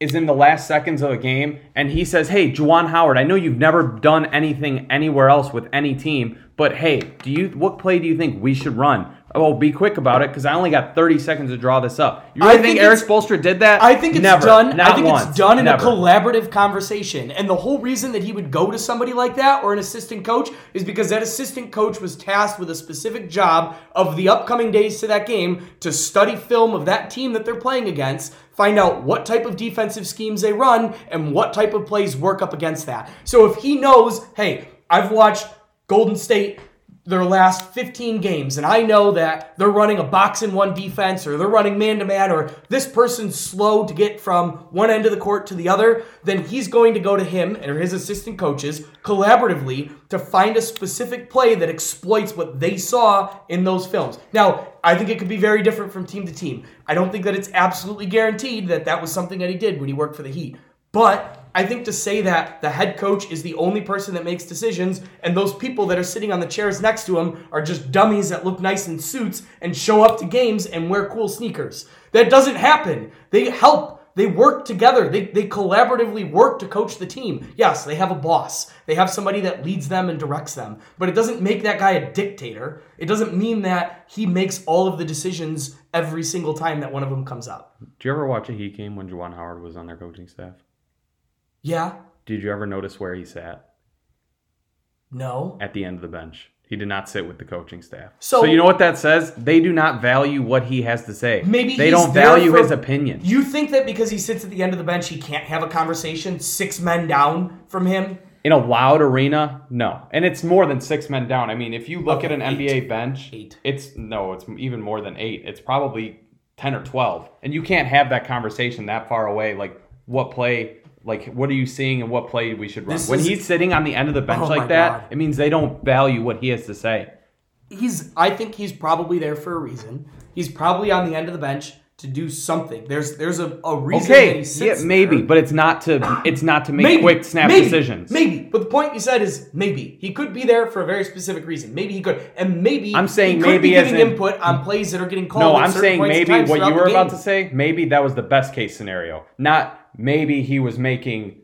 B: is in the last seconds of a game and he says, Hey, Juwan Howard, I know you've never done anything anywhere else with any team, but hey, do you what play do you think we should run? Oh, be quick about it because I only got 30 seconds to draw this up. You really
A: I
B: think,
A: think
B: Eric
A: it's-
B: Spolstra did that?
A: I think it's
B: Never.
A: done.
B: Not
A: I think
B: once.
A: it's done in
B: Never.
A: a collaborative conversation. And the whole reason that he would go to somebody like that or an assistant coach is because that assistant coach was tasked with a specific job of the upcoming days to that game to study film of that team that they're playing against, find out what type of defensive schemes they run and what type of plays work up against that. So if he knows, hey, I've watched Golden State their last 15 games, and I know that they're running a box in one defense or they're running man to man or this person's slow to get from one end of the court to the other, then he's going to go to him or his assistant coaches collaboratively to find a specific play that exploits what they saw in those films. Now, I think it could be very different from team to team. I don't think that it's absolutely guaranteed that that was something that he did when he worked for the Heat. But I think to say that the head coach is the only person that makes decisions, and those people that are sitting on the chairs next to him are just dummies that look nice in suits and show up to games and wear cool sneakers. That doesn't happen. They help. They work together. They, they collaboratively work to coach the team. Yes, they have a boss. They have somebody that leads them and directs them. But it doesn't make that guy a dictator. It doesn't mean that he makes all of the decisions every single time that one of them comes up.
B: Do you ever watch a Heat game when Juwan Howard was on their coaching staff?
A: Yeah?
B: Did you ever notice where he sat
A: No?
B: at the end of the bench? He He did not sit with the coaching staff. So,
A: So-
B: you know what that says? They do not value what he has to say.
A: Maybe
B: they
A: he's
B: don't
A: there
B: value
A: for-
B: his opinion.
A: You think that because he sits at the end of the bench, he can't have a conversation six men down from him?
B: In a loud arena, no. And it's more than six men down. I mean, if you look
A: Okay,
B: at an
A: eight.
B: NBA bench,
A: Eight.
B: it's no, it's even more than eight. It's probably 10 or 12. And you can't have that conversation that far away. Like, what play, like, what are you seeing and what play we should run?
A: This
B: when
A: is-
B: he's sitting on the end of the bench
A: Oh my
B: like that,
A: God.
B: it means they don't value what he has to say.
A: He's. I think he's probably there for a reason. He's probably on the end of the bench to do something. There's there's a, a reason that
B: Okay,
A: he sits
B: yeah, maybe,
A: there.
B: but it's not to it's not to make quick snap
A: maybe,
B: decisions.
A: Maybe, but the point you said is maybe he could be there for a very specific reason. Maybe he could, and maybe
B: I'm saying
A: he could
B: maybe
A: be
B: as
A: giving
B: in-
A: input on plays that are getting called.
B: No,
A: at
B: I'm
A: certain
B: saying
A: points in
B: maybe
A: times
B: what you
A: throughout
B: were
A: the
B: about to
A: game.
B: say, maybe that was the best case scenario. Not maybe he was making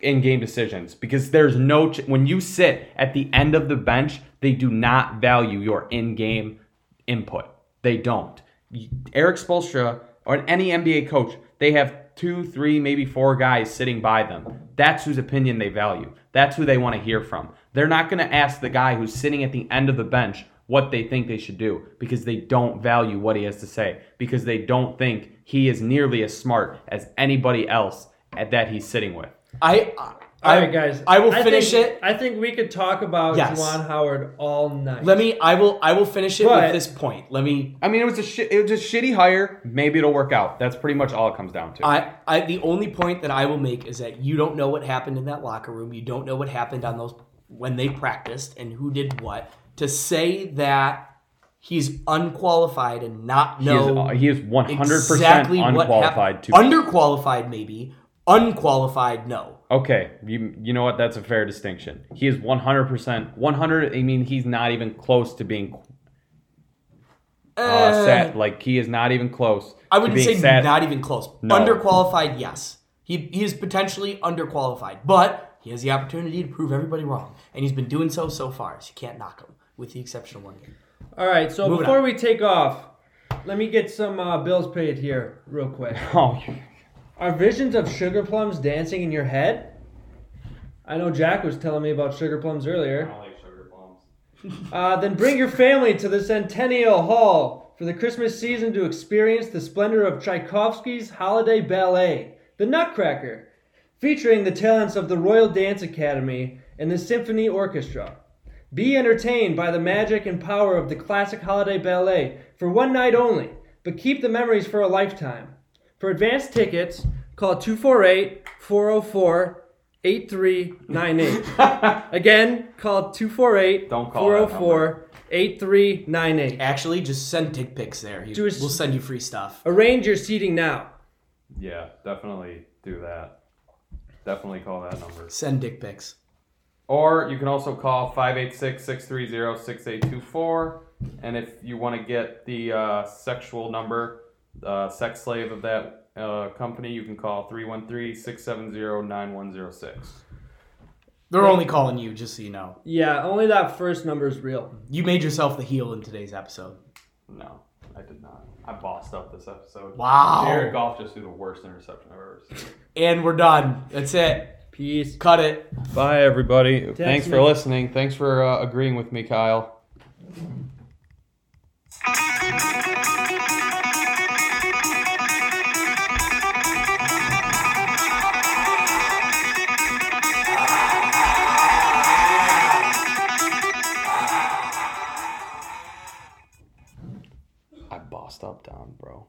B: in game decisions because there's no, ch- when you sit at the end of the bench, they do not value your in game input. They don't. You- Eric Spolstra or any NBA coach, they have two, three, maybe four guys sitting by them. That's whose opinion they value. That's who they want to hear from. They're not going to ask the guy who's sitting at the end of the bench what they think they should do because they don't value what he has to say because they don't think he is nearly as smart as anybody else at that he's sitting with.
A: I, I,
C: All right, guys.
A: I will
C: think-
A: finish it.
C: I think we could talk about
A: Yes.
C: Juwan Howard all night.
A: Let me. I will. I will finish it
C: But-
A: with this point. Let me.
B: I mean, it was a shi it was a shitty hire. Maybe it'll work out. That's pretty much all it comes down to.
A: I, I. The only point that I will make is that you don't know what happened in that locker room. You don't know what happened on those when they practiced and who did what. To say that he's unqualified and not
B: he, is,
A: know
B: he is 100%
A: exactly what happened.
B: unqualified to
A: Underqualified, maybe. Unqualified, no.
B: Okay, you you know what? That's a fair distinction. He is one hundred percent, one hundred. I mean, he's not even close to being
A: Uh,
B: uh, sat. Like he is not even close.
A: I
B: to
A: wouldn't
B: being
A: say
B: sat-
A: not even close.
B: No.
A: Underqualified, yes. He, he is potentially underqualified, but he has the opportunity to prove everybody wrong, and he's been doing so so far. So you can't knock him, with the exception of one game.
C: All right. So
A: Moving
C: before
A: on.
C: we take off, let me get some uh, bills paid here real quick.
B: Oh, you-
C: Are visions of sugar plums dancing in your head? I know Jack was telling me about sugar plums earlier. Uh, then bring your family to the Centennial Hall for the Christmas season to experience the splendor of Tchaikovsky's holiday ballet, The Nutcracker, featuring the talents of the Royal Dance Academy and the Symphony Orchestra. Be entertained by the magic and power of the classic holiday ballet for one night only, but keep the memories for a lifetime. For advanced tickets, call 248 404 8398. Again, call 248
B: Don't call that
C: 404 8398.
A: Actually, just send dick pics there. You-
C: Do us-
A: we'll send you free stuff.
C: Arrange your seating now.
B: yeah, definitely do that. Definitely call that number.
A: Send dick pics.
B: Or you can also call 586-630-6824. And if you want to get the uh, sexual number, uh, sex slave of that uh, company, you can call 313-670-9106.
A: They're only calling you, just so you know.
C: Yeah, only that first number is real.
A: You made yourself the heel in today's episode.
B: No, I did not. I bossed up this episode.
A: Wow.
B: Jared Goff just threw the worst interception I've ever seen.
A: And we're done. That's it.
C: Peace.
A: Cut it.
B: Bye, everybody. Thanks for
C: me.
B: listening. Thanks for uh, agreeing with me, Kyle. I bossed up Don, bro.